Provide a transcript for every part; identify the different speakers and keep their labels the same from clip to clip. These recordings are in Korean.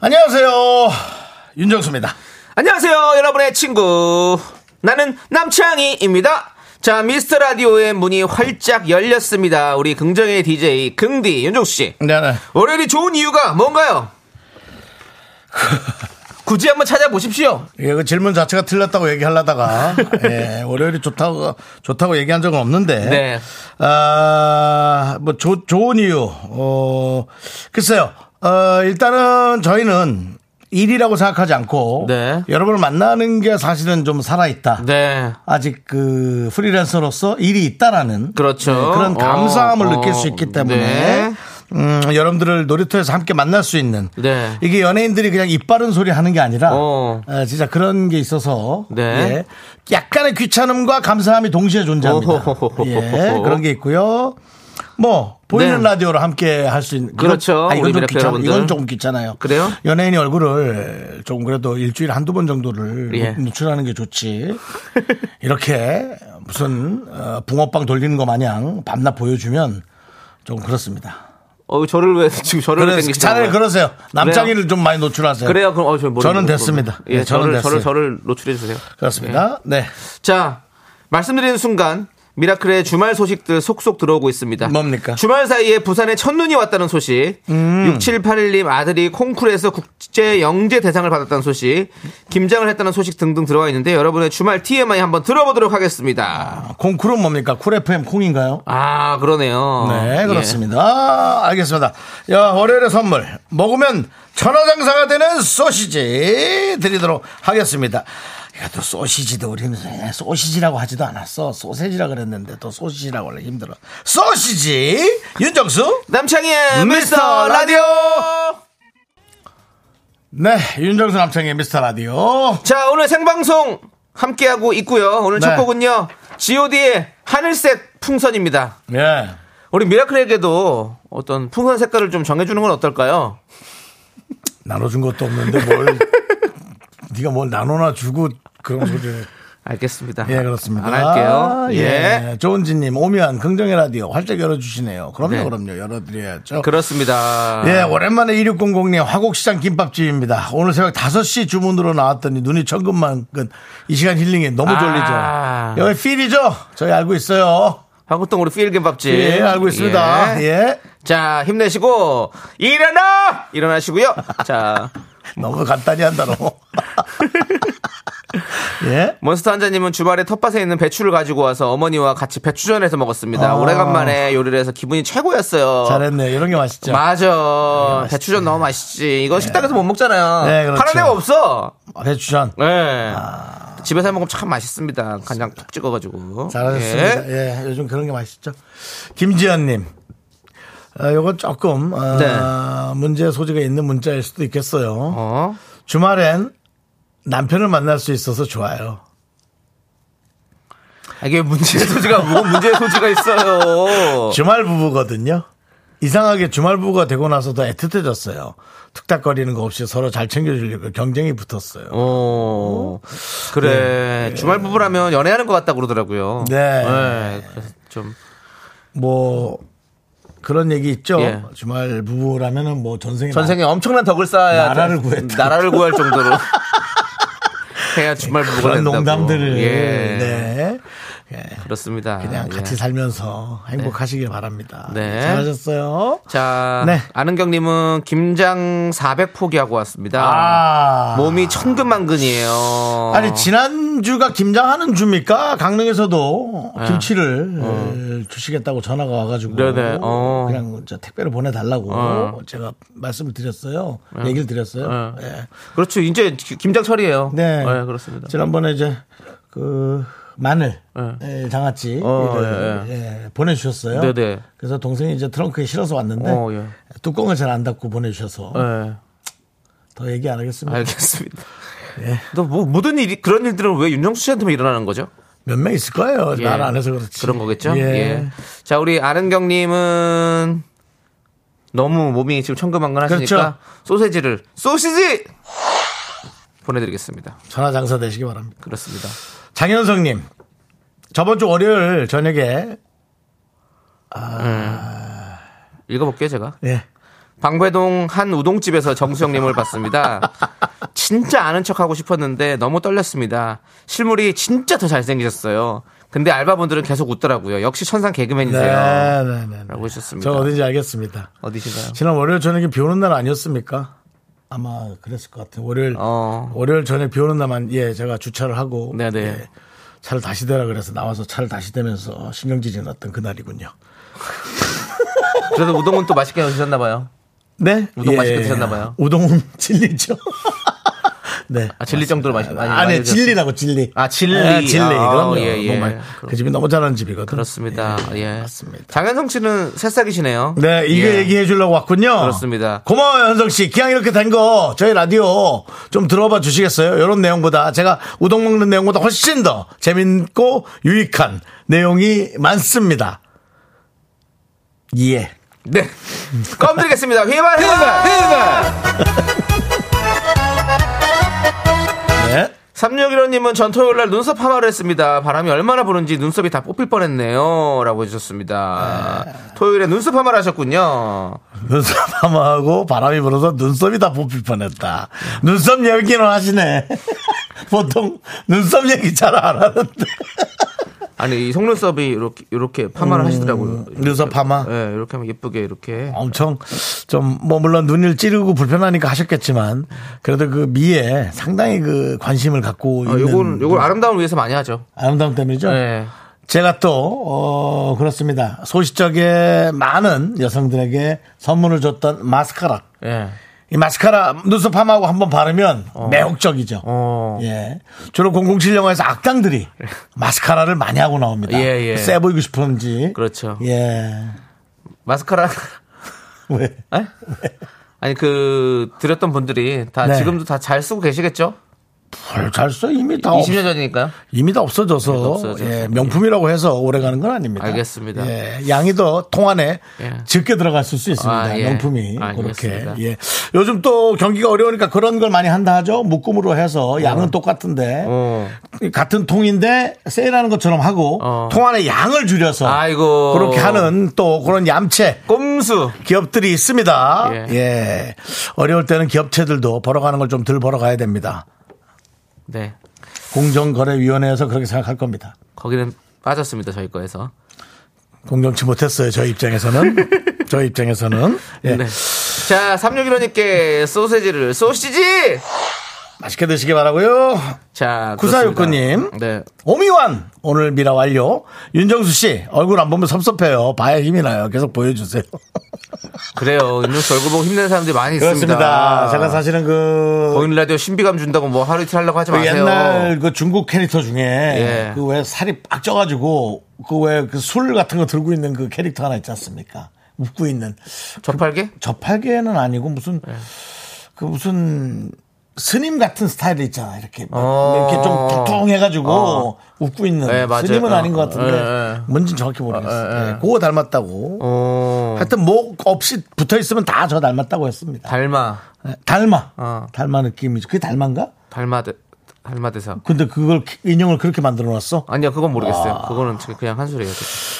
Speaker 1: 안녕하세요 윤정수입니다
Speaker 2: 안녕하세요, 여러분의 친구. 나는 남창희입니다. 자, 미스터 라디오의 문이 활짝 열렸습니다. 우리 긍정의 DJ, 긍디, 윤종씨.
Speaker 1: 네네
Speaker 2: 월요일이 좋은 이유가 뭔가요? 굳이 한번 찾아보십시오.
Speaker 1: 예, 그 질문 자체가 틀렸다고 얘기하려다가 예, 월요일이 좋다고 좋다고 얘기한 적은 없는데
Speaker 2: 네.
Speaker 1: 아뭐 좋은 이유 어 글쎄요 어 일단은 저희는 일이라고 생각하지 않고
Speaker 2: 네.
Speaker 1: 여러분을 만나는 게 사실은 좀 살아있다
Speaker 2: 네.
Speaker 1: 아직 그 프리랜서로서 일이 있다라는 네,
Speaker 2: 그렇죠.
Speaker 1: 그런 감사함을
Speaker 2: 어, 어.
Speaker 1: 느낄 수 있기 때문에
Speaker 2: 네.
Speaker 1: 음, 여러분들을 놀이터에서 함께 만날 수 있는
Speaker 2: 네.
Speaker 1: 이게 연예인들이 그냥 입 바른 소리 하는 게 아니라
Speaker 2: 어.
Speaker 1: 어, 진짜 그런 게 있어서
Speaker 2: 네.
Speaker 1: 예, 약간의 귀찮음과 감사함이 동시에 존재합니다.
Speaker 2: 오호호호호호.
Speaker 1: 예, 그런 게 있고요. 뭐 보이는
Speaker 2: 네.
Speaker 1: 라디오로 함께 할 수 있는 이건-
Speaker 2: 그렇죠.
Speaker 1: 아,
Speaker 2: 우리
Speaker 1: 이건 좀
Speaker 2: 미라클
Speaker 1: 귀찮아.
Speaker 2: 여러분들.
Speaker 1: 이건 좀 귀찮아요.
Speaker 2: 그래요?
Speaker 1: 연예인이 얼굴을 좀 그래도 일주일에 한두 번 정도를
Speaker 2: 예.
Speaker 1: 노출하는 게 좋지. 이렇게 무슨 어, 붕어빵 돌리는 거 마냥 밤낮 보여주면 좀 그렇습니다.
Speaker 2: 어, 저를 왜, 지금 저를 왜
Speaker 1: 그래서
Speaker 2: 땡기시는
Speaker 1: 차라리
Speaker 2: 거예요?
Speaker 1: 그러세요. 남창이를 좀 많이 노출하세요.
Speaker 2: 그래요? 그럼, 어, 저 모르-
Speaker 1: 저는
Speaker 2: 모르-
Speaker 1: 됐습니다.
Speaker 2: 예,
Speaker 1: 네, 저는
Speaker 2: 저를,
Speaker 1: 됐어요.
Speaker 2: 저를, 저를 노출해주세요.
Speaker 1: 그렇습니다. 네.
Speaker 2: 자, 말씀드리는 순간 미라클의 주말 소식들 속속 들어오고 있습니다.
Speaker 1: 뭡니까? 음.
Speaker 2: 주말 사이에 부산에 첫눈이 왔다는 소식, 6781님 아들이 콩쿠르에서 국제 영재 대상을 받았다는 소식, 김장을 했다는 소식 등등 들어와 있는데 여러분의 주말 TMI 한번 들어보도록 하겠습니다.
Speaker 1: 콩쿨은 뭡니까? 쿨 FM 콩인가요?
Speaker 2: 아, 그러네요. 예.
Speaker 1: 네, 그렇습니다. 아, 알겠습니다. 야, 월요일의 선물. 먹으면 천하장사가 되는 소시지 드리도록 하겠습니다. 야, 또 소시지도 우리는 예, 소시지라고 하지도 않았어. 소세지라 그랬는데 또 소시지라고 원래 힘들어. 소시지! 윤정수!
Speaker 2: 예. 남창희의
Speaker 1: 미스터
Speaker 2: 미스터 라디오!
Speaker 1: 네, 윤정수 남창의 미스터 라디오.
Speaker 2: 자, 오늘 생방송 함께하고 있고요. 오늘
Speaker 1: 네.
Speaker 2: 첫 곡은요, GOD의 하늘색 풍선입니다.
Speaker 1: 예.
Speaker 2: 우리 미라클에게도 어떤 풍선 색깔을 좀 정해주는 건 어떨까요?
Speaker 1: 나눠준 것도 없는데 뭘. 네가 뭘 나눠나 주고 그런 소리를.
Speaker 2: 알겠습니다.
Speaker 1: 예, 그렇습니다.
Speaker 2: 안 할게요.
Speaker 1: 아,
Speaker 2: 예.
Speaker 1: 예. 조은지님, 오면 긍정의 라디오 활짝 열어주시네요. 그럼요,
Speaker 2: 네.
Speaker 1: 그럼요. 열어드려야죠.
Speaker 2: 그렇습니다.
Speaker 1: 예, 오랜만에 2600님 화곡시장 김밥집입니다. 오늘 새벽 5시 주문으로 나왔더니 눈이 천근만근 이 시간 힐링에 너무
Speaker 2: 아.
Speaker 1: 졸리죠. 여기 필이죠? 저희 알고 있어요.
Speaker 2: 한국동 우리 필김밥집.
Speaker 1: 예, 알고 있습니다. 예.
Speaker 2: 자, 힘내시고, 일어나! 일어나시고요. 자,
Speaker 1: 너무 간단히 한다, 너. 예.
Speaker 2: 몬스터 한자님은 주말에 텃밭에 있는 배추를 가지고 와서 어머니와 같이 배추전해서 먹었습니다.
Speaker 1: 아.
Speaker 2: 오래간만에 요리를 해서 기분이 최고였어요.
Speaker 1: 잘했네. 이런 게 맛있죠.
Speaker 2: 맞아. 배추전 너무 맛있지. 이거 식당에서 못 먹잖아요.
Speaker 1: 네, 그렇죠.
Speaker 2: 파란 애가 없어.
Speaker 1: 아, 배추전.
Speaker 2: 예. 집에서 해 먹으면 참 맛있습니다. 간장 푹 찍어가지고.
Speaker 1: 아. 잘하셨습니다.
Speaker 2: 예.
Speaker 1: 예. 요즘 그런 게 맛있죠. 김지현님. 어, 요건 조금 어,
Speaker 2: 네.
Speaker 1: 문제 소지가 있는 문자일 수도 있겠어요.
Speaker 2: 어?
Speaker 1: 주말엔 남편을 만날 수 있어서 좋아요.
Speaker 2: 아, 이게 문제의 소지가 뭐 문제의 소지가 있어요.
Speaker 1: 주말 부부거든요. 이상하게 주말 부부가 되고 나서도 애틋해졌어요. 툭닥거리는 거 없이 서로 잘 챙겨주려고 경쟁이 붙었어요.
Speaker 2: 어. 그래. 주말 부부라면 연애하는 것 같다 그러더라고요.
Speaker 1: 네.
Speaker 2: 그래서 좀
Speaker 1: 뭐 그런 얘기 있죠.
Speaker 2: 예.
Speaker 1: 주말 부부라면은 뭐 전생에
Speaker 2: 전생에 엄청난 덕을 쌓아야
Speaker 1: 나라를 구했다.
Speaker 2: 나라를 구할 정도로 해야 주말 부부가
Speaker 1: 그런
Speaker 2: 된다고.
Speaker 1: 농담들을
Speaker 2: 예.
Speaker 1: 네.
Speaker 2: 그렇습니다.
Speaker 1: 그냥
Speaker 2: 예.
Speaker 1: 네, 같이 살면서 행복하시길 바랍니다.
Speaker 2: 네.
Speaker 1: 잘하셨어요.
Speaker 2: 자,
Speaker 1: 네.
Speaker 2: 아는경님은 김장 400 포기하고 왔습니다.
Speaker 1: 아.
Speaker 2: 몸이 천근만근이에요.
Speaker 1: 아니 지난주가 김장하는 주입니까? 강릉에서도 김치를 주시겠다고 전화가 와가지고
Speaker 2: 어. 네네. 어.
Speaker 1: 그냥 저 택배로 보내달라고
Speaker 2: 어. 네.
Speaker 1: 제가 말씀을 드렸어요. 얘기를 드렸어요.
Speaker 2: 어.
Speaker 1: 예.
Speaker 2: 그렇죠. 이제 기- 김장철이에요.
Speaker 1: 네.
Speaker 2: 예, 그렇습니다.
Speaker 1: 지난번에 이제 그 마늘 예, 장아찌
Speaker 2: 어,
Speaker 1: 이를, 예, 보내주셨어요.
Speaker 2: 네네.
Speaker 1: 그래서 네. 동생이 이제 트렁크에 실어서 왔는데
Speaker 2: 어, 예.
Speaker 1: 뚜껑을 잘 안 닫고 보내주셔서
Speaker 2: 예.
Speaker 1: 더 얘기 안 하겠습니다.
Speaker 2: 알겠습니다.
Speaker 1: 네.
Speaker 2: 또 뭐, 모든 일이, 그런 일들은 왜 윤정수 씨한테만 뭐 일어나는 거죠?
Speaker 1: 몇 명 있을 거예요.
Speaker 2: 예.
Speaker 1: 나안 해서 그렇지.
Speaker 2: 그런 거겠죠?
Speaker 1: 예.
Speaker 2: 예. 자, 우리 아른경님은 너무 몸이 지금 천금한건 하시니까
Speaker 1: 그렇죠.
Speaker 2: 소세지를, 소시지! 보내드리겠습니다.
Speaker 1: 전화 장사 되시기 바랍니다.
Speaker 2: 그렇습니다.
Speaker 1: 장현성님, 저번 주 월요일 저녁에
Speaker 2: 읽어볼게요, 제가.
Speaker 1: 예.
Speaker 2: 방배동 한 우동집에서 정수영님을 봤습니다. 진짜 아는 척 하고 싶었는데 너무 떨렸습니다. 실물이 진짜 더 잘생기셨어요. 근데 알바분들은 계속 웃더라고요. 역시 천상 개그맨이세요.
Speaker 1: 네, 네, 네.
Speaker 2: 라고 하셨습니다.
Speaker 1: 저 어딘지 알겠습니다.
Speaker 2: 어디신가요?
Speaker 1: 지난 월요일 저녁에 비 오는 날 아니었습니까? 아마 그랬을 것 같아요. 월요일,
Speaker 2: 어.
Speaker 1: 월요일 저녁 비 오는 날만, 예, 제가 주차를 하고.
Speaker 2: 네네.
Speaker 1: 예, 차를 다시 대라 그래서 나와서 차를 다시 대면서 신경질이 났던 그날이군요.
Speaker 2: 그래도 우동은 또 맛있게 드셨나봐요.
Speaker 1: 네?
Speaker 2: 우동 맛있게 드셨나봐요.
Speaker 1: 우동은 진리죠. 네.
Speaker 2: 아, 질릴 정도로 맛있, 많이
Speaker 1: 아, 니
Speaker 2: 드셨-
Speaker 1: 진리라고, 진리.
Speaker 2: 아, 진리.
Speaker 1: 예, 진리.
Speaker 2: 아,
Speaker 1: 그럼요.
Speaker 2: 예, 예.
Speaker 1: 정말. 그 집이 너무 잘하는 집이거든.
Speaker 2: 그렇습니다. 예.
Speaker 1: 맞습니다.
Speaker 2: 장현성 씨는 새싹이시네요.
Speaker 1: 네, 이거
Speaker 2: 예.
Speaker 1: 얘기해 주려고 왔군요.
Speaker 2: 그렇습니다.
Speaker 1: 고마워요, 현성 씨. 기왕 이렇게 된 거 저희 라디오 좀 들어봐 주시겠어요? 이런 내용보다 제가 우동 먹는 내용보다 훨씬 더 재밌고 유익한 내용이 많습니다. 예.
Speaker 2: 네. 껌 드리겠습니다. 휘발, 휘발, 휘발!
Speaker 1: 네.
Speaker 2: 3615님은 전 토요일 날 눈썹 파마를 했습니다. 바람이 얼마나 부는지 눈썹이 다 뽑힐 뻔했네요. 라고 해주셨습니다.
Speaker 1: 아.
Speaker 2: 토요일에 눈썹 파마를 하셨군요.
Speaker 1: 눈썹 파마하고 바람이 불어서 눈썹이 다 뽑힐 뻔했다. 눈썹 얘기는 하시네. 보통 눈썹 얘기 잘 안 하는데.
Speaker 2: 아니, 이 속눈썹이 이렇게, 이렇게 파마를 하시더라고요.
Speaker 1: 음. 눈썹 파마?
Speaker 2: 예, 이렇게 하면 예쁘게 이렇게. 아,
Speaker 1: 엄청 좀 뭐 물론 눈을 찌르고 불편하니까 하셨겠지만 그래도 그 미에 상당히 그 관심을 갖고
Speaker 2: 아,
Speaker 1: 있는
Speaker 2: 요건, 요건 아름다움을 위해서 많이 하죠.
Speaker 1: 아름다움 때문이죠.
Speaker 2: 예.
Speaker 1: 제가 또 어, 그렇습니다. 소시적에 많은 여성들에게 선물을 줬던 마스카라.
Speaker 2: 예.
Speaker 1: 이 마스카라 눈썹 파마하고 한번 바르면 매혹적이죠.
Speaker 2: 어.
Speaker 1: 예. 주로 007 영화에서 악당들이 마스카라를 많이 하고 나옵니다.
Speaker 2: 예, 예.
Speaker 1: 세 보이고 싶은지.
Speaker 2: 그렇죠.
Speaker 1: 예.
Speaker 2: 마스카라.
Speaker 1: 왜?
Speaker 2: 예? 아니, 그, 드렸던 분들이 다
Speaker 1: 네.
Speaker 2: 지금도 다 잘 쓰고 계시겠죠?
Speaker 1: 잘써 이미 다
Speaker 2: 20년 전이니까요.
Speaker 1: 이미 다 아, 없어져서
Speaker 2: 다 없어져서.
Speaker 1: 예, 명품이라고 해서 오래 가는 건 아닙니다.
Speaker 2: 알겠습니다.
Speaker 1: 예, 양이 더 통안에
Speaker 2: 예.
Speaker 1: 적게 들어갔을 수 있습니다.
Speaker 2: 아, 예.
Speaker 1: 명품이 그렇게.
Speaker 2: 알겠습니다.
Speaker 1: 예. 요즘 또 경기가 어려우니까 그런 걸 많이 한다 하죠. 묶음으로 해서 양은 똑같은데
Speaker 2: 어.
Speaker 1: 같은 통인데 세일하는 것처럼 하고
Speaker 2: 어.
Speaker 1: 통안의 양을 줄여서
Speaker 2: 아이고.
Speaker 1: 그렇게 하는 또 그런 얌체
Speaker 2: 꼼수.
Speaker 1: 기업들이 있습니다. 예.
Speaker 2: 예.
Speaker 1: 어려울 때는 기업체들도 벌어가는 걸 좀 덜 벌어가야 됩니다.
Speaker 2: 네.
Speaker 1: 공정거래위원회에서 그렇게 생각할 겁니다.
Speaker 2: 거기는 빠졌습니다 저희 거에서
Speaker 1: 공정치 못했어요. 저희 입장에서는. 저희 입장에서는. 예.
Speaker 2: 네. 자 361호님께 소세지를 소시지
Speaker 1: 맛있게 드시기 바라고요
Speaker 2: 자
Speaker 1: 구사육구님.
Speaker 2: 그렇습니다. 네
Speaker 1: 오미완 오늘 미라 완료. 윤정수 씨 얼굴 안 보면 섭섭해요. 봐야 힘이 나요. 계속 보여주세요.
Speaker 2: 그래요 윤정수 얼굴 보고 힘내는 사람들이 많이 있습니다
Speaker 1: 그렇습니다. 제가 사실은 그
Speaker 2: 보이는 라디오 신비감 준다고 뭐 하루 이틀 하려고 하지
Speaker 1: 그
Speaker 2: 마세요
Speaker 1: 옛날 그 중국 캐릭터 중에
Speaker 2: 예.
Speaker 1: 그 왜 살이 빡 쪄가지고 그 왜 그 술 같은 거 들고 있는 그 캐릭터 하나 있지 않습니까? 웃고 있는
Speaker 2: 저팔계
Speaker 1: 저팔계는 아니고 무슨
Speaker 2: 예.
Speaker 1: 그 무슨 스님 같은 스타일 있잖아 이렇게 막
Speaker 2: 어.
Speaker 1: 이렇게 좀 퉁퉁해가지고
Speaker 2: 어.
Speaker 1: 웃고 있는
Speaker 2: 네, 맞아요.
Speaker 1: 스님은 아닌 것
Speaker 2: 어,
Speaker 1: 같은데
Speaker 2: 예, 예.
Speaker 1: 뭔진 정확히 모르겠어요.
Speaker 2: 어, 예, 예.
Speaker 1: 예, 그거 닮았다고.
Speaker 2: 어
Speaker 1: 하여튼 목 없이 붙어 있으면 다 저 닮았다고 했습니다.
Speaker 2: 달마
Speaker 1: 예, 닮아,
Speaker 2: 어.
Speaker 1: 닮아 느낌이죠. 그게 닮아인가?
Speaker 2: 달마 대 달마 대상
Speaker 1: 근데 그걸 키- 인형을 그렇게 만들어 놨어?
Speaker 2: 아니요 그건 모르겠어요 그거는 지금 그냥 한 소리예요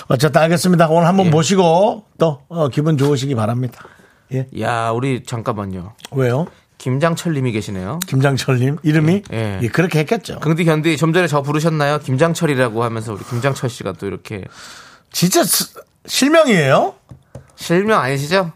Speaker 1: 어쨌든 알겠습니다. 오늘
Speaker 2: 예.
Speaker 1: 한번 모시고 또 어, 기분 좋으시기 바랍니다. 예,
Speaker 2: 야 우리 잠깐만요
Speaker 1: 왜요?
Speaker 2: 김장철님이 계시네요
Speaker 1: 김장철님 이름이
Speaker 2: 예.
Speaker 1: 예, 그렇게 했겠죠.
Speaker 2: 긍디 견디 좀 전에 저 부르셨나요? 김장철이라고 하면서 우리 김장철 씨가 또 이렇게
Speaker 1: 진짜 스- 실명이에요?
Speaker 2: 실명 아니시죠?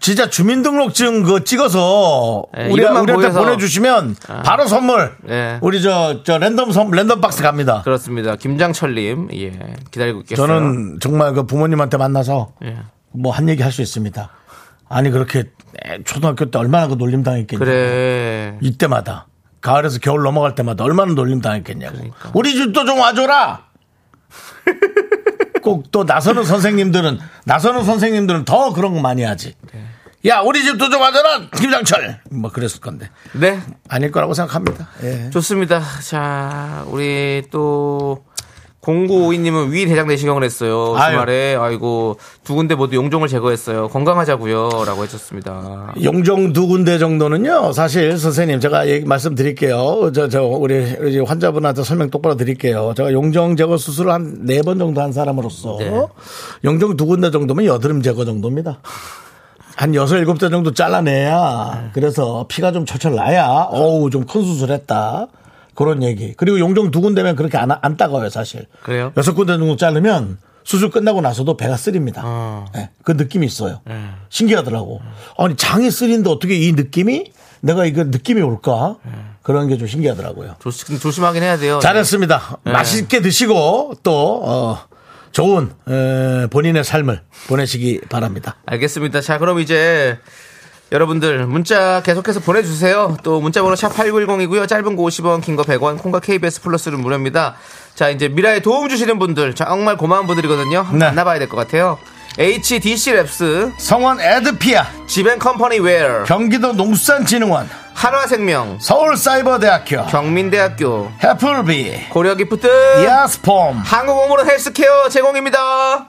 Speaker 1: 진짜 주민등록증 그 찍어서
Speaker 2: 예,
Speaker 1: 우리
Speaker 2: 이름만
Speaker 1: 우리한테
Speaker 2: 보여서. 아.
Speaker 1: 보내주시면 바로 선물.
Speaker 2: 예.
Speaker 1: 우리 저 저 랜덤 선 랜덤 박스 갑니다.
Speaker 2: 그렇습니다. 김장철님 예 기다리고 있겠어요.
Speaker 1: 저는 정말 그 부모님한테 만나서
Speaker 2: 예.
Speaker 1: 뭐 한 얘기 할 수 있습니다. 아니 그렇게 초등학교 때 얼마나 그 놀림 당했겠냐.
Speaker 2: 그래
Speaker 1: 이때마다 가을에서 겨울 넘어갈 때마다 얼마나 놀림 당했겠냐고. 우리 집도 좀 와줘라. 꼭 또 나서는 선생님들은 나서는 선생님들은 더 그런 거 많이 하지. 야, 우리 집도 좀 하잖아, 김장철. 뭐 그랬을 건데.
Speaker 2: 네,
Speaker 1: 아닐 거라고 생각합니다. 예.
Speaker 2: 좋습니다. 자, 우리 또 0952님은 위 대장 내시경을 했어요.
Speaker 1: 아유.
Speaker 2: 주말에 아이고 두 군데 모두 용종을 제거했어요. 건강하자고요라고 해줬습니다.
Speaker 1: 용종 두 군데 정도는요, 사실 선생님 제가 얘기- 말씀드릴게요. 저, 저, 우리 우리 환자분한테 설명 똑바로 드릴게요. 제가 용종 제거 수술을 한 네 번 정도 한 사람으로서
Speaker 2: 네.
Speaker 1: 용종 두 군데 정도면 여드름 제거 정도입니다. 한 여섯 일곱 대 정도 잘라내야 그래서 피가 좀 철철 나야 어우 좀 큰 수술했다 그런 얘기 그리고 용종 두 군데면 그렇게 안, 안 따가워요 사실
Speaker 2: 그래요?
Speaker 1: 여섯 군데 정도 자르면 수술 끝나고 나서도 배가 쓰립니다
Speaker 2: 어. 예.
Speaker 1: 예, 그 느낌이 있어요 신기하더라고 아니 장이 쓰린데 어떻게 이 느낌이 내가 이거 느낌이 올까 그런 게 좀 신기하더라고요
Speaker 2: 조심 조심하긴 해야 돼요.
Speaker 1: 잘했습니다
Speaker 2: 예.
Speaker 1: 맛있게 드시고 또 어, 좋은 에, 본인의 삶을 보내시기 바랍니다
Speaker 2: 알겠습니다. 자, 그럼 이제 여러분들 문자 계속해서 보내주세요. 또 문자번호 샵 8910이고요. 짧은 거 50원, 긴 거 100원, 콩과 KBS 플러스는 무료입니다. 자, 이제 미라에 도움 주시는 분들 정말 고마운 분들이거든요. 한번
Speaker 1: 네.
Speaker 2: 만나봐야 될 것 같아요. HDC 랩스,
Speaker 1: 성원 에드피아
Speaker 2: 지벤컴퍼니 웨어,
Speaker 1: 경기도 농수산진흥원,
Speaker 2: 한화생명,
Speaker 1: 서울사이버대학교,
Speaker 2: 경민대학교,
Speaker 1: 해플비,
Speaker 2: 고려기프트,
Speaker 1: 야스폼,
Speaker 2: 한국홈으로 헬스케어 제공입니다.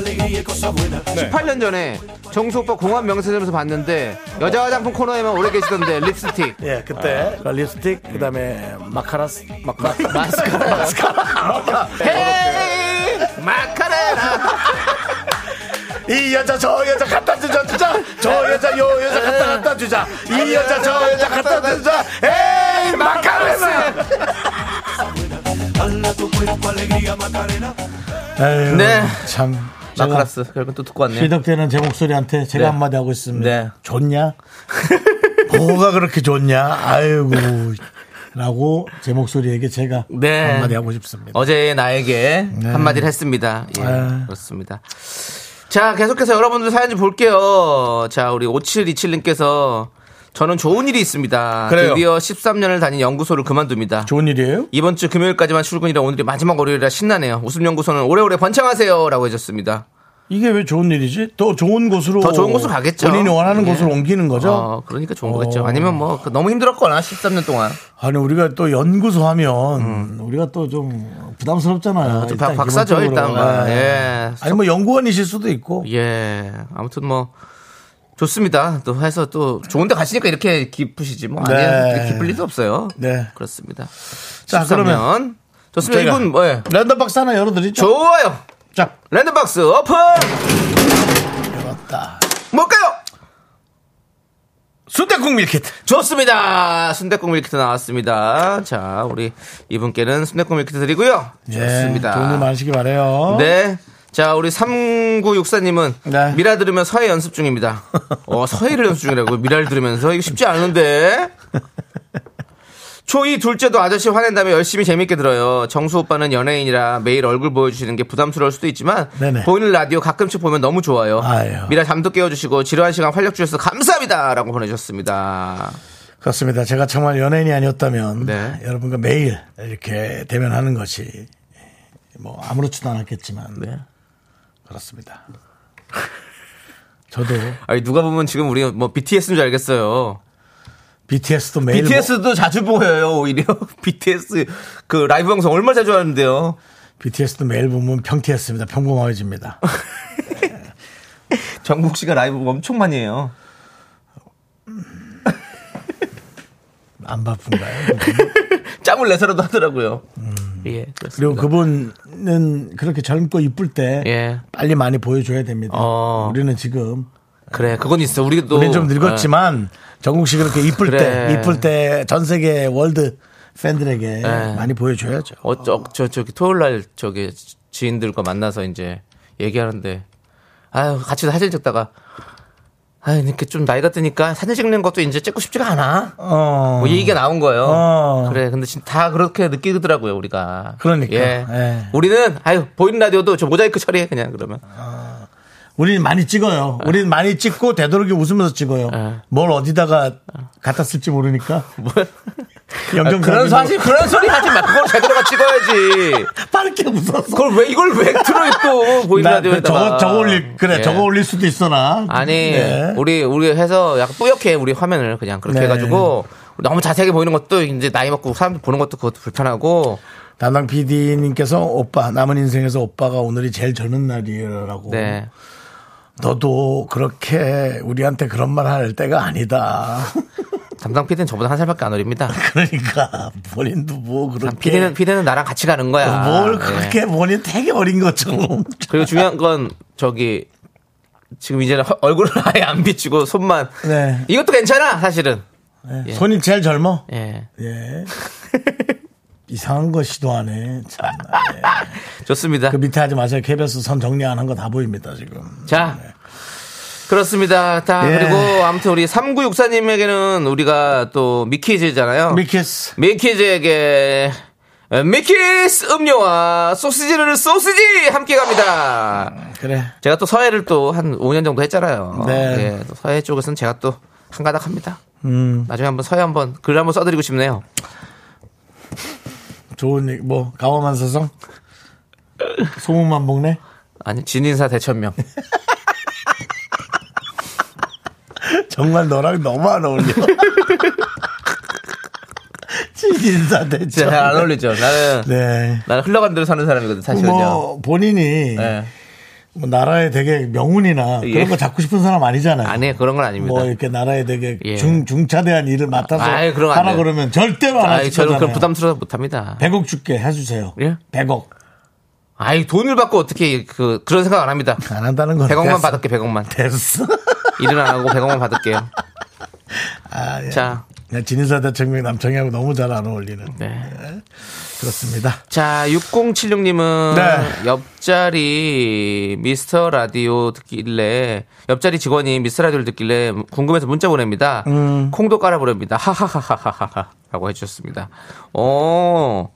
Speaker 2: 네. 18년 전에 정수 오빠 공항 명세점에서 봤는데 여자 화장품 코너에만 오래 계시던데 립스틱
Speaker 1: 예, 그때 립스틱, 그 다음에 마카라스, 마카라스.
Speaker 2: 마스카라 헤이 마카레라
Speaker 1: 이 여자, 저 여자 갖다 주자, 주자. 저 여자, 요 여자 갖다 갖다 주자. 이 여자, 저 여자 갖다 주자. 에이, 마카라스! 에휴,
Speaker 2: 네.
Speaker 1: 참.
Speaker 2: 마카라스 결국 또 듣고 왔네요
Speaker 1: 피덕대는 제 목소리한테 제가
Speaker 2: 네.
Speaker 1: 한마디 하고 있습니다.
Speaker 2: 네.
Speaker 1: 좋냐? 뭐가 그렇게 좋냐? 아이고. 라고 제 목소리에게 제가
Speaker 2: 네.
Speaker 1: 한마디 하고 싶습니다.
Speaker 2: 어제 나에게 한마디를 했습니다 예,
Speaker 1: 네. 아.
Speaker 2: 그렇습니다 자 계속해서 여러분들 사연 좀 볼게요 자 우리 5727님께서 저는 좋은 일이 있습니다
Speaker 1: 그래요.
Speaker 2: 드디어 13년을 다닌 연구소를 그만둡니다
Speaker 1: 좋은 일이에요?
Speaker 2: 이번 주 금요일까지만 출근이라 오늘이 마지막 월요일이라 신나네요. 웃음연구소는 오래오래 번창하세요라고 해줬습니다.
Speaker 1: 이게 왜 좋은 일이지? 더 좋은 곳으로.
Speaker 2: 더 좋은 곳으로 가겠죠.
Speaker 1: 본인이 원하는
Speaker 2: 예.
Speaker 1: 곳으로 옮기는 거죠?
Speaker 2: 어, 그러니까 좋은
Speaker 1: 어.
Speaker 2: 거겠죠. 아니면 뭐그 너무 힘들었거나 13년 동안
Speaker 1: 아니, 우리가 또 연구소 하면 우리가 또 좀 부담스럽잖아요.
Speaker 2: 음. 좀
Speaker 1: 일단
Speaker 2: 박- 박사죠
Speaker 1: 기본적으로.
Speaker 2: 일단. 은
Speaker 1: 네.
Speaker 2: 예.
Speaker 1: 아니, 뭐 연구원이실 수도 있고.
Speaker 2: 예. 아무튼 뭐 좋습니다. 또 해서 또 좋은데 가시니까 이렇게 기쁘시지 뭐
Speaker 1: 네.
Speaker 2: 아니에요. 기쁠 일도 없어요.
Speaker 1: 네.
Speaker 2: 그렇습니다.
Speaker 1: 자,
Speaker 2: 13년.
Speaker 1: 그러면
Speaker 2: 좋습니다.
Speaker 1: 저희가-
Speaker 2: 이분 뭐 예.
Speaker 1: 랜덤 박스 하나 열어드리죠.
Speaker 2: 좋아요.
Speaker 1: 자,
Speaker 2: 랜덤박스 오픈.
Speaker 1: 열었다.
Speaker 2: 뭘까요?
Speaker 1: 순대국 밀키트.
Speaker 2: 좋습니다. 순대국 밀키트 나왔습니다. 자, 우리 이분께는 순대국 밀키트 드리고요. 좋습니다.
Speaker 1: 예, 돈을 많으시기 바래요.
Speaker 2: 네. 자, 우리 3964님은
Speaker 1: 네.
Speaker 2: 미라 들으면 서해 연습 중입니다. 어, 서해를 연습 중이라고 미라를 들으면서 이거 쉽지 않은데. 초이 둘째도 아저씨 화낸 다음에 열심히 재밌게 들어요. 정수 오빠는 연예인이라 매일 얼굴 보여주시는 게 부담스러울 수도 있지만
Speaker 1: 네네.
Speaker 2: 보이는 라디오 가끔씩 보면 너무 좋아요.
Speaker 1: 아유.
Speaker 2: 미라 잠도 깨워주시고 지루한 시간 활력 주셔서 감사합니다라고 보내주셨습니다.
Speaker 1: 그렇습니다. 제가 정말 연예인이 아니었다면
Speaker 2: 네.
Speaker 1: 여러분과 매일 이렇게 대면하는 것이 뭐 아무렇지도 않았겠지만
Speaker 2: 네.
Speaker 1: 그렇습니다. 저도
Speaker 2: 아니 누가 보면 지금 우리 뭐 BTS인 줄 알겠어요.
Speaker 1: BTS도 매일 뭐,
Speaker 2: BTS도 자주 보여요 오히려 BTS 그 라이브 방송 얼마나 자주 하는데요.
Speaker 1: BTS도 매일 보면 평티했습니다. 평범해집니다.
Speaker 2: 정국 씨가 라이브 엄청 많이 해요.
Speaker 1: 안 바쁜가요?
Speaker 2: 짬을 내서라도 하더라고요. 예.
Speaker 1: 음. 그리고
Speaker 2: 그렇습니다.
Speaker 1: 그분은 그렇게 젊고 이쁠 때
Speaker 2: 예.
Speaker 1: 빨리 많이 보여줘야 됩니다.
Speaker 2: 어.
Speaker 1: 우리는 지금
Speaker 2: 그래 그건 있어. 우리도
Speaker 1: 우린 좀 늙었지만 정국 씨 그렇게 이쁠
Speaker 2: 예. 그래.
Speaker 1: 때 이쁠 때 전 세계 월드 팬들에게
Speaker 2: 네.
Speaker 1: 많이 보여줘야죠.
Speaker 2: 어저저 저기 토요일 날 저기 지인들과 만나서 이제 얘기하는데 아유 같이 사진 찍다가 아 이렇게 좀 나이가 드니까 사진 찍는 것도 이제 찍고 싶지가 않아.
Speaker 1: 어.
Speaker 2: 뭐 얘기가 나온 거예요.
Speaker 1: 어.
Speaker 2: 그래. 근데 진짜 다 그렇게 느끼더라고요, 우리가.
Speaker 1: 그러니까.
Speaker 2: 예.
Speaker 1: 예.
Speaker 2: 우리는, 아유, 보이는 라디오도 저 모자이크 처리해, 그냥, 그러면.
Speaker 1: 우리는 많이 찍어요. 우리는 많이 찍고 되도록이 웃으면서 찍어요.
Speaker 2: 네.
Speaker 1: 뭘 어디다가 갖다 쓸지 모르니까.
Speaker 2: 뭐 아,
Speaker 1: 영정
Speaker 2: 그런, 사실, 그런 소리 하지 마. 그걸 제대로가 찍어. 입어야지.
Speaker 1: 빠르게 웃었어.
Speaker 2: 그걸 왜 이걸 왜 틀어 입고 보이는
Speaker 1: 나, 그,
Speaker 2: 라디오에다가
Speaker 1: 저거, 저거 올릴, 그래,
Speaker 2: 예.
Speaker 1: 저거 올릴 수도 있어, 나.
Speaker 2: 아니
Speaker 1: 네.
Speaker 2: 우리 우리 해서 약간 뿌옇게 우리 화면을 그냥 그렇게
Speaker 1: 네.
Speaker 2: 해가지고 너무 자세하게 보이는 것도 이제 나이 먹고 사람들 보는 것도 그것도 불편하고
Speaker 1: 담당 PD님께서 오빠, 남은 인생에서 오빠가 오늘이 제일 젊은 날이라고.
Speaker 2: 네
Speaker 1: 너도 그렇게 우리한테 그런 말 할 때가 아니다.
Speaker 2: 담당 PD는 저보다 한 살밖에 안 어립니다.
Speaker 1: 그러니까, 본인도 뭐 그렇게.
Speaker 2: PD는 PD는 나랑 같이 가는 거야.
Speaker 1: 뭘
Speaker 2: 네.
Speaker 1: 그렇게 본인 되게 어린 것처럼.
Speaker 2: 그리고 중요한 건 저기 지금 이제는 허- 얼굴을 아예 안 비치고 손만
Speaker 1: 네.
Speaker 2: 이것도 괜찮아 사실은 예.
Speaker 1: 손이 제일 젊어?
Speaker 2: 예
Speaker 1: 예. 이상한 거 시도하네. 참.
Speaker 2: 좋습니다.
Speaker 1: 그 밑에 하지 마세요. KBS 선 정리 안 한 거 다 보입니다, 지금.
Speaker 2: 자. 그렇습니다. 다
Speaker 1: 예.
Speaker 2: 그리고 아무튼 우리 3964님에게는 우리가 또 미키즈잖아요.
Speaker 1: 미키스.
Speaker 2: 미키즈에게 미키스 음료와 소시지를 소시지 함께 갑니다.
Speaker 1: 그래.
Speaker 2: 제가 또 서해를 또 한 5년 정도 했잖아요.
Speaker 1: 네.
Speaker 2: 예, 또 서해 쪽에서는 제가 또 한가닥 합니다.
Speaker 1: 음.
Speaker 2: 나중에 한번 서해 한번 글 한번 써드리고 싶네요.
Speaker 1: 좋은 얘기. 뭐, 가오만 사성? 소문만 먹네?
Speaker 2: 아니 진인사 대천명.
Speaker 1: 정말 너랑 너무 안 어울려. 진인사 대체.
Speaker 2: 진짜 잘 안 어울리죠. 나는
Speaker 1: 네.
Speaker 2: 나는 흘러간 대로 사는 사람이거든 사실은요.
Speaker 1: 뭐, 본인이
Speaker 2: 예.
Speaker 1: 뭐 나라에 되게 명운이나
Speaker 2: 예.
Speaker 1: 그런 거 잡고 싶은 사람 아니잖아요.
Speaker 2: 아니 그런 건 아닙니다.
Speaker 1: 뭐 이렇게 나라에 되게
Speaker 2: 예.
Speaker 1: 중, 중차대한 일을 맡아서
Speaker 2: 아이, 그럼 안
Speaker 1: 하라
Speaker 2: 돼요.
Speaker 1: 그러면 절대로 안
Speaker 2: 아이
Speaker 1: 하실
Speaker 2: 저는 그런
Speaker 1: 거잖아요.
Speaker 2: 부담스러워서 못합니다.
Speaker 1: 100억 줄게 해주세요.
Speaker 2: 예?
Speaker 1: 100억.
Speaker 2: 아이 돈을 받고 어떻게 그 그런 생각 안 합니다.
Speaker 1: 안 한다는 건
Speaker 2: 100억만
Speaker 1: 됐어.
Speaker 2: 받을게 100억만.
Speaker 1: 됐어.
Speaker 2: 일은 안 하고 100억만 받을게요.
Speaker 1: 아, 예.
Speaker 2: 자.
Speaker 1: 그냥 진인사 대청명 남청이하고 너무 잘 안 어울리는.
Speaker 2: 네.
Speaker 1: 그렇습니다.
Speaker 2: 자, 6076님은
Speaker 1: 네.
Speaker 2: 옆자리 미스터 라디오 듣길래 옆자리 직원이 미스터 라디오를 듣길래 궁금해서 문자 보냅니다.
Speaker 1: 음.
Speaker 2: 콩도 깔아 보냅니다. 하하하하하하라고 해주셨습니다. 어.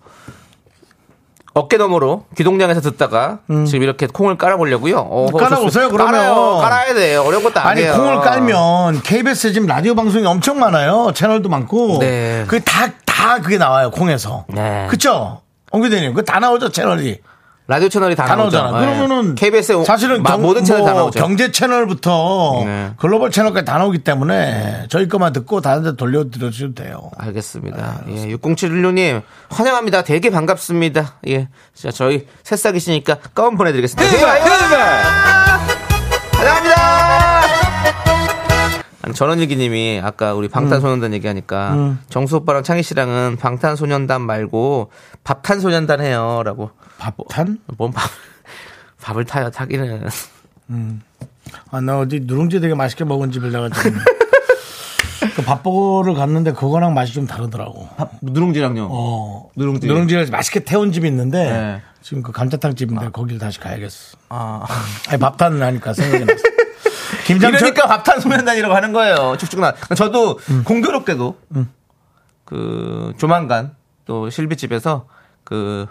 Speaker 2: 어깨 너머로 귀동냥에서 듣다가 지금 이렇게 콩을 깔아 보려고요. 어,
Speaker 1: 음. 네, 깔아보세요, 그러면.
Speaker 2: 깔아요. 깔아야 돼요. 어려운 것도
Speaker 1: 아니
Speaker 2: 아니에요.
Speaker 1: 콩을 깔면 KBS 지금 라디오 방송이 엄청 많아요. 채널도 많고.
Speaker 2: 네.
Speaker 1: 그다다 다 그게 나와요 콩에서.
Speaker 2: 네.
Speaker 1: 그쵸? 홍교대님 그 다 나오죠 채널이.
Speaker 2: 라디오 채널이 다,
Speaker 1: 다
Speaker 2: 나오죠.
Speaker 1: 나오잖아.
Speaker 2: 예.
Speaker 1: 그러면은
Speaker 2: KBS의
Speaker 1: 사실은 경,
Speaker 2: 모든 채널 다
Speaker 1: 뭐
Speaker 2: 나오죠.
Speaker 1: 경제 채널부터
Speaker 2: 네.
Speaker 1: 글로벌 채널까지 다 나오기 때문에 저희 것만 듣고 다른 데 돌려드려 주셔도 돼요.
Speaker 2: 알겠습니다. 예, 6076님, 환영합니다. 되게 반갑습니다. 예. 자, 저희 새싹이시니까 가운 보내드리겠습니다. 제발, 환영합니다! 아니, 전원일기님이 아까 우리 방탄소년단 얘기하니까 정수 오빠랑 창희 씨랑은 방탄소년단 말고 밥탄소년단 해요. 라고.
Speaker 1: 밥탄?
Speaker 2: 뭔 밥, 밥을 타요, 타기는.
Speaker 1: 아, 나 어디 누룽지 되게 맛있게 먹은 집을 내가 지금 그 밥보를 갔는데 그거랑 맛이 좀 다르더라고.
Speaker 2: 누룽지랑요.
Speaker 1: 어,
Speaker 2: 누룽지.
Speaker 1: 누룽지를 맛있게 태운 집이 있는데
Speaker 2: 네.
Speaker 1: 지금 그 감자탕 집인데 거길 다시 가야겠어.
Speaker 2: 아.
Speaker 1: 아니 밥탄을 하니까 생각이 났어. 김장철
Speaker 2: 이러니까 그러니까 밥탄소년단이라고 하는 거예요. 축축난. 저도
Speaker 1: 음.
Speaker 2: 공교롭게도 그 조만간 또 실비집에서 그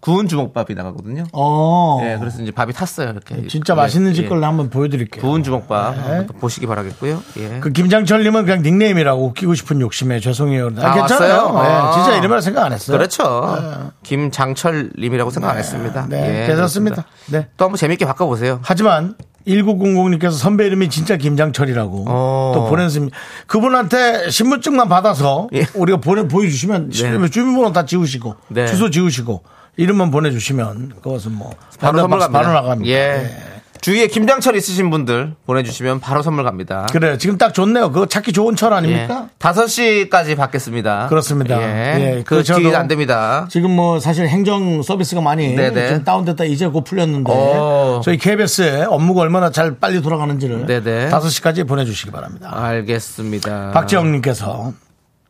Speaker 2: 구운 주먹밥이 나가거든요.
Speaker 1: 어. 아,
Speaker 2: 예, 그래서 이제 밥이 탔어요. 이렇게.
Speaker 1: 진짜
Speaker 2: 예,
Speaker 1: 맛있는 네.
Speaker 2: 예.
Speaker 1: 집 걸로 한번 보여드릴게요.
Speaker 2: 구운 주먹밥 한번 또 보시기 바라겠고요. 예.
Speaker 1: 그 김장철님은 그냥 닉네임이라고 웃기고 싶은 욕심에 죄송해요. 아,
Speaker 2: 아,
Speaker 1: 괜찮아요.
Speaker 2: 왔어요? 아.
Speaker 1: 예, 진짜 이름을 생각 안 했어요.
Speaker 2: 그렇죠. 김장철님이라고 생각 안 했습니다.
Speaker 1: 네,
Speaker 2: 예,
Speaker 1: 괜찮습니다.
Speaker 2: 그렇습니다.
Speaker 1: 네.
Speaker 2: 또 한번 재밌게 바꿔보세요.
Speaker 1: 하지만 1900님께서 선배 이름이 진짜 김장철이라고
Speaker 2: 어.
Speaker 1: 또 보내주십니다. 그분한테 신분증만 받아서
Speaker 2: 예.
Speaker 1: 우리가 보내 보여주시면 신분- 주민번호 다 지우시고
Speaker 2: 네.
Speaker 1: 주소 지우시고 이름만 보내주시면 그것은 뭐
Speaker 2: 바로 선물 갑니다.
Speaker 1: 바로 나갑니다.
Speaker 2: 예.
Speaker 1: 예.
Speaker 2: 주위에 김장철 있으신 분들 보내주시면 바로 선물 갑니다.
Speaker 1: 그래요. 지금 딱 좋네요. 그거 찾기 좋은 철
Speaker 2: 예.
Speaker 1: 아닙니까?
Speaker 2: 5시까지 받겠습니다.
Speaker 1: 그렇습니다.
Speaker 2: 예.
Speaker 1: 예,
Speaker 2: 그
Speaker 1: 그렇죠.
Speaker 2: 뒤에 안 됩니다.
Speaker 1: 지금 뭐 사실 행정 서비스가 많이
Speaker 2: 네네.
Speaker 1: 좀 다운됐다 이제 곧 풀렸는데
Speaker 2: 오.
Speaker 1: 저희 KBS의 업무가 얼마나 잘 빨리 돌아가는지를
Speaker 2: 네네.
Speaker 1: 5시까지 보내주시기 바랍니다.
Speaker 2: 알겠습니다.
Speaker 1: 아. 박지영님께서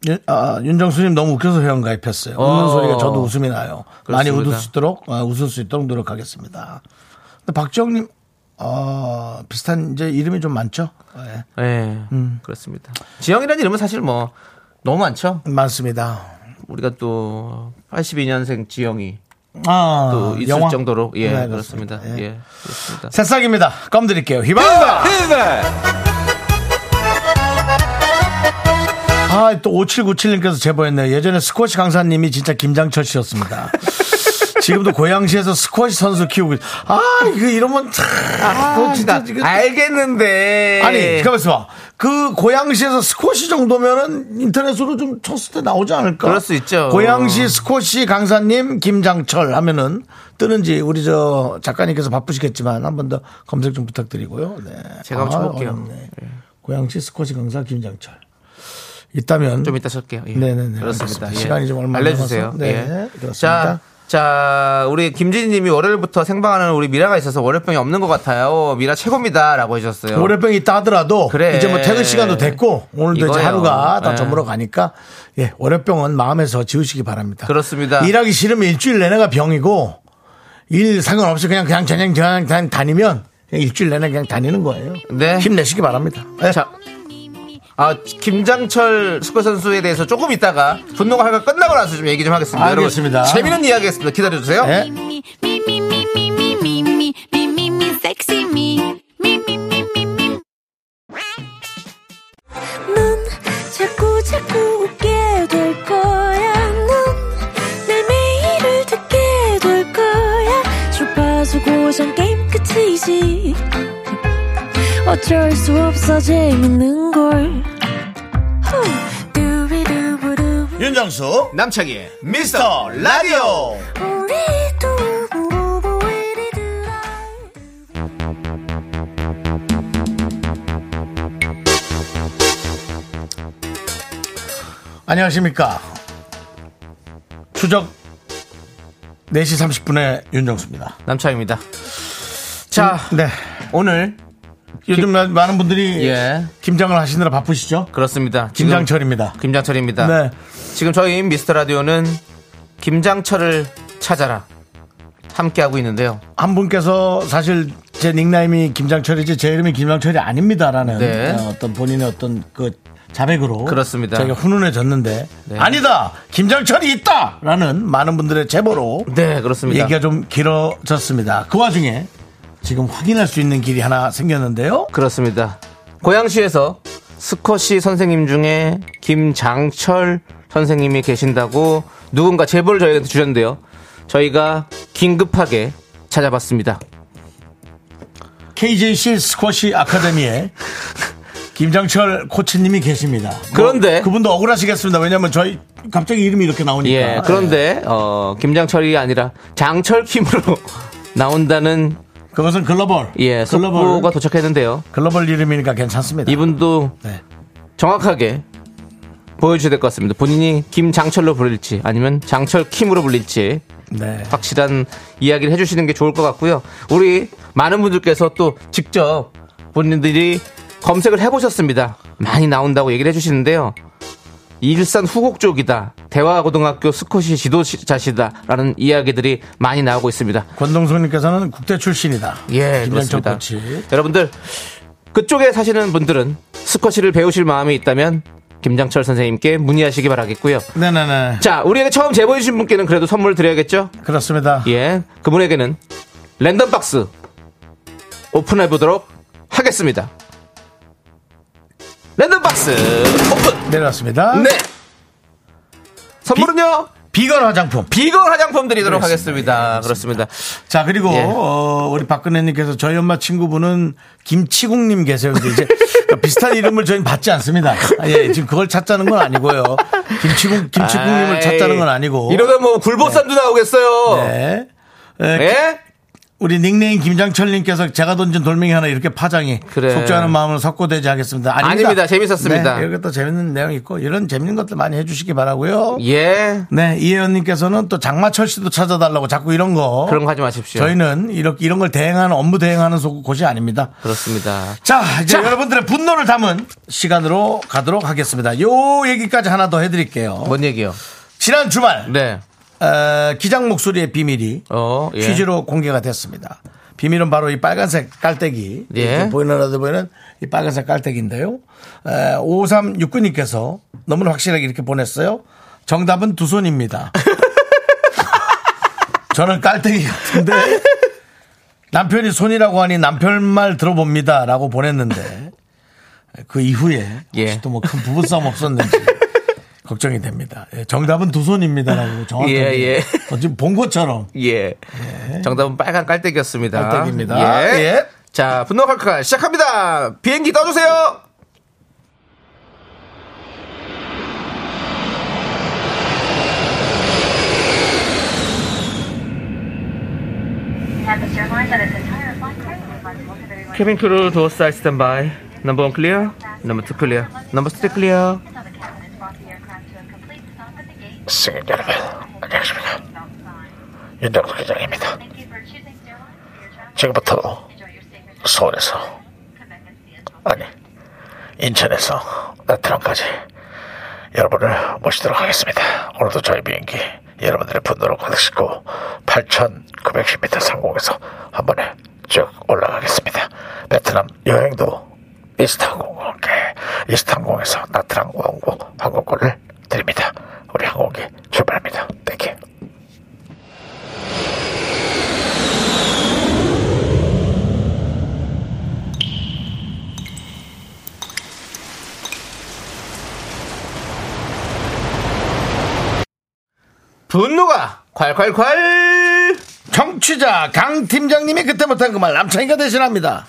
Speaker 1: 윤- 아, 윤정수님 너무 웃겨서 회원가입했어요.
Speaker 2: 어.
Speaker 1: 웃는 소리가 저도 웃음이 나요. 많이
Speaker 2: 그렇습니다.
Speaker 1: 웃을 수 있도록 아, 웃을 수 있도록 노력하겠습니다. 근데 박지영님 어, 비슷한 이제 이름이 좀 많죠? 예,
Speaker 2: 예. 그렇습니다. 지영이라는 이름은 사실 뭐 너무 많죠.
Speaker 1: 많습니다.
Speaker 2: 우리가 또 82년생 지영이
Speaker 1: 아,
Speaker 2: 또 있을
Speaker 1: 영화.
Speaker 2: 정도로 예
Speaker 1: 네,
Speaker 2: 그렇습니다.
Speaker 1: 예.
Speaker 2: 예. 그렇습니다.
Speaker 1: 새싹입니다. 껌 네, 드릴게요. 휘발유다! 아, 또 5797님께서 제보했네요. 예전에 스쿼시 강사님이 진짜 김장철 씨였습니다. 지금도 고양시에서 스쿼시 선수 키우고, 있- 아, 이거 이러면 참. 아, 진짜
Speaker 2: 나
Speaker 1: 이거-
Speaker 2: 알겠는데.
Speaker 1: 아니, 그러니까 가만있어 봐. 그 고양시에서 스쿼시 정도면은 인터넷으로 좀 쳤을 때 나오지 않을까?
Speaker 2: 그럴 수 있죠.
Speaker 1: 고양시 스쿼시 강사님 김장철 하면은 뜨는지 우리 저 작가님께서 바쁘시겠지만 한 번 더 검색 좀 부탁드리고요. 네.
Speaker 2: 제가 한번 쳐볼게요.
Speaker 1: 어렵네. 고양시 스쿼시 강사 김장철. 있다면
Speaker 2: 좀 이따 쓸게요. 예.
Speaker 1: 네네네,
Speaker 2: 그렇습니다.
Speaker 1: 알겠습니다. 시간이 좀 얼마 안
Speaker 2: 알려주세요. 예.
Speaker 1: 남아서. 네, 그렇습니다.
Speaker 2: 자, 자, 우리 김진희님이 월요일부터 생방하는 우리 미라가 있어서 월요병이 없는 것 같아요. 미라 최고입니다라고 해주셨어요.
Speaker 1: 월요병이 있다 하더라도
Speaker 2: 그렇죠. 그래.
Speaker 1: 이제 뭐 퇴근 시간도 됐고 오늘도 이제
Speaker 2: 이거예요.
Speaker 1: 하루가 다
Speaker 2: 예.
Speaker 1: 저물어 가니까 예 월요병은 마음에서 지우시기 바랍니다.
Speaker 2: 그렇습니다.
Speaker 1: 일하기 싫으면 일주일 내내가 병이고 일 상관없이 그냥 그냥 저냥 저냥 다- 다니면 그냥 일주일 내내 그냥 다니는 거예요.
Speaker 2: 네.
Speaker 1: 힘내시기 바랍니다. 예.
Speaker 2: 자, 아 김장철 스쿼 선수에 대해서 조금 있다가 분노가 할까 끝나고 나서 좀 얘기 좀 하겠습니다.
Speaker 1: 알겠습니다.
Speaker 2: 여러분, 재밌는 이야기였습니다. 기다려 주세요.
Speaker 1: 예.
Speaker 3: me, me, me, me, me, me, me, me, me, me, me, sexy me. Me, me, me, me, me. 넌 자꾸, 자꾸 웃게 될 거야. 넌내 매일을 듣게 될 거야. 주파수 고정 게임 끝이지. 어쩔 수 없어 재밌는 걸. 후. 두비두부두.
Speaker 1: 윤정수
Speaker 2: 남창희 미스터 라디오.
Speaker 3: 우리 두부부부 우리 두부.
Speaker 1: 안녕하십니까. 추적 4시 30분에 윤정수입니다.
Speaker 2: 남창입니다. 자,
Speaker 1: 네.
Speaker 2: 오늘
Speaker 1: 요즘 많은 분들이
Speaker 2: 예.
Speaker 1: 김장을 하시느라 바쁘시죠?
Speaker 2: 그렇습니다. 지금
Speaker 1: 김장철입니다.
Speaker 2: 김장철입니다.
Speaker 1: 네.
Speaker 2: 지금 저희 미스터 라디오는 김장철을 찾아라 함께 하고 있는데요.
Speaker 1: 한 분께서 사실 제 닉네임이 김장철이지 제 이름이 김장철이 아닙니다라는
Speaker 2: 네.
Speaker 1: 어, 어떤 본인의 어떤 그 자백으로
Speaker 2: 그렇습니다.
Speaker 1: 저희가 훈훈해졌는데
Speaker 2: 네.
Speaker 1: 아니다 김장철이 있다라는 많은 분들의 제보로
Speaker 2: 네, 그렇습니다.
Speaker 1: 얘기가 좀 길어졌습니다. 그 와중에 지금 확인할 수 있는 길이 하나 생겼는데요.
Speaker 2: 그렇습니다. 고양시에서 스쿼시 선생님 중에 김장철 선생님이 계신다고 누군가 제보를 저희한테 주셨는데요. 저희가 긴급하게 찾아봤습니다.
Speaker 1: KJC 스쿼시 아카데미에 김장철 코치님이 계십니다. 뭐
Speaker 2: 그런데-
Speaker 1: 그분도 억울하시겠습니다. 왜냐하면 저희 갑자기 이름이 이렇게 나오니까. 네.
Speaker 2: 예, 그런데 어, 김장철이 아니라 장철킴으로 나온다는
Speaker 1: 예. 그것은 글로벌.
Speaker 2: 예,
Speaker 1: 글로벌
Speaker 2: 속보가 도착했는데요.
Speaker 1: 글로벌 이름이니까 괜찮습니다.
Speaker 2: 이분도
Speaker 1: 네.
Speaker 2: 정확하게 보여주셔야 될 것 같습니다. 본인이 김장철로 불릴지 아니면 장철킴으로 불릴지
Speaker 1: 네.
Speaker 2: 확실한 이야기를 해주시는 게 좋을 것 같고요. 우리 많은 분들께서 또 직접 본인들이 검색을 해보셨습니다. 많이 나온다고 얘기를 해주시는데요. 일산 후곡 쪽이다. 대화고등학교 스코시 지도자시다라는 이야기들이 많이 나오고 있습니다.
Speaker 1: 권동성님께서는 국대 출신이다.
Speaker 2: 예,
Speaker 1: 네, 김현철
Speaker 2: 그렇습니다.
Speaker 1: 코치.
Speaker 2: 여러분들 그쪽에 사시는 분들은 스쿼시를 배우실 마음이 있다면 김장철 선생님께 문의하시기 바라겠고요.
Speaker 1: 네네네.
Speaker 2: 자, 우리에게 처음 제보해 주신 분께는 그래도 선물 드려야겠죠?
Speaker 1: 그렇습니다.
Speaker 2: 예. 그분에게는 랜덤 박스 오픈해 보도록 하겠습니다. 랜덤 박스 오픈.
Speaker 1: 내려왔습니다.
Speaker 2: 네. 선물은요?
Speaker 1: 비건 화장품.
Speaker 2: 비건 화장품 드리도록
Speaker 1: 그렇습니다.
Speaker 2: 하겠습니다. 그렇습니다.
Speaker 1: 자, 그리고,
Speaker 2: 예.
Speaker 1: 어, 우리 박근혜님께서 저희 엄마 친구분은 김치국님 계세요. 근데 이제 비슷한 이름을 저희는 받지 않습니다. 아, 예, 지금 그걸 찾자는 건 아니고요. 김치국, 김치국님을
Speaker 2: 아이,
Speaker 1: 찾자는 건 아니고.
Speaker 2: 이러다 뭐 굴보쌈도 나오겠어요.
Speaker 1: 네. 예,
Speaker 2: 예?
Speaker 1: 우리 닉네임 김장철님께서 제가 던진 돌멩이 하나 이렇게 파장이
Speaker 2: 그래.
Speaker 1: 속죄하는 마음으로 섞고되지 하겠습니다. 아닙니다.
Speaker 2: 아닙니다. 재밌었습니다.
Speaker 1: 네, 이렇게 또 재밌는 내용 이 있고 이런 재밌는 것들 많이 해주시기 바라고요.
Speaker 2: 예.
Speaker 1: 네 이혜연님께서는 또 장마철 씨도 찾아달라고 자꾸 이런 거.
Speaker 2: 그런 거 하지 마십시오.
Speaker 1: 어? 저희는 이렇게 이런 걸 대행하는 업무 대행하는 소- 곳이 아닙니다.
Speaker 2: 그렇습니다.
Speaker 1: 자, 이제
Speaker 2: 자.
Speaker 1: 여러분들의 분노를 담은 시간으로 가도록 하겠습니다. 요 얘기까지 하나 더 해드릴게요.
Speaker 2: 뭔 얘기요?
Speaker 1: 지난 주말
Speaker 2: 뭐 네.
Speaker 1: 어, 기장 목소리의 비밀이
Speaker 2: 어, 예.
Speaker 1: 퀴즈로 공개가 됐습니다. 비밀은 바로 이 빨간색 깔때기.
Speaker 2: 예.
Speaker 1: 이렇게 보이는 라도 보이는 이 빨간색 깔때기인데요. 5369님께서 너무나 확실하게 이렇게 보냈어요. 정답은 두 손입니다. 저는 깔때기 같은데 남편이 손이라고 하니 남편 말 들어봅니다. 라고 보냈는데 그 이후에
Speaker 2: 예.
Speaker 1: 혹시 또 뭐 큰 부부싸움 없었는지 걱정이 됩니다. 예, 정답은 두 손입니다라고 정확하게.
Speaker 2: 예, 예.
Speaker 1: 어, 지금 본 것처럼.
Speaker 2: 예. 정답은 빨간 깔때기였습니다.
Speaker 1: 깔때기입니다.
Speaker 2: 예.
Speaker 1: 예.
Speaker 2: 자, 분노 칼칼 시작합니다. 비행기 떠주세요. 케빈 크루 도어 사이드 스탠바이. 넘버 1 클리어. 넘버 2 클리어. 넘버 3 클리어.
Speaker 4: 승객 여러분 안녕하십니까 윤정수 기자입니다 지금부터 서울에서 아니 인천에서 나트랑까지 여러분을 모시도록 하겠습니다 오늘도 저희 비행기 여러분들의 분노를 가득 싣고 8,910m 상공에서 한 번에 쭉 올라가겠습니다 베트남 여행도 이스타항공과 함께 이스타항공에서 나트랑 왕국 항공권을 드립니다 우리 항공기 출발합니다 땡큐
Speaker 2: 분노가 콸콸콸!
Speaker 1: 정취자 강 팀장님이 그때 못한 그 말 남창이가 대신합니다.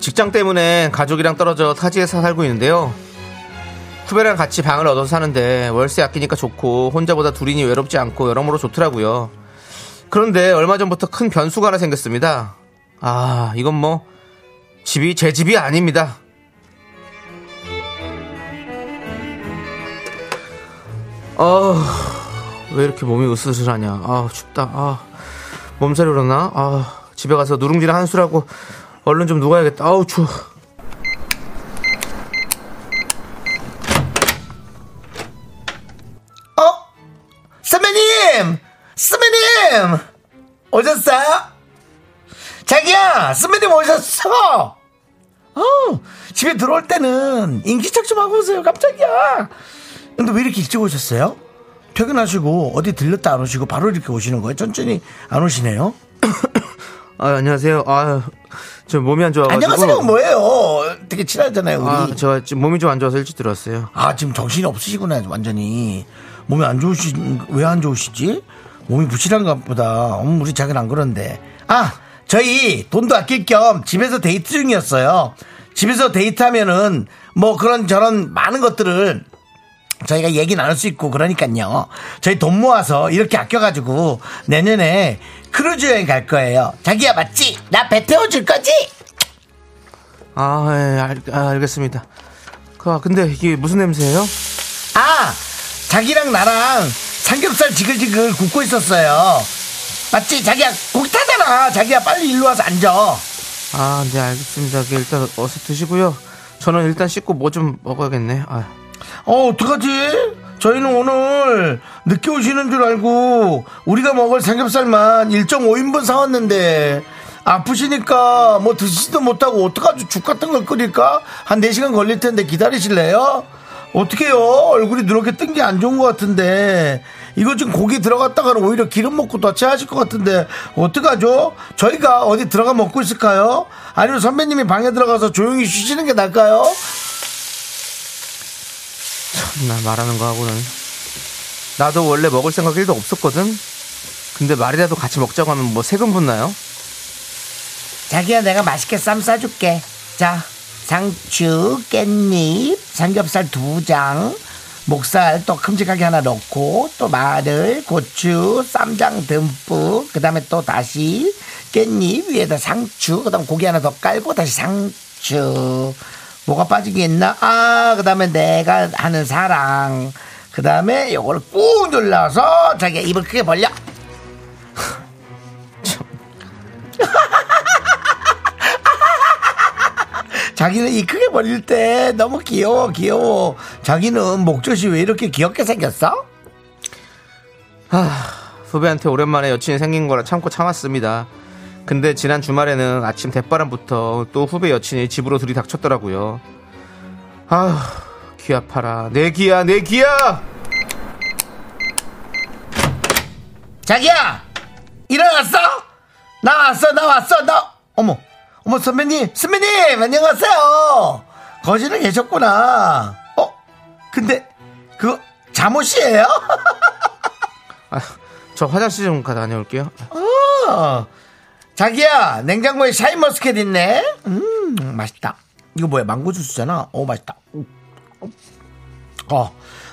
Speaker 2: 직장 때문에 가족이랑 떨어져 타지에서 살고 있는데요. 후배랑 같이 방을 얻어서 사는데 월세 아끼니까 좋고 혼자보다 둘이니 외롭지 않고 여러모로 좋더라고요. 그런데 얼마 전부터 큰 변수가 하나 생겼습니다. 아, 이건 뭐 집이 제 집이 아닙니다. 어, 왜 이렇게 몸이 으스스하냐. 아, 춥다. 아, 몸살이 오려나? 아, 집에 가서 누룽지나 한술하고 얼른 좀 누워야겠다. 아우, 추워.
Speaker 1: 어? 선배님! 선배님! 오셨어요? 자기야! 선배님 오셨어! 어, 집에 들어올 때는 인기척 좀 하고 오세요. 깜짝이야! 근데 왜 이렇게 일찍 오셨어요? 퇴근하시고 어디 들렸다 안 오시고 바로 이렇게 오시는 거예요? 천천히 안 오시네요?
Speaker 2: 아, 안녕하세요. 아, 저 몸이 안 좋아가지고.
Speaker 1: 안녕하세요 뭐예요? 되게 친하잖아요 우리.
Speaker 2: 아, 저 지금 몸이 좀 안 좋아서 일찍 들어왔어요.
Speaker 1: 아 지금 정신이 없으시구나 완전히 몸이 안 좋으신 왜 안 좋으시지 몸이 부실한가 보다 음, 우리 자기는 안 그런데 아 저희 돈도 아낄 겸 집에서 데이트 중이었어요 집에서 데이트하면은 뭐 그런 저런 많은 것들을 저희가 얘기 나눌 수 있고 그러니까요. 저희 돈 모아서 이렇게 아껴가지고 내년에 크루즈 여행 갈 거예요. 자기야 맞지? 나 배 태워줄 거지?
Speaker 2: 아, 예, 알, 아, 알겠습니다. 그, 아, 근데 이게 무슨 냄새예요?
Speaker 1: 아 자기랑 나랑 삼겹살 지글지글 굽고 있었어요 맞지 자기야 고기 타잖아 자기야 빨리 일로 와서 앉아
Speaker 2: 아, 네, 알겠습니다. 그, 일단 어서 드시고요. 저는 일단 씻고 뭐 좀 먹어야겠네. 아,
Speaker 1: 어 어떡하지 저희는 오늘 늦게 오시는 줄 알고 우리가 먹을 삼겹살만 1.5인분 사왔는데 아프시니까 뭐 드시지도 못하고 어떡하지 죽 같은 걸 끓일까 한 4시간 걸릴 텐데 기다리실래요 어떡해요 얼굴이 누렇게 뜬 게 안 좋은 것 같은데 이거 지금 고기 들어갔다가는 오히려 기름 먹고 더 체하실 것 같은데 어떡하죠? 저희가 어디 들어가 먹고 있을까요? 아니면 선배님이 방에 들어가서 조용히 쉬시는 게 나을까요?
Speaker 2: 나 말하는 거 하고는. 나도 원래 먹을 생각 1도 없었거든? 근데 말이라도 같이 먹자고 하면 뭐 세금 붙나요?
Speaker 1: 자기야 내가 맛있게 쌈 싸줄게 자 상추 깻잎 삼겹살 두장 목살 또 큼직하게 하나 넣고 또 마늘 고추 쌈장 듬뿍 그 다음에 또 다시 깻잎 위에다 상추 그 다음 고기 하나 더 깔고 다시 상추 뭐가 빠지겠나 아그 다음에 내가 하는 사랑 그 다음에 요걸 꾹 눌러서 자기야 입을 크게 벌려 자기는 이 크게 벌릴 때 너무 귀여워 귀여워 자기는 목젖이 왜 이렇게 귀엽게 생겼어?
Speaker 2: 후배한테 오랜만에 여친이 생긴 거라 참고 참았습니다. 근데 지난 주말에는 아침 대바람부터 또 후배 여친이 집으로 들이닥쳤더라고요. 아, 귀 아파라. 내 귀야, 내 귀야!
Speaker 1: 자기야 일어났어? 나 왔어 나 왔어 나 어머 어머 선배님 선배님 안녕하세요 거실에 계셨구나 어 근데 그 잠옷이에요?
Speaker 2: 아, 저 화장실 좀 가다 다녀올게요.
Speaker 1: 어, 자기야 냉장고에 샤인머스켓 있네 음 맛있다 이거 뭐야 망고 주스잖아 어 맛있다 어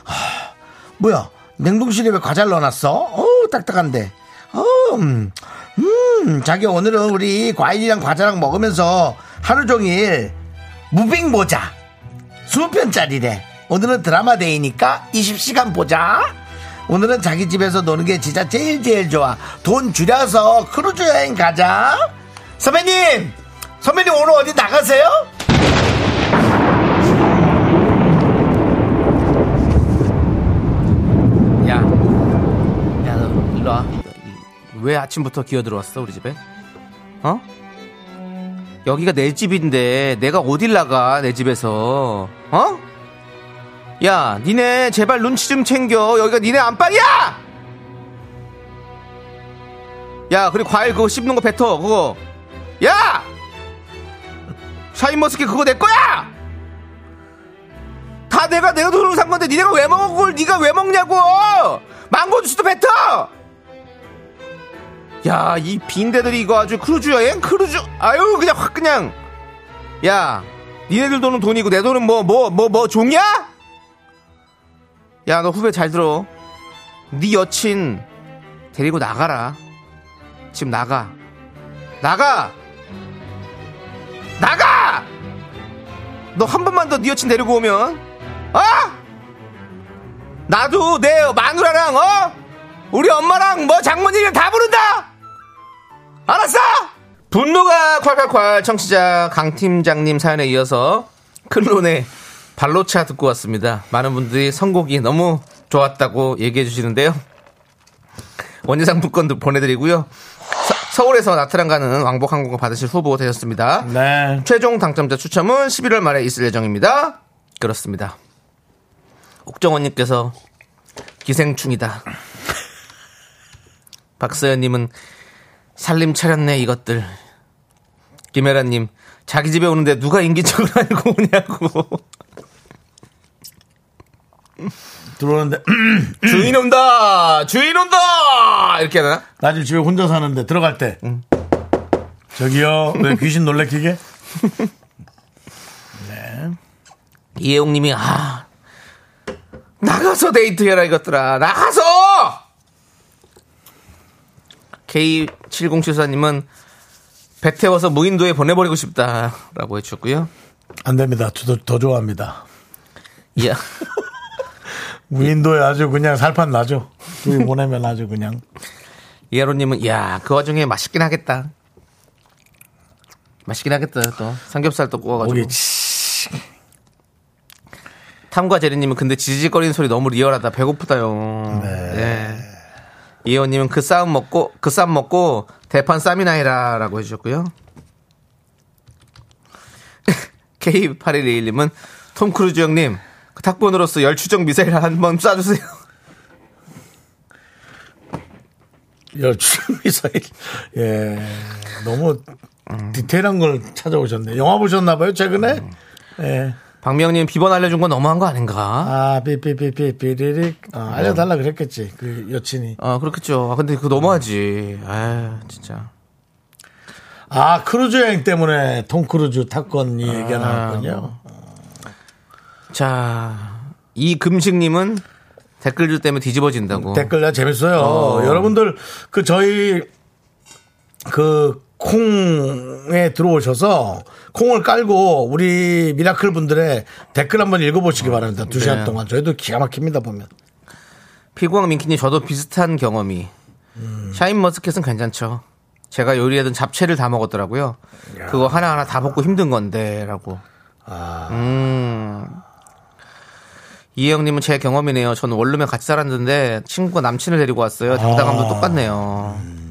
Speaker 1: 하, 뭐야 냉동실에 왜 과자를 넣어놨어 어 딱딱한데 어음 음, 자기 오늘은 우리 과일이랑 과자랑 먹으면서 하루 종일 무빙 보자 20편짜리래 오늘은 드라마 데이니까 20시간 보자 오늘은 자기 집에서 노는 게 진짜 제일 제일 좋아 돈 줄여서 크루즈 여행 가자 선배님 선배님 오늘 어디 나가세요?
Speaker 2: 야, 야, 너 일로 와. 왜 아침부터 기어 들어왔어 우리 집에? 어? 여기가 내 집인데 내가 어딜 나가 내 집에서? 어? 야, 니네 제발 눈치 좀 챙겨. 여기가 니네 안방이야. 야, 그리고 과일 그거 씹는 거 뱉어 그거. 야, 샤인머스켓 그거 내 거야. 다 내가 내 돈으로 산 건데 니네가 왜 먹어 그걸 니가 왜 먹냐고 망고 주스도 뱉어 야이 빈대들이 이거 아주 크루즈 여행 크루즈 아유 그냥 확 그냥 야 니네들 돈은 돈이고 내 돈은 뭐 뭐 뭐 뭐 종이야 야 너 후배 잘 들어 네 여친 데리고 나가라 지금 나가 나가 나가 너 한 번만 더 네 여친 데리고 오면 어? 나도 내 마누라랑 어? 우리 엄마랑 뭐 장모님이랑 다 부른다 알았어? 분노가 콸콸콸 청취자 강 팀장님 사연에 이어서 클론의 발로차 듣고 왔습니다 많은 분들이 선곡이 너무 좋았다고 얘기해 주시는데요 원예상품권도 보내드리고요 서, 울에서 나트랑 가는 왕복 항공권 받으실 후보 되셨습니다
Speaker 1: 네
Speaker 2: 최종 당첨자 추첨은 11월 말에 있을 예정입니다. 그렇습니다. 옥정원님께서 기생충이다. 박서연님은 살림 차렸네 이것들. 김혜란님 자기 집에 오는데 누가 인기척을 알고 오냐고.
Speaker 1: 들어오는데
Speaker 2: 주인 온다, 주인 온다 이렇게 하나?
Speaker 1: 나 지금 집에 혼자 사는데 들어갈 때 저기요 왜 귀신 놀래키게
Speaker 2: 이혜옥님이 아 나가서 데이트해라 이것들아 나가서 K7074님은 배 태워서 무인도에 보내버리고 싶다라고 해주셨고요
Speaker 1: 안 됩니다 저도 더 좋아합니다
Speaker 2: 야
Speaker 1: 무인도에 아주 그냥 살판 나죠 둘이 보내면 아주 그냥
Speaker 2: 이하로님은 야그 와중에 맛있긴 하겠다 맛있긴 하겠다 또 삼겹살 또 구워가지고
Speaker 1: 목이 치-
Speaker 2: 탐과 제리님은 근데 지지직거리는 소리 너무 리얼하다. 배고프다요. 네. 이혜원님은 그 싸움 먹고 그 쌈 먹고 대판 쌈이나 해라라고 해주셨고요. K8121님은 톰 크루즈 형님 그 탁본으로서 열추정 미사일 한번 쏴주세요.
Speaker 1: 열주 미사일 예 너무 디테일한 걸 찾아오셨네 영화 보셨나 봐요 최근에 예.
Speaker 2: 박명님 비번 알려준 건 너무한 거 아닌가?
Speaker 1: 예아 삐삐삐삐 삐리릭 아, 알려달라 그랬겠지 그 여친이
Speaker 2: 아 그렇겠죠. 아, 근데 그거 너무하지. 아 진짜.
Speaker 1: 아 크루즈 여행 때문에 톰 크루즈 탑건 이 얘기가 나왔군요
Speaker 2: 자 이금식님은 댓글들 때문에 뒤집어진다고.
Speaker 1: 댓글 나 재밌어요. 여러분들 그 저희 그 콩에 들어오셔서 콩을 깔고 우리 미라클 분들의 댓글 한번 읽어보시기 바랍니다. 두 시간
Speaker 2: 네.
Speaker 1: 동안 저희도 기가 막힙니다 보면.
Speaker 2: 피구왕 민키님 저도 비슷한 경험이 샤인 머스켓은 괜찮죠. 제가 요리하던 잡채를 다 먹었더라고요. 그거 하나 하나 다 먹고 힘든 건데라고. 음. 이혜영님은 제 경험이네요. 저는 원룸에 같이 살았는데 친구가 남친을 데리고 왔어요. 당당함도 똑같네요.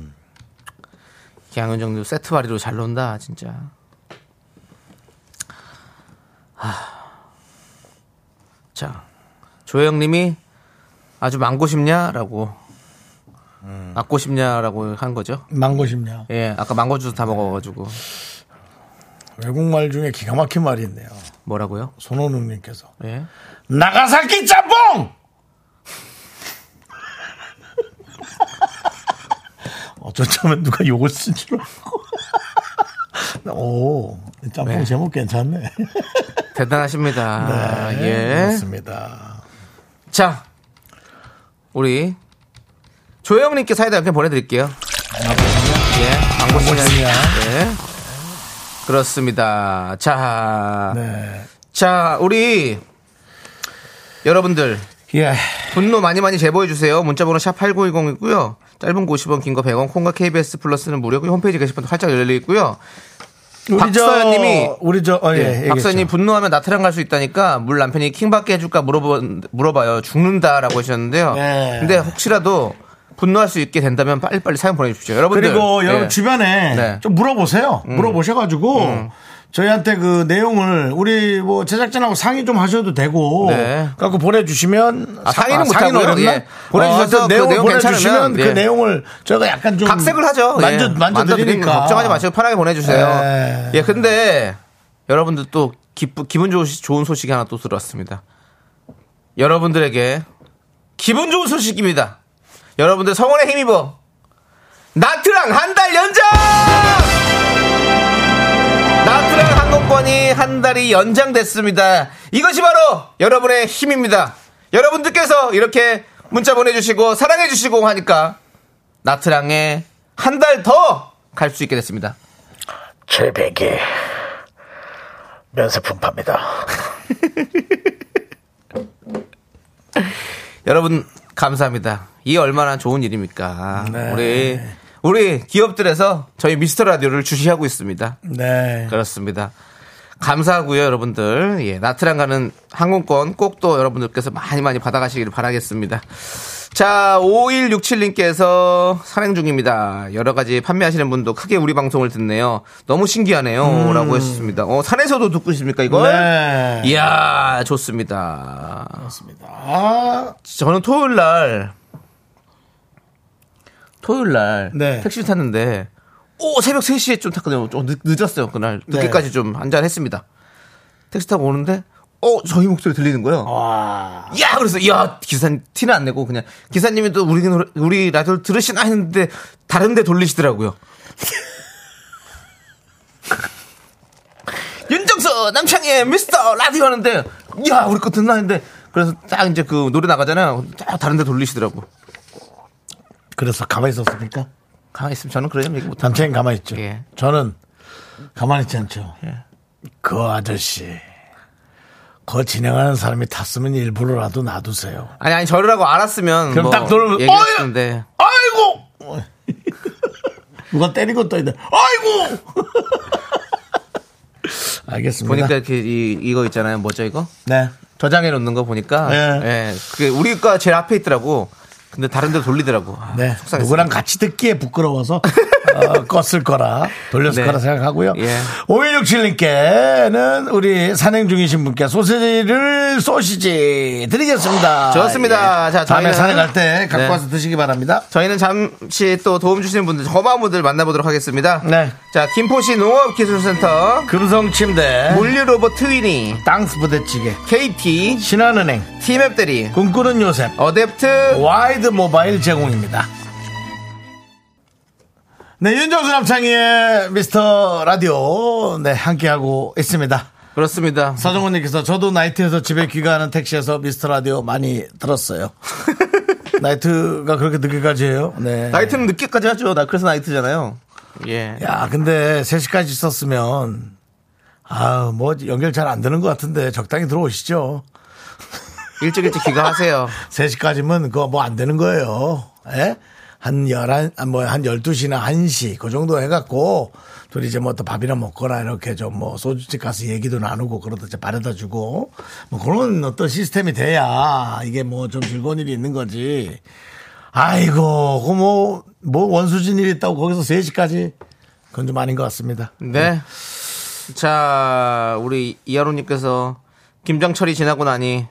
Speaker 2: 양현정도 세트 발이로 잘 논다 진짜. 아. 자 조혜영님이 아주 망고 싶냐라고. 맞고 싶냐라고 한 거죠.
Speaker 1: 망고 싶냐.
Speaker 2: 예, 아까 망고 주스 다 먹어가지고
Speaker 1: 외국말 중에 기가 막힌 말이 있네요.
Speaker 2: 뭐라고요?
Speaker 1: 손호능님께서.
Speaker 2: 예,
Speaker 1: 나가사키 짬뽕! 어쩌자면 누가 욕을 쓴 줄 알고. 오, 짬뽕
Speaker 2: 네.
Speaker 1: 제목 괜찮네. 아,
Speaker 2: 대단하십니다. 예,
Speaker 1: 그렇습니다.
Speaker 2: 자, 우리 조영님께 사이다 이렇게 보내드릴게요. 예, 아, 망고
Speaker 1: 주냐.
Speaker 2: 주냐. 예, 그렇습니다. 자,
Speaker 1: 네.
Speaker 2: 자, 우리 여러분들
Speaker 1: 예.
Speaker 2: 분노 많이 많이 제보해 주세요. 문자번호 샵 8910이고요. 짧은 90원, 긴 거 100원, 콩과 KBS 플러스는 무료고 홈페이지 게시판 활짝 열려 있고요.
Speaker 1: 우리 저-
Speaker 2: 박서연님이-
Speaker 1: 우리 저, 어, 예.
Speaker 2: 예, 박사님
Speaker 1: 얘기했죠.
Speaker 2: 분노하면 나트랑 갈 수 있다니까 물 남편이 킹받게 해줄까 물어보, 물어봐요. 죽는다라고 하셨는데요.
Speaker 1: 네.
Speaker 2: 근데 혹시라도 분노할 수 있게 된다면 빨리빨리 사연 보내주십시오. 여러분들
Speaker 1: 그리고
Speaker 2: 예.
Speaker 1: 여러분 주변에
Speaker 2: 네. 음.
Speaker 1: 좀 물어보세요. 물어보셔가지고 저희한테 그 내용을 우리 뭐 제작진하고 상의 좀 하셔도 되고
Speaker 2: 네.
Speaker 1: 갖고 보내주시면
Speaker 2: 아, 상의는
Speaker 1: 아,
Speaker 2: 못하고요.
Speaker 1: 어렵나?
Speaker 2: 예. 보내주셔서
Speaker 1: 어, 하여튼
Speaker 2: 그
Speaker 1: 내용
Speaker 2: 내용
Speaker 1: 보내주시면
Speaker 2: 괜찮으면,
Speaker 1: 그
Speaker 2: 예.
Speaker 1: 내용을 저희가 약간 좀
Speaker 2: 각색을 하죠.
Speaker 1: 만져
Speaker 2: 예. 만져드리는 거
Speaker 1: 만져드리니까
Speaker 2: 걱정하지 마시고 편하게 보내주세요.
Speaker 1: 네.
Speaker 2: 예, 근데 여러분들 또 기쁘, 기분 좋은, 시- 좋은 소식이 하나 또 들어왔습니다. 여러분들에게 기분 좋은 소식입니다. 여러분들 성원에 힘입어 나트랑 한 달 연장! 나트랑 항공권이 한 달이 연장됐습니다. 이것이 바로 여러분의 힘입니다. 여러분들께서 이렇게 문자 보내주시고 사랑해주시고 하니까 나트랑에 한 달 더 갈 수 있게 됐습니다.
Speaker 4: 저희 비행기 면세품 팝니다.
Speaker 2: 여러분 감사합니다. 이게 얼마나 좋은 일입니까?
Speaker 4: 네.
Speaker 2: 우리 우리 기업들에서 저희 미스터 라디오를 주시하고 있습니다.
Speaker 1: 네.
Speaker 2: 그렇습니다. 감사하고요, 여러분들. 예, 나트랑 가는 항공권 꼭 또 여러분들께서 많이 많이 받아가시길 바라겠습니다. 자, 5167님께서 산행 중입니다. 여러 가지 판매하시는 분도 크게 우리 방송을 듣네요. 너무 신기하네요. 라고 했습니다. 어, 산에서도 듣고 있습니까, 이걸? 예.
Speaker 1: 네.
Speaker 2: 이야, 좋습니다.
Speaker 1: 아,
Speaker 2: 저는 토요일 날 토요일 날
Speaker 1: 네.
Speaker 2: 택시를 탔는데 오 새벽 3시에 좀 탔거든요. 좀 늦, 늦었어요. 그날 늦게까지 좀 한잔 했습니다. 택시 타고 오는데 어 저희 목소리 들리는 거예요.
Speaker 1: 와.
Speaker 2: 야 그래서 야 기사님 티는 안 내고 그냥 기사님이 또 우리 노래- 우리 라디오 들으시나 했는데 다른데 돌리시더라고요. 윤정수 남창의 미스터 라디오 하는데 야 우리 거 듣나 했는데 그래서 딱 이제 그 노래 나가잖아요. 딱 다른데 돌리시더라고.
Speaker 1: 그래서 가만히 있었습니까?
Speaker 2: 가만 있으면 저는 그런 얘기 못합니다.
Speaker 1: 남편이 가만히 있죠.
Speaker 2: 예.
Speaker 1: 저는 가만히 있지 않죠. 그 아저씨. 그 진행하는 사람이 탔으면 일부러라도 놔두세요.
Speaker 2: 아니 아니 저라고 알았으면
Speaker 1: 그럼
Speaker 2: 뭐
Speaker 1: 딱 돌면
Speaker 2: 얘기했을 텐데
Speaker 1: 아이고 누가 때리고 떠있다 아이고 알겠습니다
Speaker 2: 보니까 이렇게 이, 이거 있잖아요. 뭐죠 이거?
Speaker 1: 네
Speaker 2: 저장해 놓는 거 보니까
Speaker 1: 예.
Speaker 2: 예. 그게 우리가 제일 앞에 있더라고. 근데 다른 데 돌리더라고. 아,
Speaker 1: 네.
Speaker 2: 속상했어요.
Speaker 1: 누구랑 같이 듣기에 부끄러워서 어, 껐을 거라 돌렸을
Speaker 2: 네.
Speaker 1: 거라 생각하고요.
Speaker 2: 예.
Speaker 1: 5167님께는 우리 산행 중이신 분께 소시지를 소시지 드리겠습니다. 예.
Speaker 2: 좋습니다. 자,
Speaker 1: 다음에
Speaker 2: 저희는-
Speaker 1: 산행 갈 때 갖고
Speaker 2: 네.
Speaker 1: 와서 드시기 바랍니다.
Speaker 2: 저희는 잠시 또 도움 주시는 분들 허마무들 만나보도록 하겠습니다.
Speaker 1: 네.
Speaker 2: 자, 김포시 농업기술센터
Speaker 1: 금성 침대,
Speaker 2: 물류로봇 트위니
Speaker 1: 땅스 부대찌개,
Speaker 2: KT
Speaker 1: 신한은행,
Speaker 2: 티맵대리
Speaker 1: 꿈꾸는 요셉,
Speaker 2: 어댑트
Speaker 1: 와이드 모바일 제공입니다. 네, 윤정수 남창희의 미스터 라디오, 네, 함께하고 있습니다.
Speaker 2: 그렇습니다.
Speaker 1: 서정훈님께서 저도 나이트에서 집에 귀가하는 택시에서 미스터 라디오 많이 들었어요. 나이트가 그렇게 늦게까지 해요? 네.
Speaker 2: 나이트는 늦게까지 하죠. 나 그래서 나이트잖아요. 예.
Speaker 1: 야, 근데 3시까지 있었으면, 아, 뭐, 연결 잘 안 되는 것 같은데 적당히 들어오시죠.
Speaker 2: 일찍 일찍 귀가하세요.
Speaker 1: 3시까지면 그거 뭐 안 되는 거예요. 예? 한 11, 뭐, 한 12시나 1시, 그 정도 해갖고, 둘이 이제 뭐 또 밥이나 먹거나 이렇게 좀 뭐 소주집 가서 얘기도 나누고 그러다 이제 바래다 주고, 뭐 그런 어떤 시스템이 돼야 이게 뭐 좀 즐거운 일이 있는 거지. 아이고, 그 뭐, 뭐 원수진 일이 있다고 거기서 3시까지. 그건 좀 아닌 것 같습니다.
Speaker 2: 네. 자, 우리 이하로님께서 김장철이 지나고 나니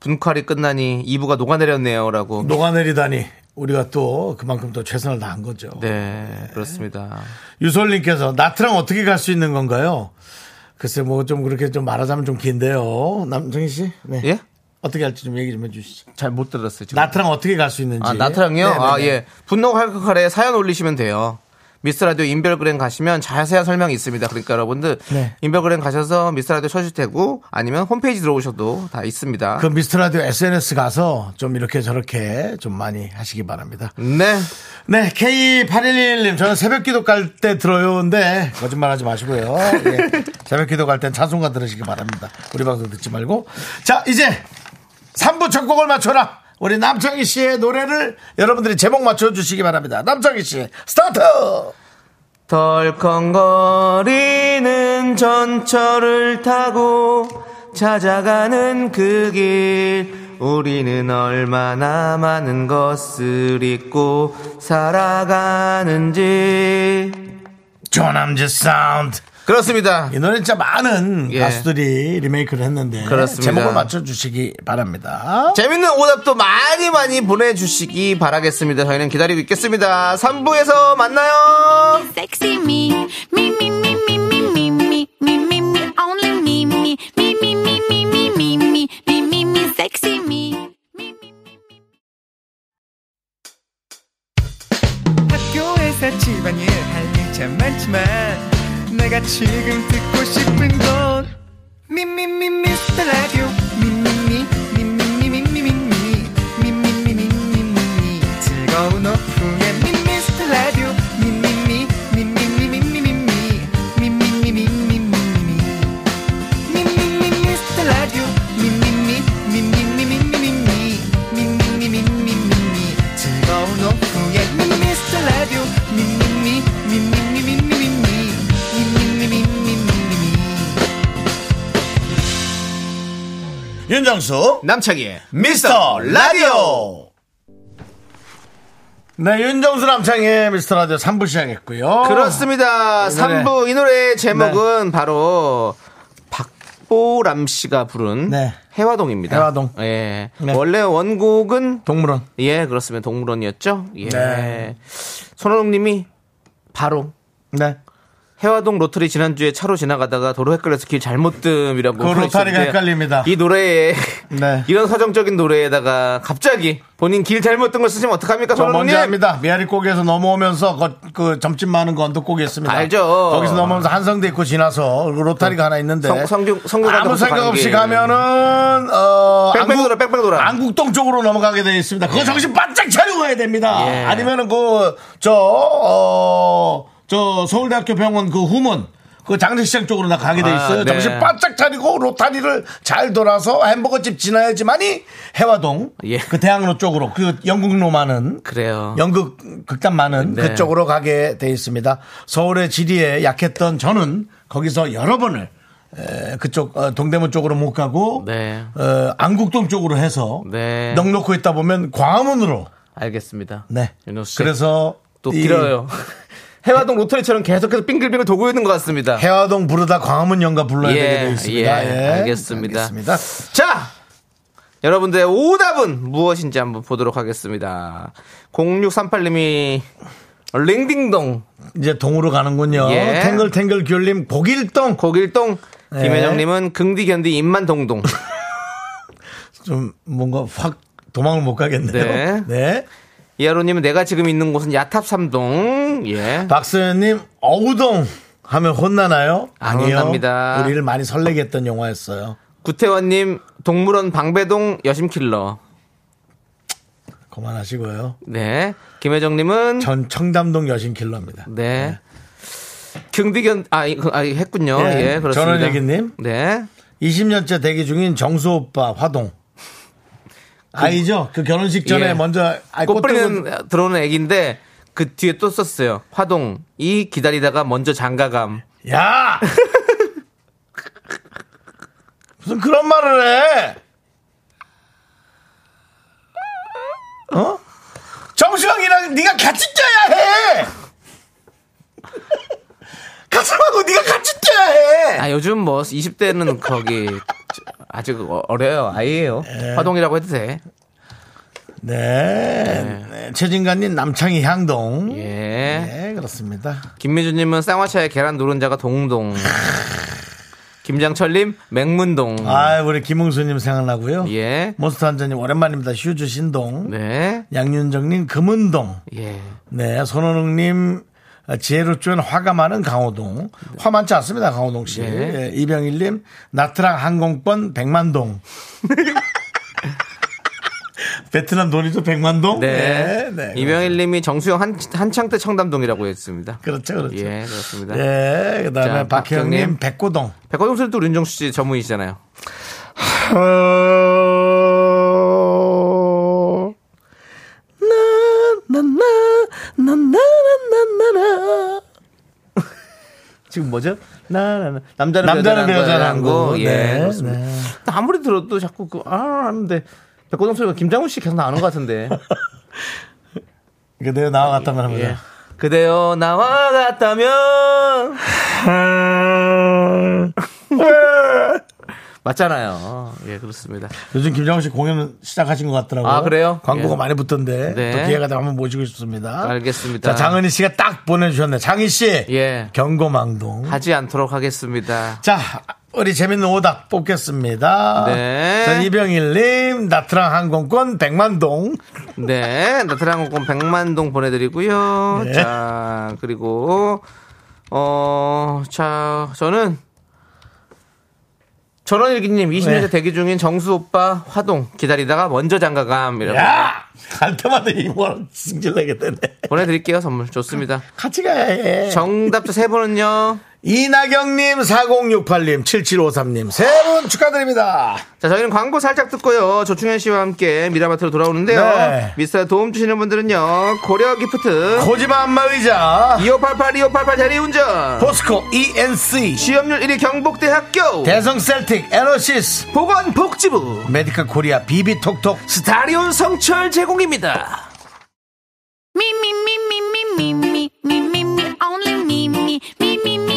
Speaker 2: 분칼이 끝나니 이부가 녹아내렸네요라고.
Speaker 1: 녹아내리다니. 우리가 또 그만큼 또 최선을 다한 거죠.
Speaker 2: 네, 그렇습니다.
Speaker 1: 유솔님께서 나트랑 어떻게 갈 수 있는 건가요? 글쎄 뭐 좀 그렇게 좀 말하자면 좀 긴데요. 남정희 씨, 네.
Speaker 2: 예?
Speaker 1: 어떻게 할지 좀 얘기 좀 해주시죠.
Speaker 2: 잘 못 들었어요. 지금.
Speaker 1: 나트랑 어떻게 갈 수 있는지.
Speaker 2: 아, 나트랑요?
Speaker 1: 네네네.
Speaker 2: 아, 예. 분노 활극할에 사연 올리시면 돼요. 미스터라디오 인별그램 가시면 자세한 설명이 있습니다. 그러니까 여러분들
Speaker 1: 네.
Speaker 2: 인별그램 가셔서 미스터라디오 쳐실 테고 아니면 홈페이지 들어오셔도 다 있습니다.
Speaker 1: 그 미스트라디오 SNS 가서 좀 이렇게 저렇게 좀 많이 하시기 바랍니다.
Speaker 2: 네.
Speaker 1: 네, K8111님, 저는 새벽 기도 갈 때 들어요인데, 거짓말 하지 마시고요. 예, 새벽 기도 갈 땐 찬송가 들으시기 바랍니다. 우리 방송 듣지 말고. 자, 이제 3부 첫 곡을 맞춰라! 우리 남창희 씨의 노래를 여러분들이 제목 맞춰주시기 바랍니다. 남창희 씨, 스타트!
Speaker 2: 덜컹거리는 전철을 타고 찾아가는 그 길 우리는 얼마나 많은 것을 잊고 살아가는지
Speaker 1: 조남지 사운드.
Speaker 2: 그렇습니다.
Speaker 1: 이 노래 진짜 많은
Speaker 2: 예.
Speaker 1: 가수들이 리메이크를 했는데.
Speaker 2: 그렇습니다.
Speaker 1: 제목을 맞춰주시기 바랍니다.
Speaker 2: 재밌는 오답도 많이 많이 보내주시기 바라겠습니다. 저희는 기다리고 있겠습니다. 3부에서 만나요.
Speaker 3: sexy me. Me, me, me, me, me, me, me, me, me, me, only me, me, me, me, me, me, me, me, me, me, me, me, sexy me.
Speaker 5: 학교에서 집안일 할 일 참 많지만 내가 지금 듣고 싶은 건 미미미 미스터 라디오 미미미 미미미 미미미 미미미 미미미 미미미 즐거운 오후에 미스터 라디오 미미미 미미미 미미미 미미미 미미미 미미미 예,
Speaker 1: 윤정수,
Speaker 2: 남창희의
Speaker 1: 미스터 라디오. 네, 윤정수 남창의 미스터 라디오 3부 시작했고요.
Speaker 2: 그렇습니다.
Speaker 1: 이 노래.
Speaker 2: 3부 이 노래의 제목은
Speaker 1: 네.
Speaker 2: 바로 박보람 씨가 부른
Speaker 1: 네.
Speaker 2: 해화동입니다.
Speaker 1: 해화동.
Speaker 2: 예.
Speaker 1: 네.
Speaker 2: 원래 원곡은
Speaker 1: 동물원.
Speaker 2: 예, 그렇습니다. 동물원이었죠. 예.
Speaker 1: 네.
Speaker 2: 손호농 님이 바로
Speaker 1: 네.
Speaker 2: 해화동 로터리 지난주에 차로 지나가다가 도로 헷갈려서 길 잘못 뜸이라고
Speaker 1: 그 로터리가
Speaker 2: 보내주셨는데
Speaker 1: 헷갈립니다.
Speaker 2: 이 노래에
Speaker 1: 네.
Speaker 2: 이런 서정적인 노래에다가 갑자기 본인 길 잘못 뜬 걸 쓰시면 어떡합니까?
Speaker 1: 저
Speaker 2: 손호농
Speaker 1: 먼저
Speaker 2: 님.
Speaker 1: 합니다. 미아리고개에서 넘어오면서 거- 그 점집 많은 거 언덕고개 있습니다.
Speaker 2: 알죠.
Speaker 1: 거기서 넘어오면서 한성대 있고 지나서 그 로타리가 하나 있는데
Speaker 2: 성- 성균- 성균 가다
Speaker 1: 아무
Speaker 2: 거기서
Speaker 1: 생각
Speaker 2: 가는
Speaker 1: 없이
Speaker 2: 길.
Speaker 1: 가면은 어
Speaker 2: 빽빽 돌아, 빽빽 돌아.
Speaker 1: 안국동 쪽으로 넘어가게 되어 있습니다. 그거 정신 바짝 차리고 가야 됩니다.
Speaker 2: 예.
Speaker 1: 아니면은 그, 그저어저 서울대학교 병원 그 후문 그 장례식장 쪽으로 나 가게 돼
Speaker 2: 아,
Speaker 1: 있어요.
Speaker 2: 네.
Speaker 1: 정신 바짝 차리고 로타리를 잘 돌아서 햄버거집 지나야지만이 해화동
Speaker 2: 예.
Speaker 1: 그 대학로 쪽으로 그 영국로 많은
Speaker 2: 그래요.
Speaker 1: 연극 극단 많은
Speaker 2: 네.
Speaker 1: 그쪽으로 가게 돼 있습니다. 서울의 지리에 약했던 저는 거기서 여러 번을 에, 그쪽 어, 동대문 쪽으로 못 가고
Speaker 2: 네.
Speaker 1: 어, 안국동 쪽으로 해서
Speaker 2: 네.
Speaker 1: 넉 넣고 있다 보면 광화문으로
Speaker 2: 알겠습니다.
Speaker 1: 네.
Speaker 2: 윤호 씨.
Speaker 1: 그래서
Speaker 2: 또
Speaker 1: 이
Speaker 2: 길어요. 해화동 로터리처럼 계속해서 빙글빙글 돌고 있는 것 같습니다.
Speaker 1: 해화동 부르다 광화문 연가 불러야
Speaker 2: 예,
Speaker 1: 되게 돼 있습니다.
Speaker 2: 예, 알겠습니다.
Speaker 1: 알겠습니다.
Speaker 2: 자! 여러분들의 오답은 무엇인지 한번 보도록 하겠습니다. 0638님이 링딩동
Speaker 1: 이제 동으로 가는군요.
Speaker 2: 예.
Speaker 1: 탱글탱글 귤님 고길동
Speaker 2: 고길동
Speaker 1: 네.
Speaker 2: 김혜정님은 긍디견디 입만동동
Speaker 1: 좀 뭔가 확 도망을 못 가겠네요.
Speaker 2: 네.
Speaker 1: 네.
Speaker 2: 이하로님은 내가 지금 있는 곳은 야탑삼동
Speaker 1: 아.
Speaker 2: 예
Speaker 1: 박소연님 어우동 하면 혼나나요?
Speaker 2: 안 혼납니다.
Speaker 1: 우리를 많이 설레게 했던 영화였어요.
Speaker 2: 구태원님 동물원 방배동 여심킬러
Speaker 1: 그만하시고요.
Speaker 2: 네 김혜정님은
Speaker 1: 전 청담동 여신 킬러입니다.
Speaker 2: 네. 경비견 아, 이거, 아, 이거 했군요.
Speaker 1: 네.
Speaker 2: 예, 그렇습니다.
Speaker 1: 전원일기님.
Speaker 2: 네.
Speaker 1: 20년째 대기 중인 정수 오빠 화동. 아이죠? 그 결혼식 전에
Speaker 2: 예.
Speaker 1: 먼저 아이 꽃
Speaker 2: 꽃뿌리는
Speaker 1: 들고
Speaker 2: 들어오는 애기인데 그 뒤에 또 썼어요. 화동 이 기다리다가 먼저 장가감.
Speaker 1: 야! 무슨 그런 말을 해? 어? 정수영이랑 네가 같이 뛰어야 해! 가슴하고 네가 같이 뛰어야 해!
Speaker 2: 아 요즘 뭐 20대는 거기 아직 어- 어려요 아이예요. 화동이라고 해도 돼.
Speaker 1: 네. 네. 예, 최진관님 남창희 향동. 예.
Speaker 2: 예.
Speaker 1: 그렇습니다.
Speaker 2: 김미주님은 쌍화차에 계란 노른자가 동동. 김장철님 맹문동.
Speaker 1: 아, 우리 김웅수님 생각나고요.
Speaker 2: 예.
Speaker 1: 몬스터 한자님 오랜만입니다. 휴즈 신동.
Speaker 2: 네.
Speaker 1: 양윤정님 금은동.
Speaker 2: 예.
Speaker 1: 네, 손호능님 아, 지혜로 쫀 화가 많은 강호동. 화 많지 않습니다, 강호동 씨.
Speaker 2: 예.
Speaker 1: 예, 이병일님 나트랑 항공권 백만동. 베트남 돈이죠 백만동.
Speaker 2: 네.
Speaker 1: 이병
Speaker 2: 이병일님이 정수영 한, 한창 때 청담동이라고 했습니다.
Speaker 1: 그렇죠, 그렇죠.
Speaker 2: 예,
Speaker 1: 예,
Speaker 2: 그렇습니다. 자,
Speaker 1: 그다음에
Speaker 2: 박형님.
Speaker 1: 박형님 백고동.
Speaker 2: 백화점 씨도 윤정수 씨 전문이시잖아요.
Speaker 1: 나나나나나나나 지금 뭐죠? 나나나
Speaker 2: 남자는
Speaker 1: 남자는
Speaker 2: 배우자는
Speaker 1: 배우자는
Speaker 2: 한
Speaker 1: 한국.
Speaker 2: 거. 예,
Speaker 1: 네,
Speaker 2: 그렇습니다.
Speaker 1: 네.
Speaker 2: 아무리 들어도 자꾸 그, 아, 하는데. 백고동 소리가 김장훈 씨 계속 나오는 것 같은데.
Speaker 1: 이게 그러니까 내가 나와갔다면
Speaker 2: 예.
Speaker 1: 합니다.
Speaker 2: 그대여 나와 같다면. 맞잖아요. 예, 그렇습니다.
Speaker 1: 요즘 김장훈 씨 공연 시작하신 것 같더라고요.
Speaker 2: 아, 그래요?
Speaker 1: 광고가
Speaker 2: 예.
Speaker 1: 많이 붙던데
Speaker 2: 네.
Speaker 1: 또 기회가 되면 한번 모시고 싶습니다.
Speaker 2: 알겠습니다.
Speaker 1: 자, 장은희 씨가 딱 보내주셨네. 장희 씨,
Speaker 2: 예.
Speaker 1: 경고망동.
Speaker 2: 하지 않도록 하겠습니다.
Speaker 1: 자, 우리 재밌는 오답 뽑겠습니다.
Speaker 2: 네.
Speaker 1: 전 이병일님, 나트랑 항공권 백만동.
Speaker 2: 네, 나트랑공권 백만동 보내드리고요.
Speaker 1: 네.
Speaker 2: 자, 그리고 어, 자, 저는 전원일기님 20년째
Speaker 1: 네.
Speaker 2: 대기 중인 정수 오빠 화동 기다리다가 먼저 장가감이라고
Speaker 1: 야! 갈 때마다 이걸 뭐 승질내게 되네.
Speaker 2: 보내드릴게요 선물 좋습니다.
Speaker 1: 같이 가야 해.
Speaker 2: 정답자 세 분은요.
Speaker 1: 이나경님, 4068님, 7753님, 세 분 축하드립니다.
Speaker 2: 자, 저희는 광고 살짝 듣고요. 조충현 씨와 함께 미라마트로 돌아오는데요.
Speaker 1: 네.
Speaker 2: 미스터 도움 주시는 분들은요. 고려 기프트,
Speaker 1: 고지마 안마의자,
Speaker 2: 2588, 2588 대리운전,
Speaker 1: 포스코
Speaker 4: E
Speaker 1: ENC,
Speaker 2: 취업률 1위 경북대학교,
Speaker 1: 대성 셀틱, 에너시스,
Speaker 2: 보건복지부,
Speaker 1: 메디카 코리아, 비비톡톡,
Speaker 2: 스타리온 성철 제공입니다.
Speaker 3: Me, me, me, me, me, me, me, me, me, me, only me, me, me, me, me, me.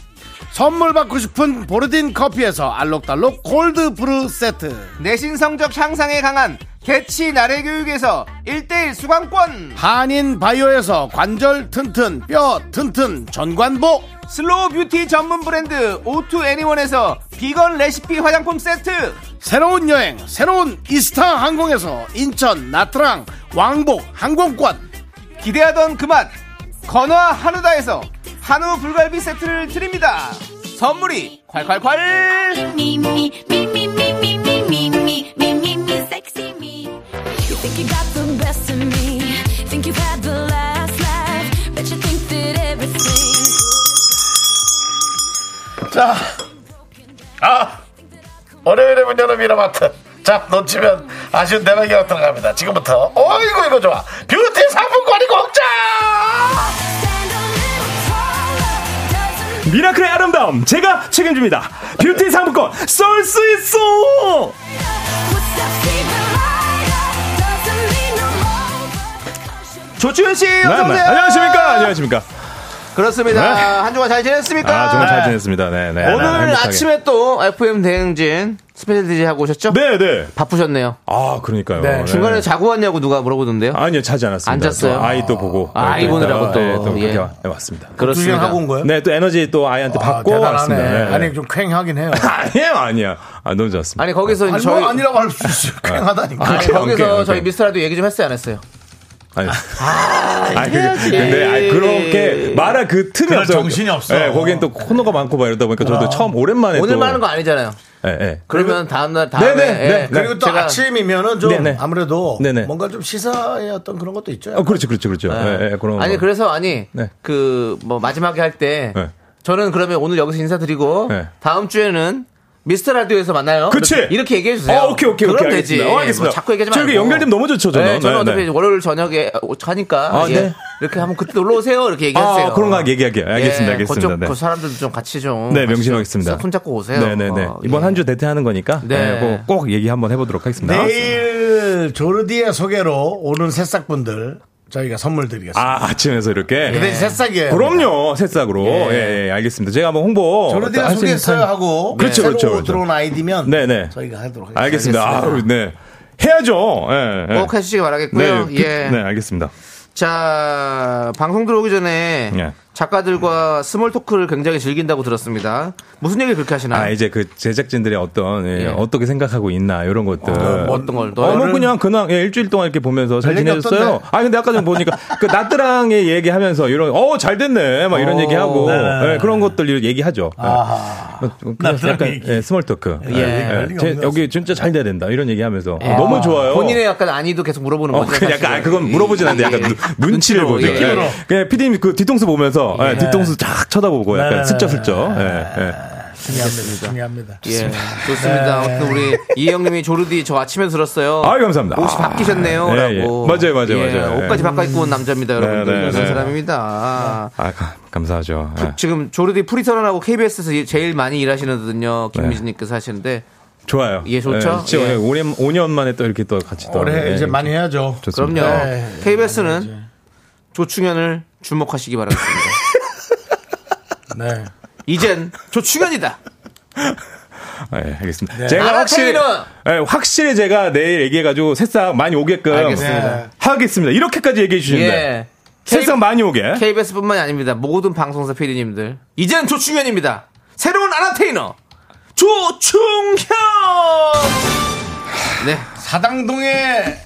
Speaker 1: 선물 받고 싶은 보르딘 커피에서 알록달록 골드 브루 세트
Speaker 2: 내신 성적 향상에 강한 개치 나래 교육에서 1대1 수강권
Speaker 1: 한인 바이오에서 관절 튼튼 뼈 튼튼 전관보
Speaker 2: 슬로우 뷰티 전문 브랜드 오투 애니원에서 비건 레시피 화장품 세트
Speaker 1: 새로운 여행 새로운 이스타 항공에서 인천 나트랑 왕복 항공권
Speaker 2: 기대하던 그맛 건화 한우다에서 한우 불갈비 세트를 드립니다 선물이 콸콸콸 네,
Speaker 3: Me, me, me, me, me, me, me, me, me, me, me, me, sexy me.
Speaker 6: You think you got the best of me. Think you've had the last laugh. Bet you think that everything.
Speaker 1: 자
Speaker 4: 아 월요일에 문 여는 미라마트 자 놓치면 아쉬운 대박이가 들어갑니다 지금부터 어이구 이거 좋아 뷰티 상품권이 공짜
Speaker 6: Stand a little taller. Doesn't
Speaker 7: 미라클의 아름다움 제가 책임집니다 뷰티 상품권 쏠 수 있어 네,
Speaker 6: matter what's up, keep it lighter. Doesn't mean I'm over.
Speaker 2: 조치현 씨
Speaker 1: 네,
Speaker 2: 어서 오세요
Speaker 7: 네. 안녕하십니까 안녕하십니까
Speaker 2: 그렇습니다
Speaker 7: 네.
Speaker 2: 한 주간 잘 지냈습니까
Speaker 7: 아 정말 잘 지냈습니다 네네
Speaker 2: 오늘 아침에 또 FM 대행진 스페셜 DJ 하고 오셨죠
Speaker 7: 네네
Speaker 2: 바쁘셨네요
Speaker 7: 아 그러니까요 네.
Speaker 2: 중간에 자고 왔냐고 누가 물어보던데요
Speaker 7: 아니요 자지 않았습니다
Speaker 2: 앉았어요?
Speaker 7: 또 아이 또 보고
Speaker 2: 아, 아이 보느라고
Speaker 7: 있다가,
Speaker 2: 또.
Speaker 7: 네, 또
Speaker 2: 예.
Speaker 7: 그렇게 와- 네, 왔습니다
Speaker 1: 두시간 하고 온 거예요?
Speaker 7: 네 또 에너지 또 아이한테 받고
Speaker 1: 대단하네.
Speaker 7: 왔습니다 네, 네.
Speaker 1: 아니 좀 쾌행하긴 해요.
Speaker 7: 아니에요 아니야 아, 너무 좋았습니다
Speaker 2: 아니 거기서 이제
Speaker 1: 아니
Speaker 2: 저희
Speaker 1: 뭐 아니라고 할 수 있어요. 쾌행하다니까.
Speaker 2: 아니,
Speaker 7: 오케이,
Speaker 2: 거기서
Speaker 7: 오케이,
Speaker 2: 저희
Speaker 7: 오케이.
Speaker 2: 미스터라도 얘기 좀 했어요 안 했어요?
Speaker 7: 아니. 아, 그, 근데 아니, 그렇게 말할 그 틈이
Speaker 1: 그럴
Speaker 7: 없어요.
Speaker 1: 정신이 없어. 어.
Speaker 7: 예, 거긴 또 코너가 많고 막 이러다 보니까 저도 처음 오랜만에
Speaker 2: 오늘만
Speaker 7: 네, 또,
Speaker 2: 하는 거 아니잖아요.
Speaker 7: 예, 예.
Speaker 2: 그러면 다음 날
Speaker 7: 네,
Speaker 2: 다음에
Speaker 7: 네,
Speaker 2: 예.
Speaker 7: 네.
Speaker 1: 그리고 또
Speaker 2: 제가-
Speaker 1: 아침이면은 좀
Speaker 7: 네네.
Speaker 1: 아무래도
Speaker 7: 네네.
Speaker 1: 뭔가 좀 시사의 어떤 그런 것도 있죠.
Speaker 7: 어, 그렇죠, 그렇죠, 그렇죠. 예, 예, 그런
Speaker 2: 네. 아니
Speaker 7: 거.
Speaker 2: 그래서 아니
Speaker 7: 네.
Speaker 2: 그 뭐 마지막에 할 때
Speaker 7: 네.
Speaker 2: 저는 그러면 오늘 여기서 인사드리고
Speaker 7: 네.
Speaker 2: 다음 주에는 미스터 라디오에서 만나요.
Speaker 7: 그치?
Speaker 2: 이렇게, 이렇게 얘기해 주세요.
Speaker 7: 아, 오케이, 오케이,
Speaker 2: 그럼
Speaker 7: 오케이.
Speaker 2: 되지.
Speaker 7: 알겠습니다. 어, 알겠습니다.
Speaker 2: 뭐 자꾸 얘기하지
Speaker 7: 저
Speaker 2: 말고.
Speaker 7: 이렇게 연결되면 너무 좋죠, 저는.
Speaker 2: 네, 저는
Speaker 7: 네,
Speaker 2: 어차피
Speaker 7: 네.
Speaker 2: 이제 월요일 저녁에 가니까
Speaker 7: 아,
Speaker 2: 예.
Speaker 7: 네.
Speaker 2: 이렇게 한번 그때 놀러 오세요. 이렇게 얘기하세요. 예,
Speaker 7: 아, 그런 거 얘기하게. 알겠습니다, 알겠습니다.
Speaker 2: 그쪽
Speaker 7: 네.
Speaker 2: 그 사람들도 좀 같이 좀
Speaker 7: 네,
Speaker 2: 같이
Speaker 7: 명심하겠습니다.
Speaker 2: 좀 손잡고 오세요.
Speaker 7: 네네네.
Speaker 2: 어,
Speaker 7: 이번
Speaker 2: 예.
Speaker 7: 한 주 대퇴하는 거니까
Speaker 2: 네.
Speaker 7: 네. 꼭, 꼭 얘기 한번 해보도록 하겠습니다.
Speaker 1: 네. 내일 조르디의 소개로 오는 새싹분들 저희가 선물 드리겠습니다.
Speaker 7: 아, 아침에서 이렇게.
Speaker 2: 네.
Speaker 1: 근데 새싹이에요.
Speaker 7: 그럼요, 새싹으로. 예, 예, 알겠습니다. 제가 한번 홍보.
Speaker 1: 조르디가
Speaker 7: 할수 있는
Speaker 1: 소개했어요
Speaker 7: 타임.
Speaker 1: 하고
Speaker 7: 그렇죠,
Speaker 1: 새로
Speaker 7: 그렇죠, 그렇죠.
Speaker 1: 들어온 아이디면
Speaker 7: 네네.
Speaker 1: 저희가 하도록 하겠습니다.
Speaker 7: 알겠습니다. 아우, 네. 해야죠. 예. 예.
Speaker 2: 꼭 해주시기
Speaker 7: 네,
Speaker 2: 바라겠고요.
Speaker 7: 그-
Speaker 2: 예.
Speaker 7: 네, 알겠습니다.
Speaker 2: 자 방송 들어오기 전에
Speaker 7: 예.
Speaker 2: 작가들과 스몰 토크를 굉장히 즐긴다고 들었습니다. 무슨 얘기 그렇게 하시나요?
Speaker 7: 아, 이제 그 제작진들이 어떤, 예,
Speaker 2: 예.
Speaker 7: 어떻게 생각하고 있나, 이런 것들.
Speaker 2: 뭐 어떤 걸 또?
Speaker 7: 어, 뭐 그냥 그냥 예, 일주일 동안 이렇게 보면서 잘
Speaker 1: 별일
Speaker 7: 지내셨어요.
Speaker 1: 없던데.
Speaker 7: 아 근데 아까 전 보니까 그 나트랑의 얘기하면서 이런 어잘 됐네 막 이런
Speaker 2: 어.
Speaker 7: 얘기하고 예, 그런 것들 얘기하죠. 예. 어, 그냥
Speaker 1: 나트랑
Speaker 7: 약간
Speaker 1: 얘기.
Speaker 7: 예, 스몰 토크. 예,
Speaker 1: 별일
Speaker 7: 예, 제-
Speaker 1: 없네요.
Speaker 7: 여기 진짜 잘 돼야 된다 이런 얘기하면서 어,
Speaker 2: 예.
Speaker 7: 너무 좋아요.
Speaker 2: 본인의 약간 아니도 계속 물어보는
Speaker 7: 어,
Speaker 2: 거죠.
Speaker 7: 그 약간
Speaker 2: 사실은.
Speaker 7: 아, 그건 물어보진 않는데 약간
Speaker 2: 예.
Speaker 7: 눈, 눈치를 보죠.
Speaker 2: 예.
Speaker 7: 예. 그냥 피디님 그 뒤통수 보면서 예, 뒤통수 쫙 쳐다보고 약간 슬쩍슬쩍. 예, 예.
Speaker 1: 중요합니다. 중요합니다.
Speaker 2: 예, 좋습니다. 아무튼 우리 이형님이 조르디 저 아침에 들었어요.
Speaker 7: 네. 아유, 감사합니다.
Speaker 2: 옷이
Speaker 7: 아,
Speaker 2: 바뀌셨네요.
Speaker 7: 예, 예.
Speaker 2: 라고.
Speaker 7: 맞아요, 맞아요, 맞아요.
Speaker 2: 옷까지
Speaker 7: 예.
Speaker 2: 바꿔 입고 온 남자입니다, 여러분들.
Speaker 7: 네, 네,
Speaker 2: 그런
Speaker 7: 네.
Speaker 2: 사람입니다.
Speaker 7: 아 가- 감사하죠. 예.
Speaker 2: 지금 조르디 프리선언하고 KBS에서 제일 많이 일하시는군요.
Speaker 7: 네.
Speaker 2: 김미진님께서 하시는데
Speaker 7: 좋아요.
Speaker 2: 예, 좋죠?
Speaker 7: 진짜
Speaker 2: 예.
Speaker 7: 5년, 5년 만에 또 이렇게 또 같이 또
Speaker 1: 올해
Speaker 7: 예,
Speaker 1: 이제 많이 해야죠.
Speaker 7: 좋습니다.
Speaker 2: 그럼요.
Speaker 1: 네.
Speaker 2: KBS는 조충현을 주목하시기 바라겠습니다.
Speaker 1: 네.
Speaker 2: 이젠 조충현이다.
Speaker 7: 아, 예, 알겠습니다. 제가
Speaker 2: 알아,
Speaker 7: 확실히
Speaker 2: 테이너!
Speaker 7: 예, 확실히 제가 내일 얘기해가지고 새싹 많이 오게끔 예,
Speaker 2: 알겠습니다.
Speaker 7: 하겠습니다. 이렇게까지 얘기해 주시는데
Speaker 2: 예.
Speaker 7: 새싹 많이 오게.
Speaker 2: KBS뿐만이 아닙니다. 모든 방송사 PD님들. 이젠 조충현입니다. 새로운 아나테이너 조충현. 네.
Speaker 1: 사당동에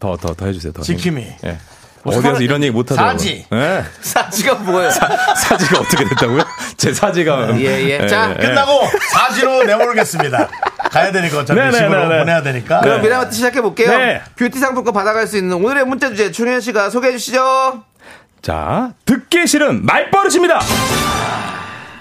Speaker 7: 더 더 더 해주세요. 더.
Speaker 1: 지킴이.
Speaker 7: 예. 어디서 이런 얘기 못 하더라고요.
Speaker 1: 사지.
Speaker 7: 예.
Speaker 2: 사지가 뭐예요?
Speaker 7: 사지가 어떻게 됐다고요? 제
Speaker 1: 네,
Speaker 7: 사지가.
Speaker 2: 예, 예. 자,
Speaker 1: 끝나고 사지로 내몰겠습니다. 가야 되니까 어차피
Speaker 7: 네네네네.
Speaker 1: 집으로 보내야 되니까.
Speaker 2: 그럼 미라마트 시작해 볼게요.
Speaker 7: 네.
Speaker 2: 뷰티 상품권 받아갈 수 있는 오늘의 문자 주제 충현 씨가 소개해 주시죠.
Speaker 7: 자, 듣기 싫은 말버릇입니다.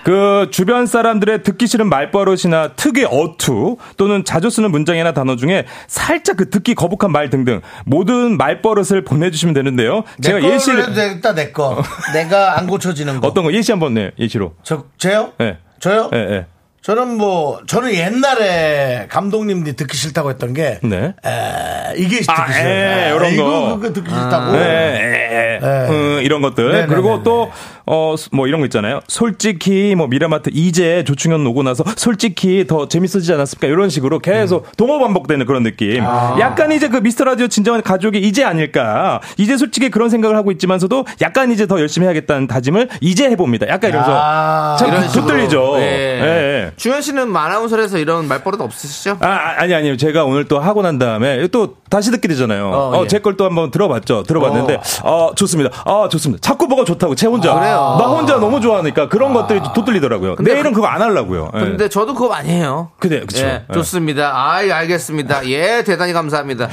Speaker 7: 그 주변 사람들의 듣기 싫은 말버릇이나 특의 어투 또는 자주 쓰는 문장이나 단어 중에 살짝 그 듣기 거북한 말 등등 모든 말버릇을 보내주시면 되는데요. 제가
Speaker 1: 내
Speaker 7: 예시를
Speaker 1: 거를 되겠다 내 거. 내가 안 고쳐지는 거.
Speaker 7: 어떤 거 예시 한번 내 예시로.
Speaker 1: 저 제요?
Speaker 7: 예.
Speaker 1: 저요?
Speaker 7: 예, 예.
Speaker 1: 저는 뭐 저는 옛날에 감독님들이 듣기 싫다고 했던 게
Speaker 7: 네.
Speaker 1: 에, 이게 듣기
Speaker 7: 아,
Speaker 1: 싫어요.
Speaker 7: 에, 이런 거.
Speaker 1: 이거 그거 듣기 싫다고.
Speaker 7: 예, 예, 예. 음, 이런 것들
Speaker 1: 아. 네, 네, 네,
Speaker 7: 그리고
Speaker 1: 네.
Speaker 7: 또 어 뭐 이런 거 있잖아요. 솔직히 뭐 미라마트 이제 조충현 오고 나서 솔직히 더 재밌어지지 않았을까 이런 식으로 계속
Speaker 1: 음.
Speaker 7: 동호 반복되는 그런 느낌.
Speaker 1: 아.
Speaker 7: 약간 이제 그 미스터 라디오 진정한 가족이 이제 아닐까. 이제 솔직히 그런 생각을 하고 있지만서도 약간 이제 더 열심히 해야겠다는 다짐을 이제 해봅니다. 약간 이러면서
Speaker 1: 아, 네.
Speaker 7: 참
Speaker 2: 이런 식으로.
Speaker 7: 붙들리죠.
Speaker 2: 예.
Speaker 7: 예, 예.
Speaker 2: 충현 씨는 아나운서에서 이런 말버릇 없으시죠?
Speaker 7: 아, 아, 아니, 아니, 제가 오늘 또 하고 난 다음에 또 다시 듣게 되잖아요.
Speaker 2: 어,
Speaker 7: 어,
Speaker 2: 예.
Speaker 7: 제 걸 또 한번 들어봤죠. 들어봤는데, 어, 좋습니다. 아, 좋습니다. 자꾸 뭐가 좋다고, 제 혼자.
Speaker 2: 아, 그래요?
Speaker 7: 나 혼자 너무 좋아하니까 그런 것들이 돋들리더라고요. 내일은 그거 안 하려고요. 예.
Speaker 2: 근데 저도 그거 많이 해요.
Speaker 7: 그래, 그쵸.
Speaker 2: 예,
Speaker 7: 예.
Speaker 2: 좋습니다. 아, 예, 알겠습니다. 예, 대단히 감사합니다.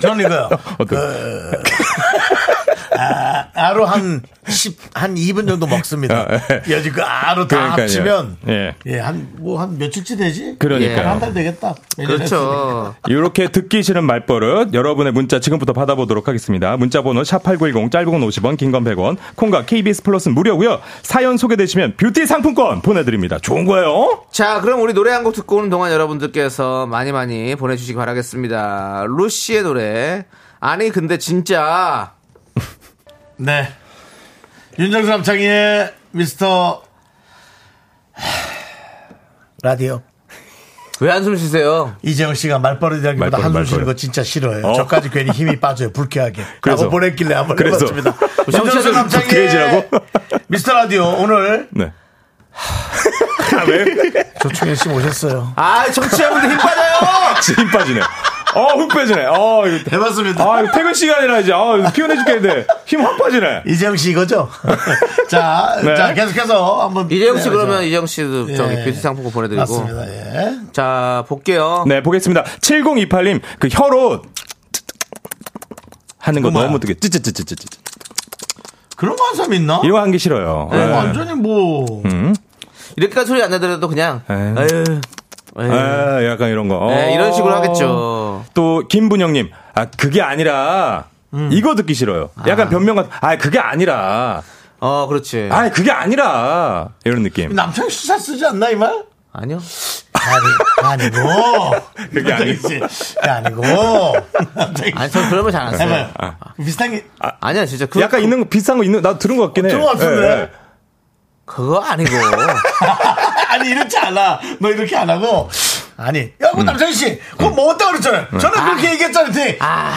Speaker 1: 저는 이거요.
Speaker 7: 어떤-
Speaker 2: 그
Speaker 1: 아로 한 10, 한 2분 정도 먹습니다. 여지 그 아로 다
Speaker 7: 아, 예. 그러니까요.
Speaker 1: 합치면
Speaker 7: 예.
Speaker 1: 예, 한 뭐 한 며칠째 되지? 예,
Speaker 7: 그러니까요.
Speaker 1: 한 달 되겠다. 예,
Speaker 2: 그렇죠.
Speaker 7: 이렇게 듣기 싫은 말버릇 여러분의 문자 지금부터 받아보도록 하겠습니다. 문자번호 샵8910 짧은 50원 긴 건 100원 콩과 KBS 플러스는 무료고요. 사연 소개되시면 뷰티 상품권 보내드립니다. 좋은 거예요.
Speaker 2: 자, 그럼 우리 노래 한 곡 듣고 오는 동안 여러분들께서 많이 많이 보내주시기 바라겠습니다. 루시의 노래. 아니, 근데 진짜.
Speaker 1: 네. 윤정수 남창희의 미스터 라디오.
Speaker 2: 왜 한숨 쉬세요?
Speaker 1: 이재영 씨가 말버릇이라기보다
Speaker 7: 말버릇,
Speaker 1: 한숨
Speaker 7: 말버릇.
Speaker 1: 쉬는 거 진짜 싫어요.
Speaker 7: 어.
Speaker 1: 저까지 괜히 힘이 빠져요. 불쾌하게.
Speaker 7: 그래서.
Speaker 1: 라고 보냈길래 한번
Speaker 7: 그래서.
Speaker 1: 해봤습니다.
Speaker 7: 정치적인
Speaker 1: 윤정수
Speaker 2: 예.
Speaker 1: 남창희의
Speaker 7: 불쾌해지라고?
Speaker 1: 미스터 라디오 오늘
Speaker 7: 네. 아, 왜?
Speaker 1: 조충현 씨 모셨어요.
Speaker 2: 아, 정치하는데 힘 빠져요!
Speaker 7: 진짜 힘 빠지네. 어, 훅 빠지네. 어, 이거.
Speaker 1: 해봤습니다.
Speaker 7: 아, 이거 퇴근 시간이라 이제, 아, 이거 피곤해 죽겠는데. 힘 확 빠지네.
Speaker 1: 이재영 씨 이거죠? 자,
Speaker 7: 네.
Speaker 1: 자 계속해서 한번
Speaker 2: 이재영 씨
Speaker 1: 네,
Speaker 2: 그러면
Speaker 1: 그렇죠.
Speaker 2: 이재영 씨도 저기
Speaker 1: 예.
Speaker 2: 뷰티 상품권 보내드리고.
Speaker 1: 맞습니다. 예.
Speaker 2: 자, 볼게요.
Speaker 7: 네, 보겠습니다. 7028님, 그 혀로 하는 거
Speaker 1: 뭐야?
Speaker 7: 너무 되게 찌찌찌찌찌.
Speaker 1: 그런 거 한 사람 있나?
Speaker 7: 이거 한 게
Speaker 1: 네.
Speaker 7: 싫어요. 예.
Speaker 1: 완전히 뭐
Speaker 2: 이렇게까지 소리 안 나더라도 그냥,
Speaker 7: 에이.
Speaker 2: 아유,
Speaker 7: 예, 약간 이런 거.
Speaker 2: 네, 이런 식으로
Speaker 7: 어.
Speaker 2: 하겠죠.
Speaker 7: 또 김분영님, 아 그게 아니라
Speaker 1: 음.
Speaker 7: 이거 듣기 싫어요. 약간 변명 같은. 아 그게 아니라.
Speaker 2: 어,
Speaker 1: 네.
Speaker 2: 그렇지.
Speaker 7: 아 그게 아니라 이런 느낌.
Speaker 1: 남편 수사 쓰지 않나 이 말?
Speaker 2: 아니요.
Speaker 1: 아니, 아니고
Speaker 7: 그게 아니고.
Speaker 1: 그게 아니고 갑자기
Speaker 2: 아니, 전 그런 거 잘 안 써요.
Speaker 1: 해봐요.
Speaker 7: 아.
Speaker 1: 비슷한 게
Speaker 2: 아니야, 진짜. 그,
Speaker 7: 약간 있는 거 비슷한 거 있는 나 들은 것 같긴 해.
Speaker 1: 어,
Speaker 7: 네,
Speaker 1: 들은 것 같은데?
Speaker 2: 그거 아니고.
Speaker 1: 아니 이렇지 않아. 너 이렇게 안 하고 아니 야
Speaker 7: 음.
Speaker 1: 그 남창희 씨 그거 먹었다 그랬잖아요. 저는 그렇게 얘기했잖아요. 네.
Speaker 2: 아,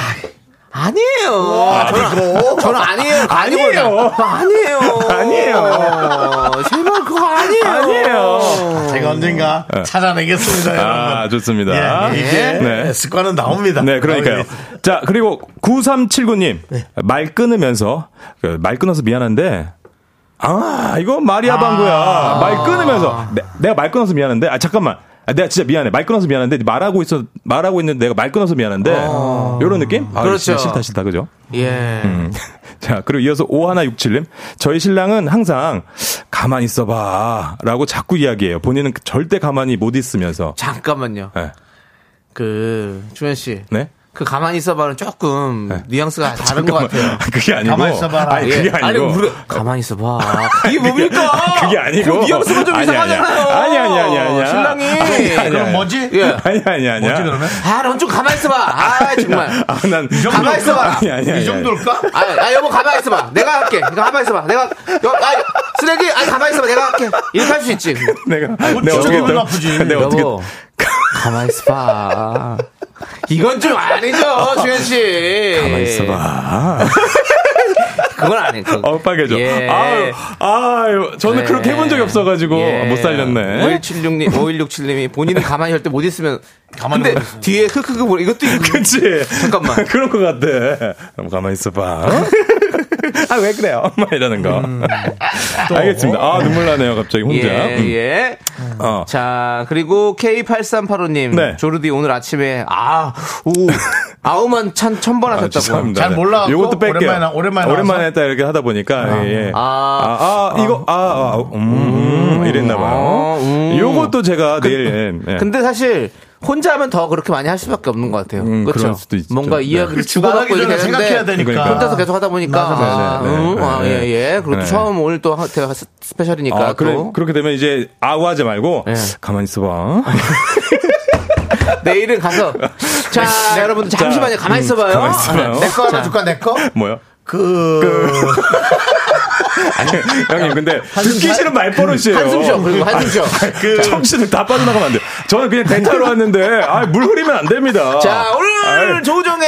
Speaker 2: 아니에요.
Speaker 1: 아니고.
Speaker 2: 저는, 저는 아니에요.
Speaker 7: 아니에요.
Speaker 2: 아니고요. 아니에요. 어,
Speaker 7: 아니에요.
Speaker 2: 제발 그거 아니에요.
Speaker 1: 어.
Speaker 7: 아니에요.
Speaker 1: 제가 언젠가 찾아내겠습니다.
Speaker 7: 네. 아,
Speaker 1: 여러분.
Speaker 7: 좋습니다.
Speaker 1: 예, 이게
Speaker 7: 네.
Speaker 1: 습관은 나옵니다.
Speaker 7: 네, 그러니까요.
Speaker 1: 나오게
Speaker 7: 자, 그리고 9379님. 말 끊으면서, 그말 끊어서 미안한데, 아, 이거 말이야, 방구야. 말 끊으면서. 내, 내가 말 끊어서 미안한데, 아, 잠깐만. 아, 내가 진짜 미안해. 말 끊어서 미안한데, 말하고 있어, 말하고 있는데 내가 말 끊어서 미안한데, 요런 느낌? 아,
Speaker 2: 그렇죠.
Speaker 7: 진짜 싫다, 싫다, 그죠?
Speaker 2: 예.
Speaker 7: 음. 자, 그리고 이어서 5167님. 저희 신랑은 항상, 가만히 있어봐. 라고 자꾸 이야기해요. 본인은 절대 가만히 못 있으면서.
Speaker 2: 잠깐만요.
Speaker 7: 네.
Speaker 2: 그, 주현 씨.
Speaker 7: 네?
Speaker 2: 그 가만히 있어봐는 조금 뉘앙스가 다른 것 같아요. 예.
Speaker 7: 그게 아니고.
Speaker 1: 가만히 있어봐라.
Speaker 7: 아니, 그게 아니고.
Speaker 2: 우리 가만히 있어봐. 이게 뭡니까?
Speaker 7: 그게 아니고.
Speaker 2: 그 뉘앙스가 좀
Speaker 7: 아니, 아니야.
Speaker 2: 이상하잖아요.
Speaker 7: 아니, 아니, 아니, 아니야.
Speaker 2: 신랑이.
Speaker 7: 아니, 아니,
Speaker 1: 그럼
Speaker 7: 아니.
Speaker 1: 뭐지?
Speaker 2: 예.
Speaker 7: 아니, 아니, 아니야.
Speaker 1: 뭐지 그러면?
Speaker 2: 아, 넌 좀 가만히 있어봐. 아, 정말.
Speaker 7: 아, 난.
Speaker 2: 가만히 있어봐.
Speaker 7: 아니, 아니, 아니.
Speaker 1: 이 정도일까?
Speaker 2: 아, 아, 여보 가만히 있어봐. 내가 할게. 이거 가만히 있어봐. 내가 여, 아, 쓰레기. 아, 가만히 있어봐. 내가 할게. 이렇게 할 수 있지.
Speaker 7: 내가.
Speaker 1: 진짜
Speaker 7: 내가 어떻게
Speaker 1: 기분
Speaker 7: 했더라?
Speaker 1: 나쁘지.
Speaker 7: 내가 네, 어떻게.
Speaker 2: 여보. 가만히 있어봐. 이건 좀 아니죠, 주현 씨.
Speaker 7: 가만히 있어봐.
Speaker 2: 그건 아니에요. 그건.
Speaker 7: 어, 빨개져.
Speaker 2: 예.
Speaker 7: 아유, 아유, 저는
Speaker 2: 네.
Speaker 7: 그렇게 해본 적이 없어가지고
Speaker 2: 예.
Speaker 7: 못 살렸네.
Speaker 2: 5176님, 5167님이 본인은 가만히 할 때 못 있으면.
Speaker 1: 가만히
Speaker 2: 근데
Speaker 1: 못 있어.
Speaker 2: 뒤에 크크크 보니 이것도 있고.
Speaker 7: 그치?
Speaker 2: 잠깐만.
Speaker 7: 그런 것 같아. 그럼 가만히 있어봐. 아, 왜 그래요? 막 이러는 거. 알겠습니다. 아, 눈물 나네요, 갑자기 혼자.
Speaker 2: 예,
Speaker 7: 음.
Speaker 2: 예.
Speaker 7: 어.
Speaker 2: 자, 그리고 K8385님.
Speaker 7: 네.
Speaker 2: 조르디 오늘 아침에, 아, 오, 아우만 찬, 천번
Speaker 7: 아,
Speaker 2: 하셨다고.
Speaker 7: 죄송합니다.
Speaker 1: 잘
Speaker 7: 네.
Speaker 1: 몰라갖고
Speaker 7: 요것도 뺄게요.
Speaker 1: 오랜만에 나- 오랜만에 나와서?
Speaker 7: 했다 이렇게 하다 보니까 예, 예.
Speaker 2: 아.
Speaker 7: 아, 아, 이거 아, 아 음, 이랬나 봐요.
Speaker 2: 아, 음.
Speaker 7: 요것도 제가 내일 예.
Speaker 2: 근데 사실, 혼자 하면 더 그렇게 많이 할 수밖에 없는 것 같아요.
Speaker 7: 음,
Speaker 2: 그렇죠.
Speaker 7: 그럴 수도 있죠.
Speaker 2: 뭔가
Speaker 7: 네.
Speaker 2: 이야기를
Speaker 1: 주관하기
Speaker 2: 주고받고 이렇게
Speaker 1: 전에
Speaker 2: 되는데
Speaker 1: 생각해야 되니까.
Speaker 7: 그러니까.
Speaker 2: 혼자서 계속 하다 보니까
Speaker 1: 맞아, 맞아.
Speaker 2: 아,
Speaker 7: 네,
Speaker 2: 음,
Speaker 7: 네,
Speaker 2: 아,
Speaker 7: 네.
Speaker 2: 예, 예. 그리고 또
Speaker 7: 네.
Speaker 2: 처음 오늘 또 하- 제가 스- 스페셜이니까
Speaker 7: 아,
Speaker 2: 그러니까 또
Speaker 7: 그래, 그렇게 되면 이제 아우 하지 말고
Speaker 2: 예.
Speaker 7: 가만히 있어 봐.
Speaker 2: 내일은 가서 자 여러분들 잠시만요 가만히
Speaker 7: 음,
Speaker 2: 있어봐요. 아, 네.
Speaker 7: 가만히 있어봐요.
Speaker 1: 내 거 하나 줄까 내 거?
Speaker 7: 뭐야?
Speaker 1: 그
Speaker 7: 아니, 형님 근데 듣기
Speaker 1: 쉬-
Speaker 7: 싫은 말버릇이에요.
Speaker 2: 한숨 쉬어 그리고 한숨 쉬어.
Speaker 7: 그 청취들 다 빠져나가면 안 돼요. 저는 그냥 대타로 왔는데 아, 물 흐리면 안 됩니다.
Speaker 2: 자 어, 오늘
Speaker 7: 아유. 어. 아.
Speaker 2: 조종의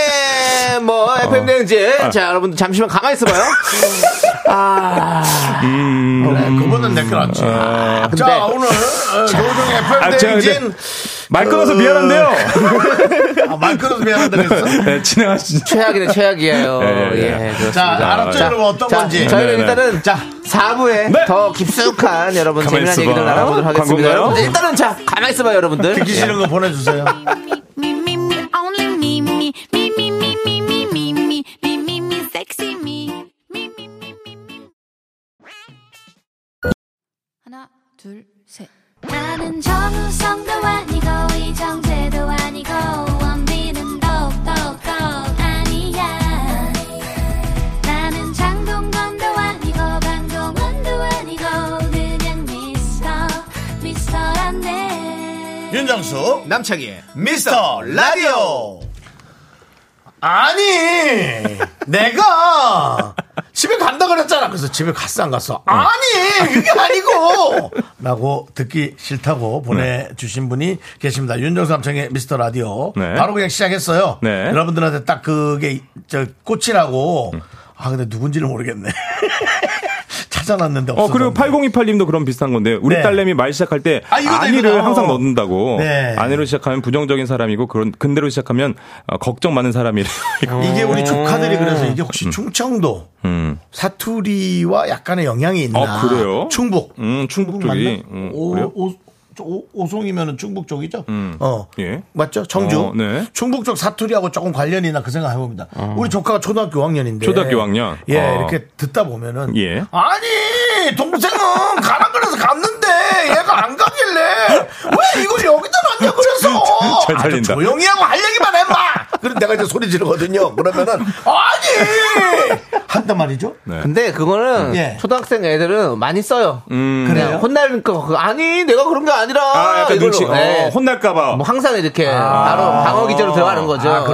Speaker 2: 뭐 FM 대행지 자 여러분들 잠시만 가만히 있어봐요. 아
Speaker 1: 그래, 그거는 내게 낫지.
Speaker 2: 근데-
Speaker 1: 자 오늘 어, 노종의
Speaker 7: 아, 제가
Speaker 1: FM 대행진
Speaker 7: 말 끊어서 미안한데요.
Speaker 1: 아, 말 끊어서 미안하다 그랬어.
Speaker 7: 네, 진행하시죠.
Speaker 2: 최악이네 최악이에요.
Speaker 7: 예, 예, 예.
Speaker 2: 예, 그렇습니다.
Speaker 1: 자 알았죠
Speaker 2: 자,
Speaker 1: 여러분 어떤
Speaker 2: 자,
Speaker 1: 건지.
Speaker 2: 저희는
Speaker 7: 네, 네.
Speaker 2: 일단은
Speaker 1: 자.
Speaker 2: 4부에
Speaker 7: 네.
Speaker 2: 더 깊숙한 여러분
Speaker 7: 가만히
Speaker 2: 재미난
Speaker 7: 있어봐.
Speaker 2: 얘기를 나눠보도록 하겠습니다.
Speaker 7: 광고인가요? 네.
Speaker 2: 여러분들 일단은 자 가만히 있어봐요 여러분들. 네.
Speaker 1: 듣기 싫은 거 보내주세요.
Speaker 3: Me, me, me, only me, me, me, me, me, me, me, me, me, me, me, me, sexy me. Me, me, me, me, me. 나는 정우성도 아니고 이정재도 아니고 원빈은 더욱더 아니야 나는 장동건도 아니고 방종원도 아니고 그냥 미스터 미스터란데
Speaker 1: 윤정수
Speaker 2: 남창희의
Speaker 1: 미스터 라디오. 아니 내가 집에 간다 그랬잖아. 그래서 집에 갔어 안 갔어? 아니 그게 아니고. 라고 듣기 싫다고 보내주신 분이 계십니다. 윤정수 남창의 미스터 라디오
Speaker 7: 네.
Speaker 1: 바로 그냥 시작했어요.
Speaker 7: 네.
Speaker 1: 여러분들한테 딱 그게 저 꽃이라고. 아 근데 누군지를 모르겠네. 찾아놨는데 없어.
Speaker 7: 어, 그리고 8028님도 그런 비슷한 건데, 우리
Speaker 1: 네.
Speaker 7: 딸내미 말 시작할 때,
Speaker 1: 아,
Speaker 7: 아,
Speaker 1: 이거다,
Speaker 7: 니를
Speaker 1: 이거다.
Speaker 7: 항상 넣는다고.
Speaker 1: 네.
Speaker 7: 아내로 시작하면 부정적인 사람이고, 그런, 근대로 시작하면, 어, 걱정 많은 사람이래. 어.
Speaker 1: 이게 우리 조카들이 그래서 이게 혹시
Speaker 7: 음.
Speaker 1: 충청도 사투리와 약간의 영향이 있나?
Speaker 7: 아, 그래요?
Speaker 1: 충북.
Speaker 7: 음, 충북 쪽이.
Speaker 1: 맞나?
Speaker 7: 음,
Speaker 1: 오,
Speaker 7: 그래요?
Speaker 1: 오, 저 오- 오송이면은 충북 쪽이죠? 어.
Speaker 7: 예.
Speaker 1: 맞죠? 청주.
Speaker 7: 어, 네. 아.
Speaker 1: 충북 쪽 사투리하고 조금 관련이 있나 그 생각 해봅니다. 우리 조카가 초등학교 5학년인데.
Speaker 7: 초등학교 5학년.
Speaker 1: 예,
Speaker 7: 어.
Speaker 1: 이렇게 듣다 보면은.
Speaker 7: 예.
Speaker 1: 아니, 동생은 가라 그래서 갔는데 얘가 안 가길래 왜 이걸 여기다
Speaker 7: 잘 살린다.
Speaker 1: 조용히 하고 할 얘기만 해, 마! 그럼 내가 이제 소리 지르거든요. 그러면은, 아니!
Speaker 7: 네.
Speaker 1: 한단 말이죠.
Speaker 2: 근데 그거는
Speaker 1: 예.
Speaker 2: 초등학생 애들은 많이 써요. 그냥
Speaker 1: 그래요?
Speaker 2: 혼날 거 그거 아니 내가 그런 게 아니라
Speaker 7: 음. 아, 약간
Speaker 2: 이걸로.
Speaker 7: 눈치. 어,
Speaker 2: 네.
Speaker 7: 혼날까봐.
Speaker 2: 뭐 항상 이렇게
Speaker 1: 아.
Speaker 2: 바로 방어 기제로 들어가는 거죠. 네.
Speaker 7: 어,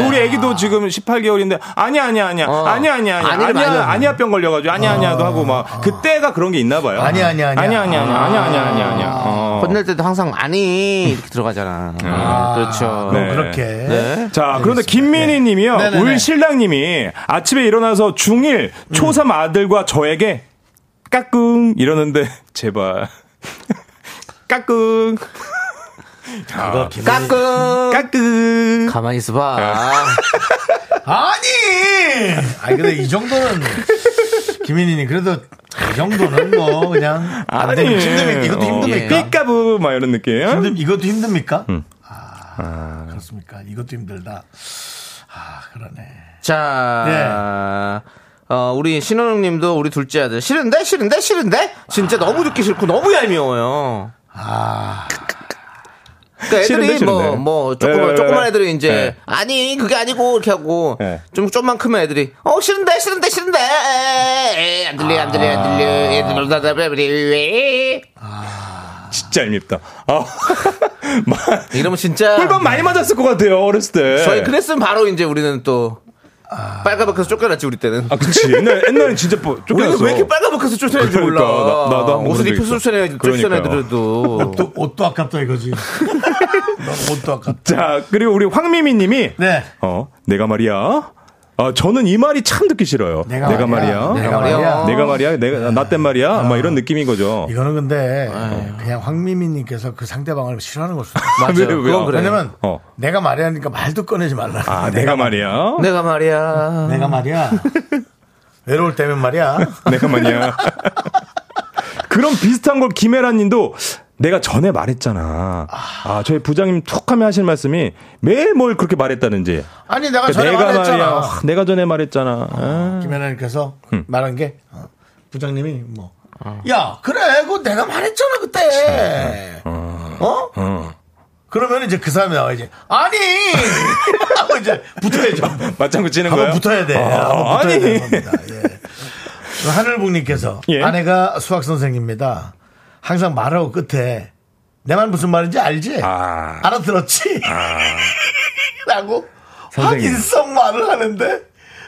Speaker 1: 네.
Speaker 7: 우리 애기도 지금 18개월인데 아니야 아니야 아니야
Speaker 2: 어.
Speaker 7: 아니야 아니야 아니야
Speaker 2: 아니를 많이
Speaker 7: 아니야
Speaker 2: 하는구나.
Speaker 7: 아니야 병 걸려가지고 아니야 아니야도 하고 막 그때가 그런 게 있나 봐요.
Speaker 1: 아니야, 아니야, 아니야.
Speaker 7: 아니야 아니야 아니야 아니야 아니야 아니야 아니야. 어. 음,
Speaker 2: 혼낼 때도 항상 아니 이렇게 들어가잖아. 그렇죠.
Speaker 7: 네.
Speaker 1: 그렇게.
Speaker 7: 자, 그런데 김민희 님이요.
Speaker 1: 네네네.
Speaker 7: 우리 신랑님이 아침에 일어나서 중1, 초3 아들과 저에게 까꿍 이러는데 제발. 까꿍. 아,
Speaker 2: 까끔
Speaker 7: 까꿍.
Speaker 2: 가만히 있어봐. 아.
Speaker 1: 아니! 아니, 근데 이 정도는, 김민희님, 그래도 이 정도는 뭐, 그냥. 안
Speaker 7: 아니, 어. 예.
Speaker 1: 되면 힘듭니까? 이것도 힘듭니까?
Speaker 7: 삐까부 막 이런 느낌.
Speaker 1: 힘든- 이것도 힘듭니까? 아, 그렇습니까? 이것도 힘들다. 아, 그러네.
Speaker 2: 자,
Speaker 7: 네.
Speaker 2: 어, 우리 신원웅님도 우리 둘째 아들 싫은데 싫은데 싫은데 진짜 너무 듣기 싫고 너무 얄미워요. 그러니까 애들이
Speaker 7: 아. 싫은데,
Speaker 2: 뭐,
Speaker 7: 싫은데.
Speaker 2: 뭐,
Speaker 7: 네,
Speaker 2: 조그만,
Speaker 7: 네,
Speaker 2: 조그만
Speaker 7: 네.
Speaker 2: 애들이 이제,
Speaker 7: 네.
Speaker 2: 아니, 그게 아니고, 이렇게 하고,
Speaker 7: 네.
Speaker 2: 좀, 좀만 크면 애들이, 어, 싫은데, 싫은데, 싫은데, 에이, 안 들려, 안 들려, 안 들려,
Speaker 7: 아.
Speaker 2: 얘들 몰라, 다 왜, 왜.
Speaker 7: 진짜 얄밉다. 아. 막
Speaker 2: 이러면 진짜,
Speaker 7: 꿀밤 많이 맞았을 것 같아요, 어렸을 때.
Speaker 2: 저희 그랬으면 바로 이제 우리는 또, 빨가벗겨서 쫓겨났지, 우리 때는.
Speaker 7: 아, 그치. 옛날, 옛날엔 진짜 뭐
Speaker 2: 우리는
Speaker 7: 쫓겨났어.
Speaker 2: 왜 이렇게 빨가벗겨서 쫓아내는지 몰라.
Speaker 7: 그러니까, 나- 나도 한번
Speaker 2: 옷을
Speaker 7: 그런 적
Speaker 2: 입혀서
Speaker 7: 있어. 그러니까요.
Speaker 2: 쫓아내더라도.
Speaker 1: 또 옷도 아깝다 이거지. 넌 옷도 아깝다.
Speaker 7: 자, 그리고 우리 황미미 님이.
Speaker 1: 네.
Speaker 7: 어, 내가 말이야. 아, 저는 이 말이 참 듣기 싫어요.
Speaker 1: 내가
Speaker 7: 내가,
Speaker 1: 말이야.
Speaker 7: 말이야.
Speaker 1: 내가
Speaker 2: 말이야.
Speaker 7: 내가 말이야. 내가, 나 땐 말이야. 막 이런 느낌인 거죠.
Speaker 1: 아, 이거는 근데
Speaker 2: 아,
Speaker 1: 그냥 황미미님께서 그 상대방을 싫어하는 걸 수도 있어.
Speaker 2: 맞아요.
Speaker 7: 왜, 왜요?
Speaker 2: 예. 그건 그래.
Speaker 1: 왜냐면
Speaker 7: 어.
Speaker 1: 내가 말이야 하니까 말도 꺼내지 말라.
Speaker 7: 아, 내가 말이야.
Speaker 1: 네.
Speaker 2: 내가 말이야.
Speaker 1: 내가 말이야. 외로울 때면 말이야.
Speaker 7: 내가 말이야. 그런 비슷한 걸 김혜란 님도 내가 전에 말했잖아. 아, 저희 부장님 툭 하면 하실 말씀이 매일 뭘 그렇게 말했다는지.
Speaker 1: 아니 내가
Speaker 7: 그러니까
Speaker 1: 전에
Speaker 7: 내가 말이야.
Speaker 1: 말했잖아.
Speaker 7: 아, 내가 전에 말했잖아. 아.
Speaker 1: 김연아님께서 말한 게 어, 부장님이 뭐.
Speaker 7: 어.
Speaker 1: 야, 그래, 그 내가 말했잖아, 그때. 어? 그러면 이제 그 사람이 나와, 이제. 아니! 하고 이제 붙어야죠.
Speaker 7: 맞장구 치는 거야?
Speaker 1: 한번 붙어야 돼.
Speaker 7: 아,
Speaker 1: 한번 붙어야
Speaker 7: 아니.
Speaker 1: 되는 겁니다. 예. 그 하늘복님께서
Speaker 7: 예.
Speaker 1: 아내가 수학 선생입니다. 항상 말하고 끝에 내 말 무슨 말인지 알지?
Speaker 7: 아.
Speaker 1: 알아들었지? 라고
Speaker 7: 선생님.
Speaker 1: 확인성 말을 하는데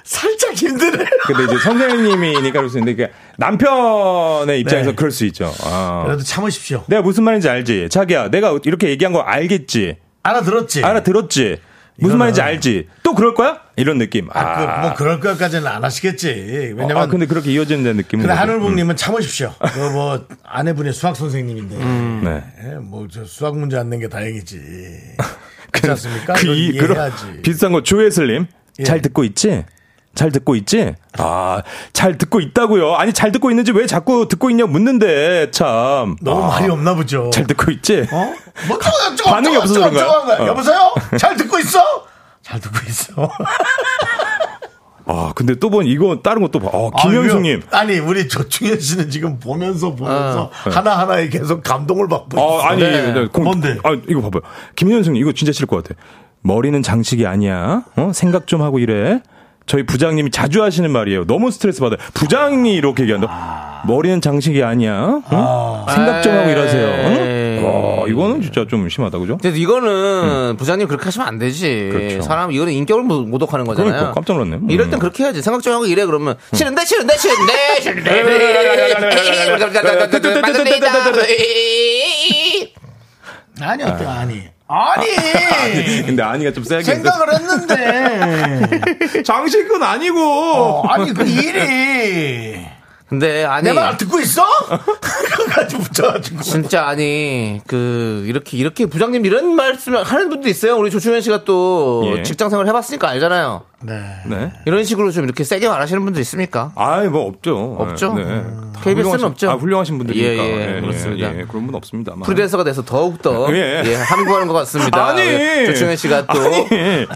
Speaker 1: 살짝 힘드네.
Speaker 7: 근데 이제 선생님이니까 그럴 수 있는데 그러니까 남편의 입장에서
Speaker 1: 네.
Speaker 7: 그럴 수 있죠. 아.
Speaker 1: 그래도 참으십시오.
Speaker 7: 내가 무슨 말인지 알지. 자기야, 내가 이렇게 얘기한 거 알겠지.
Speaker 1: 알아들었지?
Speaker 7: 알아들었지. 무슨
Speaker 1: 예. 이거는-
Speaker 7: 말인지 알지. 또 그럴 거야? 이런 느낌. 아,
Speaker 1: 아, 그, 뭐 그럴 것까지는 안 하시겠지. 왜냐면
Speaker 7: 아, 근데 음. 그렇게 이어지는 느낌.
Speaker 1: 근데 하늘복님은 참으십시오. 그뭐 아내분이 수학 선생님인데
Speaker 7: 네.
Speaker 1: 뭐 저 수학 문제 안 낸 게 다행이지. 그렇지 않습니까?
Speaker 7: 그
Speaker 1: 이건
Speaker 7: 이, 그런
Speaker 1: 이해해야지.
Speaker 7: 비슷한 거 조혜슬님
Speaker 1: 예.
Speaker 7: 잘 듣고 있지? 잘 듣고 있지? 아, 잘 듣고 있다고요. 아니 잘 듣고 있는지 왜 자꾸 듣고 있냐 묻는데 참.
Speaker 1: 너무
Speaker 7: 아,
Speaker 1: 말이 없나 보죠.
Speaker 7: 잘 듣고 있지?
Speaker 1: 어? 뭐 저거 저거
Speaker 7: 반응이
Speaker 1: 저거
Speaker 7: 없어서
Speaker 1: 저거
Speaker 7: 그런가요?
Speaker 1: 저거 한 거야.
Speaker 7: 어.
Speaker 1: 여보세요? 잘 듣고 있어? 잘 듣고 있어.
Speaker 7: 아, 근데 또 본 이거 다른 것도 봐. 어,
Speaker 1: 아,
Speaker 7: 김현숙님.
Speaker 1: 이거- 아니 우리 조충현 씨는 지금 보면서 보면서 하나 하나에 계속 감동을 받고 있어.
Speaker 7: 네. 어, 아니,
Speaker 2: 네.
Speaker 7: 네, 공-
Speaker 1: 뭔데?
Speaker 7: 아, 이거 봐봐요. 김현승 이거 진짜 싫을 것 같아. 머리는 장식이 아니야. 어? 생각 좀 하고 이래. 저희 부장님이 자주 하시는 말이에요. 너무 스트레스 받아요. 부장이 이렇게 얘기한다. 머리는 장식이 아니야. 어? 생각 좀 하고 일하세요.
Speaker 2: 에이.
Speaker 7: 어? 와, 이거는 진짜 좀 심하다, 그죠?
Speaker 2: 근데 이거는 부장님 그렇게 하시면 안 되지.
Speaker 7: 그렇죠.
Speaker 2: 사람 이거는 인격을 모- 모독하는 거잖아요.
Speaker 7: 그러니까, 깜짝 놀랐네. 음.
Speaker 2: 이럴 땐 그렇게 해야지. 생각 좀 하고 이래 그러면 싫은데 싫은데 싫은데 싫은데.
Speaker 1: 아니 어때? 아니. 아니.
Speaker 2: 네.
Speaker 7: 근데 아니가 좀 세게 했어.
Speaker 1: 생각을 했는데.
Speaker 7: 장식은 아니고.
Speaker 1: 어, 아니 그 일이
Speaker 7: 네.
Speaker 2: 근데 아니
Speaker 1: 내 말 듣고 있어? 그거까지 붙여가지고.
Speaker 2: 진짜 아니 그 이렇게 이렇게 부장님 이런 말씀을 하는 분도 있어요. 우리 조충현 씨가 또
Speaker 7: 예.
Speaker 2: 직장 생활 해봤으니까 알잖아요.
Speaker 1: 네.
Speaker 7: 네.
Speaker 2: 이런 식으로 좀 이렇게 세게 말하시는 분들 있습니까?
Speaker 7: 아이 뭐 없죠.
Speaker 2: 없죠?
Speaker 7: 네.
Speaker 2: 음.
Speaker 7: 다
Speaker 2: KBS 는
Speaker 7: 훌륭하신-
Speaker 2: 없죠?
Speaker 7: 아 훌륭하신 분들이니까.
Speaker 2: 예, 예, 그렇습니다.
Speaker 7: 예, 그런 분 없습니다만.
Speaker 2: 프리랜서가 돼서 더욱더
Speaker 7: 예.
Speaker 2: 예. 함구하는 것 같습니다.
Speaker 7: 아니.
Speaker 2: 우리 조충현 씨가 또
Speaker 7: 아니.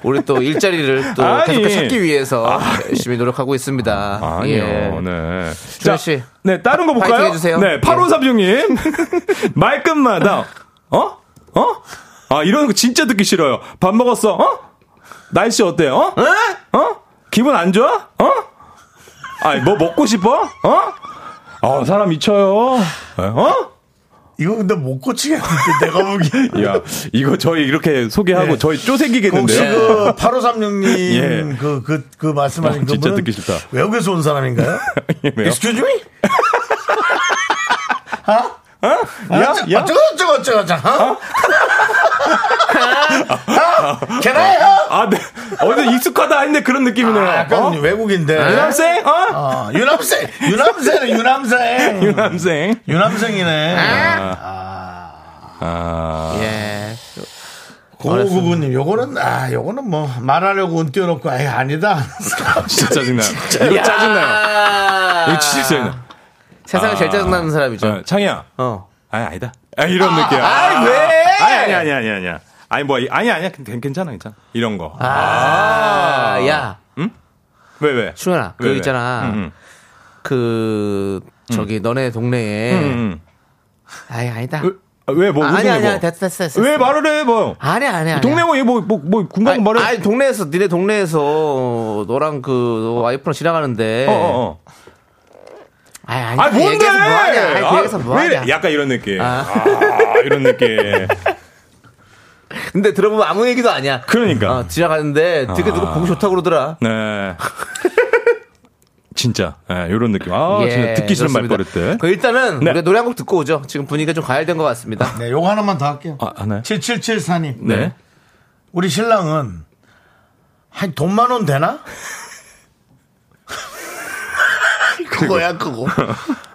Speaker 2: 우리 또 일자리를 또
Speaker 7: 아니.
Speaker 2: 계속해서 찾기 위해서 열심히 노력하고 있습니다.
Speaker 7: 아니요.
Speaker 2: 예.
Speaker 7: 네. 자,
Speaker 2: 주현 씨.
Speaker 7: 네, 다른 거 볼까요?
Speaker 2: 파이팅 해주세요.
Speaker 7: 네, 8536님. 말끝마다, 어? 어? 아, 이런 거 진짜 듣기 싫어요. 밥 먹었어? 어? 날씨 어때요? 어? 어? 기분 안 좋아? 어? 아이, 뭐 먹고 싶어? 어? 아, 사람 미쳐요. 어?
Speaker 1: 이거 근데 못 고치겠는데 내가 보기엔
Speaker 7: 야, 이거 저희 이렇게 소개하고
Speaker 1: 예.
Speaker 7: 저희
Speaker 1: 혹시
Speaker 7: 쪼생기겠는데요? 네.
Speaker 1: 그 8536님
Speaker 7: 예.
Speaker 1: 그, 그, 그 말씀하신
Speaker 7: 아, 진짜
Speaker 1: 그분은
Speaker 7: 듣기 싫다.
Speaker 1: 외국에서 온 사람인가요?
Speaker 7: 예, 왜요?
Speaker 1: Excuse me? 아?
Speaker 7: 어? 야, 야?
Speaker 1: 어쩌고 어쩌고 어쩌고 어쩌고 아, 어? 어? Can I help?
Speaker 7: 아, 네. 어제 익숙하다 했는데 그런 느낌이네요.
Speaker 1: 아, 약간
Speaker 7: 어?
Speaker 1: 외국인데
Speaker 7: 유남생? 어?
Speaker 1: 어, 유남생 유남생은 유남생
Speaker 7: 유남생.
Speaker 1: 유남생이네
Speaker 7: 아.
Speaker 2: 예.
Speaker 1: 고구구님 요거는 아 요거는 뭐 말하려고 운 띄워놓고 아예 아니다
Speaker 7: 진짜 짜증나요. 이거 짜증나요. 이거 진짜 짜증나.
Speaker 2: 세상에 제일 짜증나는 사람이죠.
Speaker 7: 어, 창이야.
Speaker 2: 어.
Speaker 7: 아니, 아니다. 아, 이런 느낌. 아,
Speaker 2: 아이, 왜?
Speaker 7: 아니, 아니, 아니, 아니, 아니야. 아니, 뭐, 아니, 아니야. 괜- 괜찮아, 괜찮아. 이런 거.
Speaker 2: 아, 야,
Speaker 7: 왜, 왜?
Speaker 2: 충현아,
Speaker 7: 왜,
Speaker 2: 그
Speaker 7: 왜?
Speaker 2: 있잖아.
Speaker 7: 음, 음.
Speaker 2: 그 저기 너네 동네에
Speaker 7: 음, 음.
Speaker 2: 아이 아니다.
Speaker 7: 아, 왜, 뭐,
Speaker 2: 예. 아니
Speaker 7: 무슨 일
Speaker 2: 아니야
Speaker 7: 뭐?
Speaker 2: 됐어 됐어 됐어.
Speaker 7: 왜 말을 해, 뭐?
Speaker 2: 아니 아니 아니.
Speaker 7: 동네 뭐, 뭐, 뭐, 뭐,
Speaker 2: 아니,
Speaker 7: 궁금한 거 말해.
Speaker 2: 아니 동네에서 니네 동네에서 너랑 그너 와이프랑 지나가는데.
Speaker 7: 어, 어, 어.
Speaker 2: 아니 아니.
Speaker 7: 아 뭔데?
Speaker 2: 얘기해서 뭐 하냐? 아니 그
Speaker 7: 아,
Speaker 2: 얘기해서 뭐
Speaker 7: 왜 이래?
Speaker 2: 하냐?
Speaker 7: 약간 이런 느낌. 아, 이런 느낌.
Speaker 2: 근데 들어보면 아무 얘기도 아니야.
Speaker 7: 그러니까. 아.
Speaker 2: 어, 지나가는데 되게 누구 보기 좋다고 그러더라.
Speaker 7: 네. 진짜 예, 이런 느낌. 아 진짜 듣기 싫은
Speaker 2: 그렇습니다.
Speaker 7: 말버릇들.
Speaker 2: 그 일단은
Speaker 7: 네.
Speaker 2: 우리가 노래 한 곡 듣고 오죠. 지금 분위기가 좀 과열된 것 같습니다.
Speaker 1: 네 요거 하나만 더 할게요
Speaker 7: 아 하나요?
Speaker 1: 7774님
Speaker 7: 네.
Speaker 1: 우리 신랑은 한 돈만 원 되나? 그거야 그거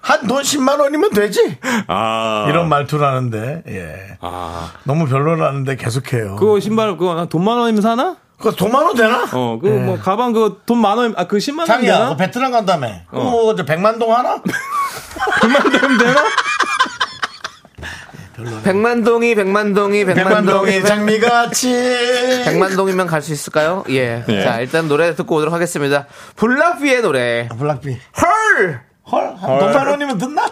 Speaker 1: 한 돈 10만 원이면 되지
Speaker 7: 아
Speaker 1: 이런 말투를 하는데 예
Speaker 7: 아
Speaker 1: 너무 별로라는데 계속해요 그,
Speaker 7: 그거 신발 그거 돈 만 원이면 사나?
Speaker 1: 거 돈만 원 되나?
Speaker 7: 어 그 뭐 가방 그거 돈 만 원, 아그 10만 원
Speaker 1: 자기야
Speaker 7: 되나?
Speaker 1: 너 베트남 간다며 어. 뭐 이제 백만동 하나?
Speaker 7: 100만 원 되나? 네.
Speaker 2: 백만동이 백만동이 백만동이
Speaker 1: 백만동이 장미같이
Speaker 2: 백만동이면 갈 수 있을까요? 예.
Speaker 7: 예.
Speaker 2: 자 일단 노래 듣고 오도록 하겠습니다. 블락비의 노래.
Speaker 1: 블락비
Speaker 2: 헐.
Speaker 1: 헐? 한 돈만 원이면 듣나?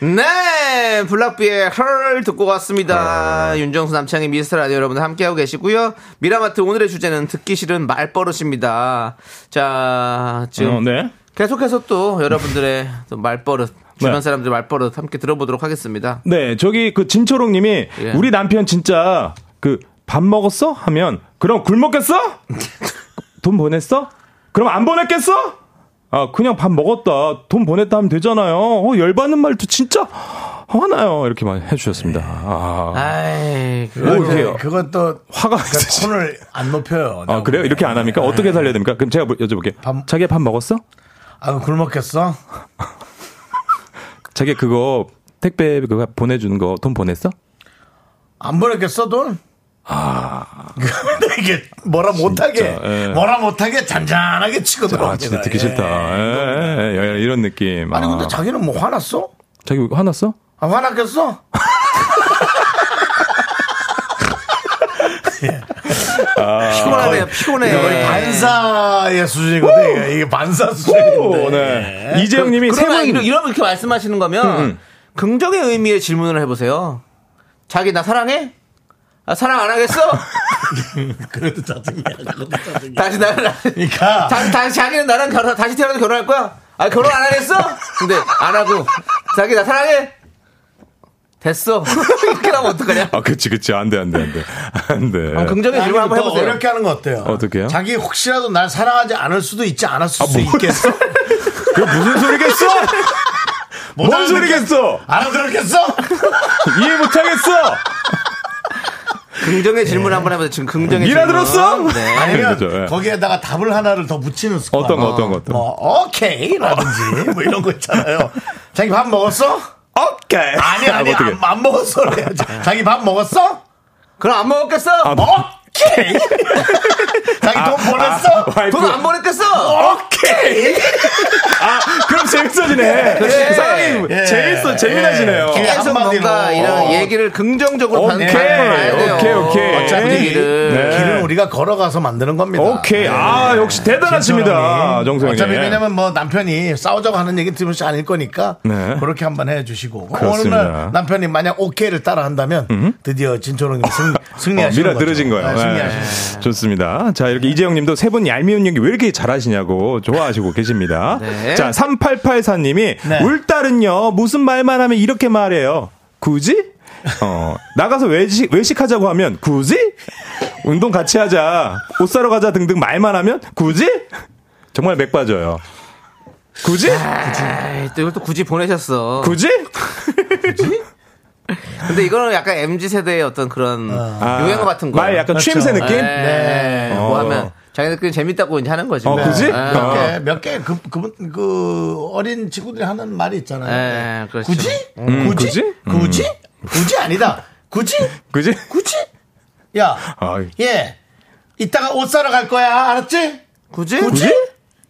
Speaker 2: 네, 블락비의 헐 듣고 왔습니다. 윤정수 남창희 미스터 라디오 여러분 함께하고 계시고요. 미라마트 오늘의 주제는 듣기 싫은 말버릇입니다. 자, 지금
Speaker 7: 어, 네.
Speaker 2: 계속해서 또 여러분들의 또 말버릇, 주변
Speaker 7: 네.
Speaker 2: 사람들의 말버릇 함께 들어보도록 하겠습니다.
Speaker 7: 네, 저기 그 진초롱님이
Speaker 2: 예.
Speaker 7: 우리 남편 진짜 그 밥 먹었어? 하면 그럼 굶었겠어? 돈 보냈어? 그럼 안 보냈겠어? 아 그냥 밥 먹었다 돈 보냈다 하면 되잖아요. 어, 열받는 말도 진짜 화나요. 이렇게 많이 해주셨습니다. 아,
Speaker 2: 아이, 그-
Speaker 7: 뭐 이렇게
Speaker 1: 그것도
Speaker 7: 화가
Speaker 1: 그러니까
Speaker 7: 있으시-
Speaker 1: 톤을 안 높여요.
Speaker 7: 아 그래요? 이렇게 안 합니까? 어떻게 살려야 됩니까? 그럼 제가 물- 여쭤볼게요.
Speaker 1: 밥-
Speaker 7: 자기 밥 먹었어?
Speaker 1: 아, 굶었겠어?
Speaker 7: 자기 그거 택배 그거 보내주는 거 돈 보냈어?
Speaker 1: 안 보냈겠어, 돈? 아. 근데 이게 뭐라 못하게,
Speaker 7: 예.
Speaker 1: 뭐라 못하게 잔잔하게 치고
Speaker 7: 아
Speaker 1: 들어옵니다.
Speaker 7: 진짜 듣기
Speaker 1: 예.
Speaker 7: 싫다. 예, 예, 예, 이런 느낌.
Speaker 1: 아니, 근데
Speaker 7: 아.
Speaker 1: 자기는 뭐 화났어?
Speaker 7: 자기 화났어?
Speaker 1: 아, 화났겠어?
Speaker 2: 피곤하네요, 피곤해.
Speaker 1: 거의 반사의 수준이거든. 이게, 이게 반사 수준인데.
Speaker 7: 오, 네. 이재영님이 세 음,
Speaker 2: 그러면 이러-
Speaker 7: 번.
Speaker 2: 이러- 이렇게 말씀하시는 거면 긍정의 의미의 질문을 해보세요. 자기 나 사랑해? 아, 사랑 안 하겠어?
Speaker 1: 그래도 짜증이야. 그래도 짜증이야.
Speaker 2: 다시 나를
Speaker 1: 그러니까.
Speaker 2: 자, 다, 자기는 나랑 결혼, 다시 태어나서 결혼할 거야? 아, 결혼 안 하겠어? 근데, 안 하고. 자기 나 사랑해? 됐어. 이렇게 하면 어떡하냐?
Speaker 7: 아, 그치, 그치. 안 돼, 안 돼, 안 돼. 안 돼.
Speaker 2: 어, 긍정의 질문 한번
Speaker 1: 더
Speaker 2: 해보세요.
Speaker 1: 어렵게 하는 거 어때요?
Speaker 7: 어떻게요? 아,
Speaker 1: 자기 혹시라도 날 사랑하지 않을 수도 있지 않았을 수도 있겠어?
Speaker 7: 그게 무슨 소리겠어?
Speaker 1: 못
Speaker 7: 뭔
Speaker 1: 알아듣겠-
Speaker 7: 소리겠어?
Speaker 1: 알아들었겠어?
Speaker 7: 이해 못하겠어?
Speaker 2: 긍정의 질문 한번 해보세요. 지금 긍정의
Speaker 7: 네. 미라
Speaker 2: 질문.
Speaker 7: 들었어?
Speaker 2: 네.
Speaker 1: 아니면
Speaker 7: 그죠, 예.
Speaker 1: 거기에다가 답을 하나를 더 붙이는 습관.
Speaker 7: 어떤 거, 어떤 거, 어떤 거.
Speaker 1: 뭐 오케이라든지 뭐 이런 거 있잖아요. 자기 밥 먹었어?
Speaker 7: 오케이.
Speaker 1: 아니 아니
Speaker 7: 어떻게.
Speaker 1: 안, 안 먹었어. 그래야지. 자기 밥 먹었어?
Speaker 2: 그럼 안 먹었겠어?
Speaker 7: 아,
Speaker 1: 먹 오케이. 자기 돈 보냈어?
Speaker 7: 뭐.
Speaker 2: 돈 안 보냈겠어?
Speaker 7: 오케이. 아, 그럼 재밌어지네. 사람이 재밌어, 재미나지네요.
Speaker 1: 예.
Speaker 2: 계속
Speaker 1: 한마디로.
Speaker 2: 뭔가 이런 얘기를 긍정적으로
Speaker 7: 오케이.
Speaker 2: 반응해야 돼요.
Speaker 7: 오케이, 오케이.
Speaker 1: 어차피
Speaker 7: 네.
Speaker 1: 길은 우리가 걸어가서 만드는 겁니다.
Speaker 7: 오케이. 아, 역시 대단하십니다. 예.
Speaker 1: 진선영님.
Speaker 7: 정성님.
Speaker 1: 어차피 왜냐면 뭐 남편이 싸우자고 하는 얘기 들으면 아닐 거니까
Speaker 7: 네.
Speaker 1: 그렇게 한번 해주시고
Speaker 7: 그렇습니다. 음?
Speaker 1: 어느 날 남편이 만약 오케이를 따라 한다면 드디어 진초롱님 승,
Speaker 7: 어,
Speaker 1: 승리하시는
Speaker 7: 미라
Speaker 1: 거죠.
Speaker 7: 들어진 거예요.
Speaker 1: 네,
Speaker 7: 네.
Speaker 1: 승리하시는 거죠.
Speaker 7: 좋습니다. 자, 이렇게 이재영 님도 세 분 얄미운 연기 왜 이렇게 잘하시냐고 좋아하시고 계십니다.
Speaker 2: 네.
Speaker 7: 자, 3884님이
Speaker 1: 네.
Speaker 7: 울딸은요, 무슨 말만 하면 이렇게 말해요. 굳이? 어, 나가서 외식, 외식하자고 하면 굳이? 운동 같이 하자. 옷 사러 가자 등등 말만 하면 굳이? 정말 맥 빠져요. 굳이?
Speaker 1: 아,
Speaker 2: 에이, 네, 또 이걸 또 굳이 보내셨어.
Speaker 7: 굳이?
Speaker 2: 근데 이거는 약간 MZ 세대의 어떤 그런
Speaker 7: 아,
Speaker 2: 유행어 같은 거.
Speaker 7: 말
Speaker 1: 그렇죠.
Speaker 7: 약간 취임새 느낌?
Speaker 2: 네.
Speaker 7: 어.
Speaker 2: 뭐 하면 자기들끼리 재밌다고 이제 하는 거지.
Speaker 7: 어,
Speaker 2: 뭐.
Speaker 7: 굳이?
Speaker 2: 예.
Speaker 7: 어.
Speaker 1: 네, 몇 개, 그, 그, 그, 어린 친구들이 하는 말이 있잖아요.
Speaker 2: 네, 그렇죠.
Speaker 1: 굳이? 굳이?
Speaker 7: 굳이? 음.
Speaker 1: 굳이? 굳이 아니다. 굳이?
Speaker 7: 굳이?
Speaker 1: 굳이? 야,
Speaker 7: 아이.
Speaker 1: 예. 이따가 옷 사러 갈 거야. 알았지?
Speaker 2: 굳이?
Speaker 1: 굳이?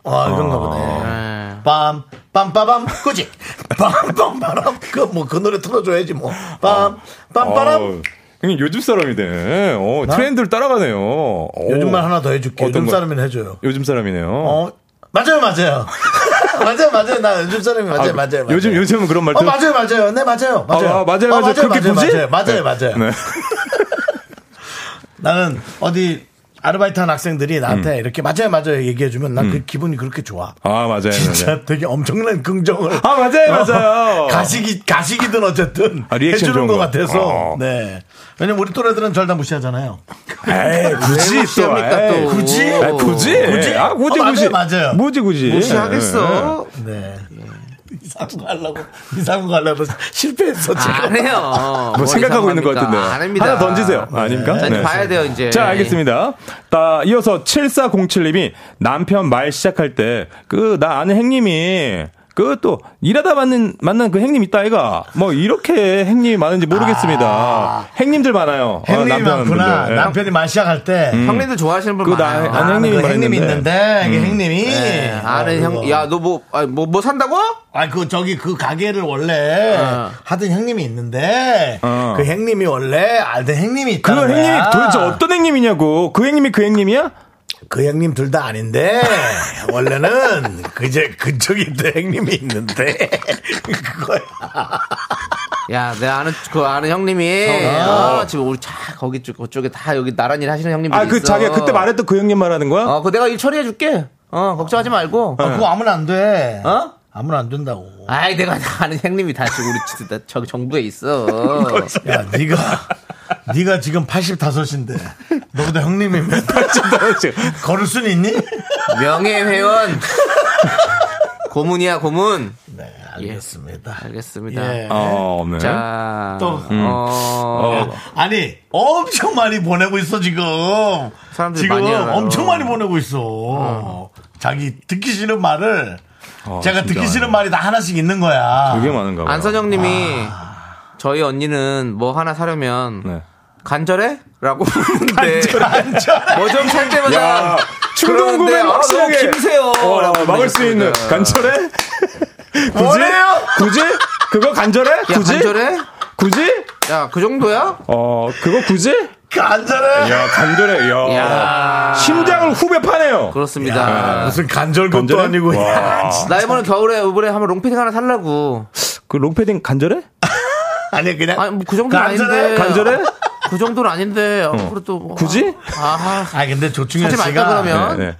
Speaker 1: 아, 이런가 보네.
Speaker 2: 예.
Speaker 1: 빰, 빰빠밤, 굳이. 빰, 빰빠람. 그, 뭐, 그 노래 틀어줘야지, 뭐. 빰, 빰빠람.
Speaker 7: 어, 형님 요즘 사람이 네 어, 트렌드를 따라가네요. 어.
Speaker 1: 요즘 말 하나 더 해줄게.
Speaker 7: 어떤
Speaker 1: 요즘
Speaker 7: 거?
Speaker 1: 사람은 해줘요.
Speaker 7: 요즘 사람이네요.
Speaker 1: 어, 맞아요, 맞아요. 맞아요, 맞아요. 나 요즘 사람이 맞아요,
Speaker 7: 아,
Speaker 1: 맞아요, 맞아요.
Speaker 7: 요즘 요즘은 그런 말도
Speaker 1: 어, 맞아요, 맞아요. 네, 맞아요. 맞아요.
Speaker 7: 아, 맞아요, 맞아요.
Speaker 1: 어, 맞아요,
Speaker 7: 그렇게
Speaker 1: 맞아요,
Speaker 7: 굳이?
Speaker 1: 맞아요, 맞아요, 맞아요.
Speaker 7: 네.
Speaker 1: 나는 어디 아르바이트 한 학생들이 나한테 이렇게 맞아요, 맞아요 얘기해주면 난 그 기분이 그렇게 좋아.
Speaker 7: 음. 아 맞아요. 맞아요.
Speaker 1: 진짜 되게 엄청난 긍정을.
Speaker 7: 아 맞아요
Speaker 1: 어,
Speaker 7: 맞아요.
Speaker 1: 가식이, 가식이든 어쨌든.
Speaker 7: 아, 리액션
Speaker 1: 해주는
Speaker 7: 좋은
Speaker 1: 것
Speaker 7: 거.
Speaker 1: 같아서.
Speaker 7: 어.
Speaker 1: 네. 왜냐면 우리 또래들은 절 다 무시하잖아요.
Speaker 7: 에이, 굳이 또,
Speaker 2: 무시합니까,
Speaker 7: 에이,
Speaker 2: 또.
Speaker 1: 굳이?
Speaker 7: 아, 굳이
Speaker 1: 굳이?
Speaker 7: 아 굳이
Speaker 1: 어, 맞아요,
Speaker 7: 굳이
Speaker 1: 맞아요.
Speaker 7: 뭐지 굳이
Speaker 2: 무시하겠어.
Speaker 1: 네. 이상구 하려고, 이상구 하려고
Speaker 7: 아,
Speaker 1: 실패했어, 지금.
Speaker 2: 안 해요.
Speaker 7: 네. 뭐 생각하고 있는 것
Speaker 2: 이상합니까?
Speaker 7: 같은데
Speaker 2: 안 합니다. 네.
Speaker 7: 하나 던지세요 아, 닙니까
Speaker 2: 아, 자, 이제 봐야 돼요, 이제.
Speaker 7: 자, 알겠습니다. 따, 이어서 7407님이 남편 말 시작할 때, 그, 나 아는 행님이, 그, 또, 일하다 만난, 만난 그 행님 있다, 아이가. 뭐, 이렇게 행님이 많은지 모르겠습니다. 행님들 많아요. 어,
Speaker 1: 형님이
Speaker 7: 남편분들.
Speaker 1: 많구나.
Speaker 7: 예.
Speaker 1: 남편이 말 시작할 때.
Speaker 2: 음. 형님들 좋아하시는 분
Speaker 7: 그, 나,
Speaker 2: 많아요.
Speaker 7: 아는
Speaker 1: 아는
Speaker 7: 형님이
Speaker 1: 그
Speaker 7: 많았는데. 음. 네.
Speaker 1: 형님이 있는데, 이게 형님이.
Speaker 2: 예. 아는
Speaker 1: 어,
Speaker 2: 형,
Speaker 1: 그거.
Speaker 2: 야, 너 뭐, 아, 뭐, 뭐 산다고?
Speaker 1: 아, 그, 저기, 그 가게를 원래
Speaker 2: 어.
Speaker 1: 하던 형님이 있는데,
Speaker 7: 어.
Speaker 1: 그 형님이 원래 알던 형님이 있다.
Speaker 7: 그 행님이 도대체 어떤 행님이냐고. 그 행님이 그 행님이야?
Speaker 1: 그 형님 둘 다 아닌데, 원래는 그제 그쪽에 또 형님이 있는데, 그거야.
Speaker 2: 야, 내 아는, 그 아는 형님이, 어, 지금 우리 차, 거기, 쪽, 그쪽에 다 여기 나란히 일 하시는 형님들.
Speaker 7: 아, 그,
Speaker 2: 있어.
Speaker 7: 자기가 그때 말했던 그 행님 말하는 거야?
Speaker 2: 어, 그 내가 일 처리해 줄게. 어, 걱정하지 말고.
Speaker 1: 아, 그거 아무나 안 돼.
Speaker 2: 어?
Speaker 1: 아무나 안 된다고.
Speaker 2: 아이, 내가 아는 형님이 다 지금 우리 집- 다 저기 정부에 있어.
Speaker 1: 야, 네가 네가 지금 85인데 너보다 형님이 몇 걸을 순 있니?
Speaker 2: 명예회원. 고문이야, 고문.
Speaker 1: 네, 알겠습니다.
Speaker 2: 알겠습니다.
Speaker 1: 예.
Speaker 7: 어, 없네.
Speaker 2: 자,
Speaker 1: 또.
Speaker 7: 음.
Speaker 2: 어,
Speaker 1: 아니 엄청 많이 보내고 있어 지금.
Speaker 2: 사람들이
Speaker 1: 지금
Speaker 2: 많이 알아요.
Speaker 1: 엄청 많이 보내고 있어. 자기 듣기 싫은 말을 제가
Speaker 7: 진짜
Speaker 1: 듣기
Speaker 7: 많아요.
Speaker 1: 싫은 말이 다 하나씩 있는 거야.
Speaker 7: 되게 많은가 봐.
Speaker 2: 안선영님이 저희 언니는 뭐 하나 사려면
Speaker 7: 네.
Speaker 2: 간절해? 라고 물는데 뭐 좀 살 때마다
Speaker 7: 야, 충동 구매
Speaker 2: 그런데, 아,
Speaker 7: 확실하게.
Speaker 2: 너무 김세요.
Speaker 7: 어,
Speaker 2: 라고
Speaker 7: 막을 수 있는
Speaker 2: 보내셨습니다.
Speaker 7: 간절해? 굳이? 굳이? 그거 간절해?
Speaker 2: 야,
Speaker 7: 굳이?
Speaker 2: 간절해?
Speaker 7: 굳이?
Speaker 2: 야, 그 정도야?
Speaker 7: 어, 그거 굳이?
Speaker 1: 간절해.
Speaker 7: 야, 간절해.
Speaker 2: 야.
Speaker 7: 야. 심장을 후배 파네요.
Speaker 2: 그렇습니다.
Speaker 1: 무슨 간절 것도
Speaker 7: 간절해?
Speaker 1: 아니고.
Speaker 7: 와.
Speaker 2: 나 이번에 겨울에 이번에 한번 롱패딩 하나 살라고.
Speaker 7: 그 롱패딩 간절해?
Speaker 1: 아니 그냥
Speaker 2: 아니 뭐그 정도는
Speaker 1: 간절해?
Speaker 2: 아닌데.
Speaker 7: 간절해?
Speaker 2: 그 정도는 아닌데. 어, 그래도 뭐,
Speaker 7: 굳이?
Speaker 2: 아, 아,
Speaker 1: 아 근데 조충현
Speaker 2: 사지
Speaker 1: 씨가
Speaker 2: 말까 그러면?
Speaker 7: 네, 네.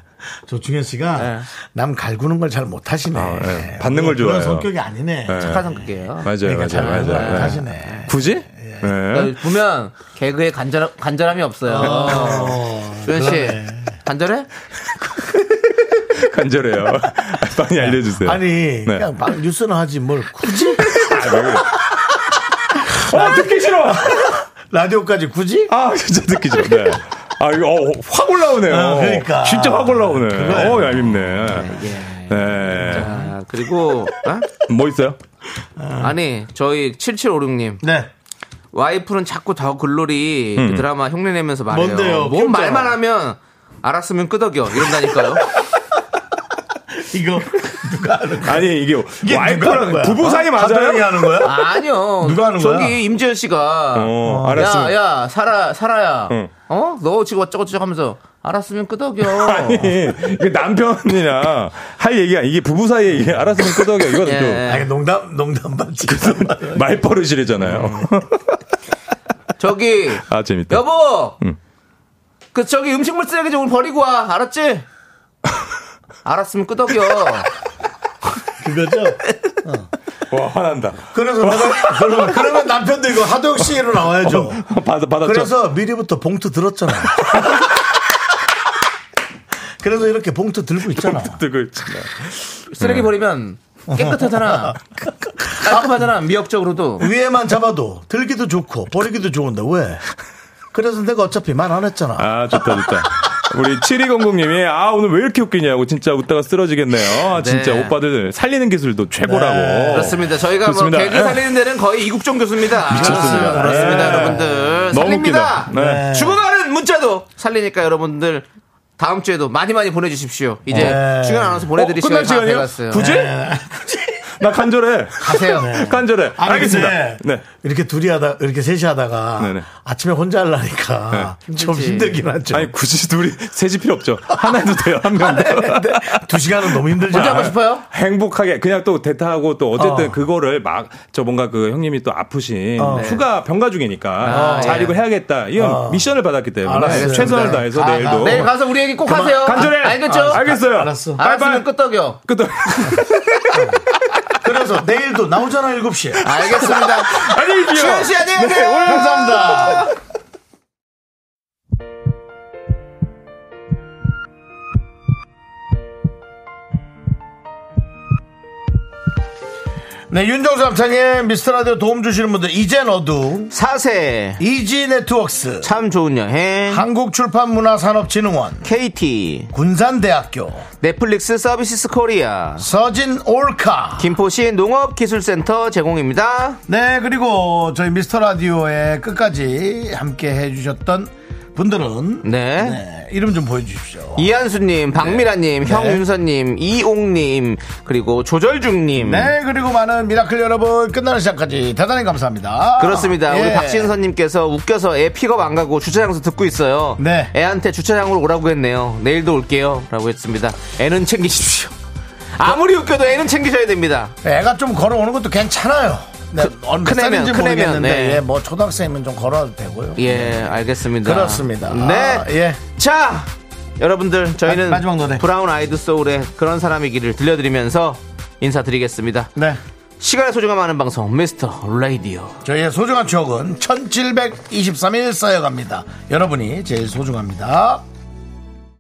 Speaker 1: 조충현 씨가 남 갈구는 걸 잘 못하시네.
Speaker 7: 네. 받는 걸
Speaker 1: 그런
Speaker 7: 좋아해요.
Speaker 1: 성격이 아니네.
Speaker 7: 네.
Speaker 2: 착한 성격이에요.
Speaker 7: 맞아요,
Speaker 1: 그러니까 잘 예.
Speaker 7: 맞아요, 맞아요.
Speaker 1: 못하시네.
Speaker 7: 굳이? 네.
Speaker 2: 그러니까 보면 개그에 간절 간절함이 없어요. 조현 씨
Speaker 1: 그러네.
Speaker 2: 간절해?
Speaker 7: 간절해요. 많이 알려주세요.
Speaker 1: 아니
Speaker 7: 네.
Speaker 1: 그냥 막 뉴스는 하지 뭘 굳이
Speaker 7: 어, 듣기 싫어!
Speaker 1: 라디오까지 굳이?
Speaker 7: 아, 진짜 듣기 싫어. 네. 아, 이거, 어, 확 올라오네요.
Speaker 1: 어, 그러니까.
Speaker 7: 진짜 확 올라오네.
Speaker 1: 그거예요. 예.
Speaker 7: 어, 얄밉네. 네.
Speaker 2: 아, 그리고 어?
Speaker 7: 뭐 있어요?
Speaker 2: 아니 저희 7756님
Speaker 1: 네.
Speaker 2: 와이프는 자꾸 더 글로리 그 드라마 흉내내면서 말해요.
Speaker 1: 뭔데요?
Speaker 2: 뭔
Speaker 1: 귀엽잖아.
Speaker 2: 말만 하면 알았으면 끄덕여 이런다니까요.
Speaker 1: 이거 누가 하는 거야?
Speaker 7: 아니 이게,
Speaker 1: 이게 누가 하는
Speaker 7: 와이프랑
Speaker 1: 거야?
Speaker 7: 부부 사이
Speaker 1: 어?
Speaker 7: 맞아요?
Speaker 1: 가정이 하는 거야?
Speaker 2: 아니요.
Speaker 1: 누가 하는 거야?
Speaker 2: 저기 임지현 씨가
Speaker 7: 어, 알았으면.
Speaker 2: 야, 야, 사라, 사라야.
Speaker 7: 응.
Speaker 2: 어? 너 지금 어쩌고저쩌고 하면서 알았으면 끄덕여.
Speaker 7: 아니 이게 남편이랑 할 얘기가 이게 부부 사이에 이게 알았으면 끄덕여 이거는
Speaker 2: 예.
Speaker 1: 아니 농담 농담 반지. 뭐,
Speaker 7: 좀 말버릇이래잖아요.
Speaker 2: 음. 저기
Speaker 7: 아 재밌다.
Speaker 2: 여보.
Speaker 7: 응.
Speaker 2: 그 저기 음식물 쓰레기 좀 버리고 와. 알았지? 알았으면 끄덕여.
Speaker 1: 그거죠?
Speaker 7: 와 화난다.
Speaker 1: 그래서 내가- 그러면, 어, 뭐, 그러면 남편도 이거 하도영 씨로 나와야죠.
Speaker 7: 받아 받았죠.
Speaker 1: 그래서 미리부터 봉투 들었잖아. 그래서 이렇게 봉투 들고 있잖아.
Speaker 7: 뜨고 있잖아.
Speaker 2: 쓰레기 버리면 깨끗하잖아. 깔끔하잖아. 미역적으로도.
Speaker 1: 위에만 잡아도 들기도 좋고 버리기도 좋은데 왜? 그래서 내가 어차피 말 안 했잖아.
Speaker 7: 아 좋다 좋다. 우리 7200님이 아 오늘 왜 이렇게 웃기냐고 진짜 웃다가 쓰러지겠네요. 아, 진짜
Speaker 2: 네.
Speaker 7: 오빠들 살리는 기술도 최고라고.
Speaker 2: 그렇습니다. 저희가
Speaker 7: 좋습니다.
Speaker 2: 뭐 개그 살리는 데는 거의 이국종 교수입니다.
Speaker 7: 미쳤습니다.
Speaker 2: 아, 그렇습니다,
Speaker 7: 예.
Speaker 2: 여러분들.
Speaker 7: 너무
Speaker 2: 살립니다.
Speaker 7: 웃기다. 네.
Speaker 2: 죽어가는 문자도 살리니까 여러분들 다음 주에도 많이 많이 보내주십시오. 이제
Speaker 1: 네.
Speaker 2: 중요한 아나운서 보내드릴
Speaker 7: 어, 끝날
Speaker 2: 시간이 다
Speaker 7: 시간이요?
Speaker 2: 돼갔어요. 네.
Speaker 7: 굳이? 나 간절해.
Speaker 2: 가세요.
Speaker 7: 간절해.
Speaker 1: 아니,
Speaker 7: 알겠습니다.
Speaker 1: 근데
Speaker 7: 네.
Speaker 1: 이렇게 둘이 하다 이렇게 셋이 하다가
Speaker 7: 네네. 네.
Speaker 1: 아침에 혼자 하려니까 좀
Speaker 2: 힘들지.
Speaker 1: 힘들긴 하죠.
Speaker 7: 아니 굳이 둘이 셋이 필요 없죠. 하나도 돼요. 한 명.
Speaker 2: 네.
Speaker 1: 근데 두 시간은 너무 힘들죠.
Speaker 2: 혼자 하고 싶어요?
Speaker 7: 행복하게 그냥 또 대타하고 또 어쨌든
Speaker 1: 어.
Speaker 7: 그거를 막 저 뭔가 그 형님이 또 아프신
Speaker 1: 어.
Speaker 7: 휴가 병가 중이니까 어,
Speaker 2: 아,
Speaker 7: 잘
Speaker 2: 예.
Speaker 7: 이거 해야겠다 이런
Speaker 1: 어.
Speaker 7: 미션을 받았기 때문에
Speaker 1: 알았어요.
Speaker 7: 최선을 다해서
Speaker 2: 가,
Speaker 7: 내일도
Speaker 2: 가. 아, 내일 가서 우리 얘기 꼭
Speaker 7: 아, 그만-
Speaker 2: 하세요.
Speaker 7: 간절해.
Speaker 2: 아, 알겠죠?
Speaker 7: 알겠어요.
Speaker 1: 알았어.
Speaker 7: 바이바이.
Speaker 2: 알았으면 끄떡이요.
Speaker 7: 끄덕.
Speaker 1: 그래서 내일도 나오잖아 7시에.
Speaker 2: 알겠습니다.
Speaker 7: 아니 이요
Speaker 2: 주현 씨, 안녕히 계세요.
Speaker 1: 감사합니다. 네, 윤정수 합창의 미스터라디오 도움 주시는 분들, 이젠 어두,
Speaker 7: 네.
Speaker 2: 사세.
Speaker 1: 이지 네트웍스,
Speaker 2: 참 좋은 여행.
Speaker 1: 한국출판문화산업진흥원,
Speaker 2: KT.
Speaker 1: 군산대학교,
Speaker 2: 넷플릭스 서비스 코리아.
Speaker 1: 서진 올카.
Speaker 2: 김포시 농업기술센터 제공입니다.
Speaker 1: 네, 그리고 저희 미스터라디오에 끝까지 함께 해주셨던 분들은,
Speaker 2: 네.
Speaker 1: 네, 이름 좀 보여주십시오.
Speaker 2: 이한수님, 박미라님, 형윤서님, 이옥님, 그리고 조절중님.
Speaker 1: 네, 그리고 많은 미라클 여러분, 끝나는 시간까지 대단히 감사합니다.
Speaker 2: 그렇습니다. 우리
Speaker 1: 예.
Speaker 2: 박신선님께서 웃겨서 애 픽업 안 가고 주차장에서 듣고 있어요.
Speaker 1: 네.
Speaker 2: 애한테 주차장으로 오라고 했네요. 내일도 올게요. 라고 했습니다. 애는 챙기십시오. 아무리 웃겨도 애는 챙기셔야 됩니다.
Speaker 1: 애가 좀 걸어오는 것도 괜찮아요. 네,
Speaker 2: 그-
Speaker 1: 어느 몇
Speaker 2: 큰 애면,
Speaker 1: 살인지
Speaker 2: 큰 애면,
Speaker 1: 모르겠는데,
Speaker 2: 네.
Speaker 1: 예, 뭐 초등학생이면 좀 걸어도 되고요.
Speaker 2: 예, 알겠습니다.
Speaker 1: 그렇습니다.
Speaker 2: 네.
Speaker 1: 아, 예.
Speaker 2: 자, 여러분들, 저희는
Speaker 1: 마- 마지막 노래.
Speaker 2: 브라운 아이드 소울의 그런 사람이기를 들려드리면서 인사드리겠습니다.
Speaker 1: 네.
Speaker 2: 시간의 소중함 아는 방송, 미스터 라디오.
Speaker 1: 저희의 소중한 추억은 1723일 쌓여갑니다. 여러분이 제일 소중합니다.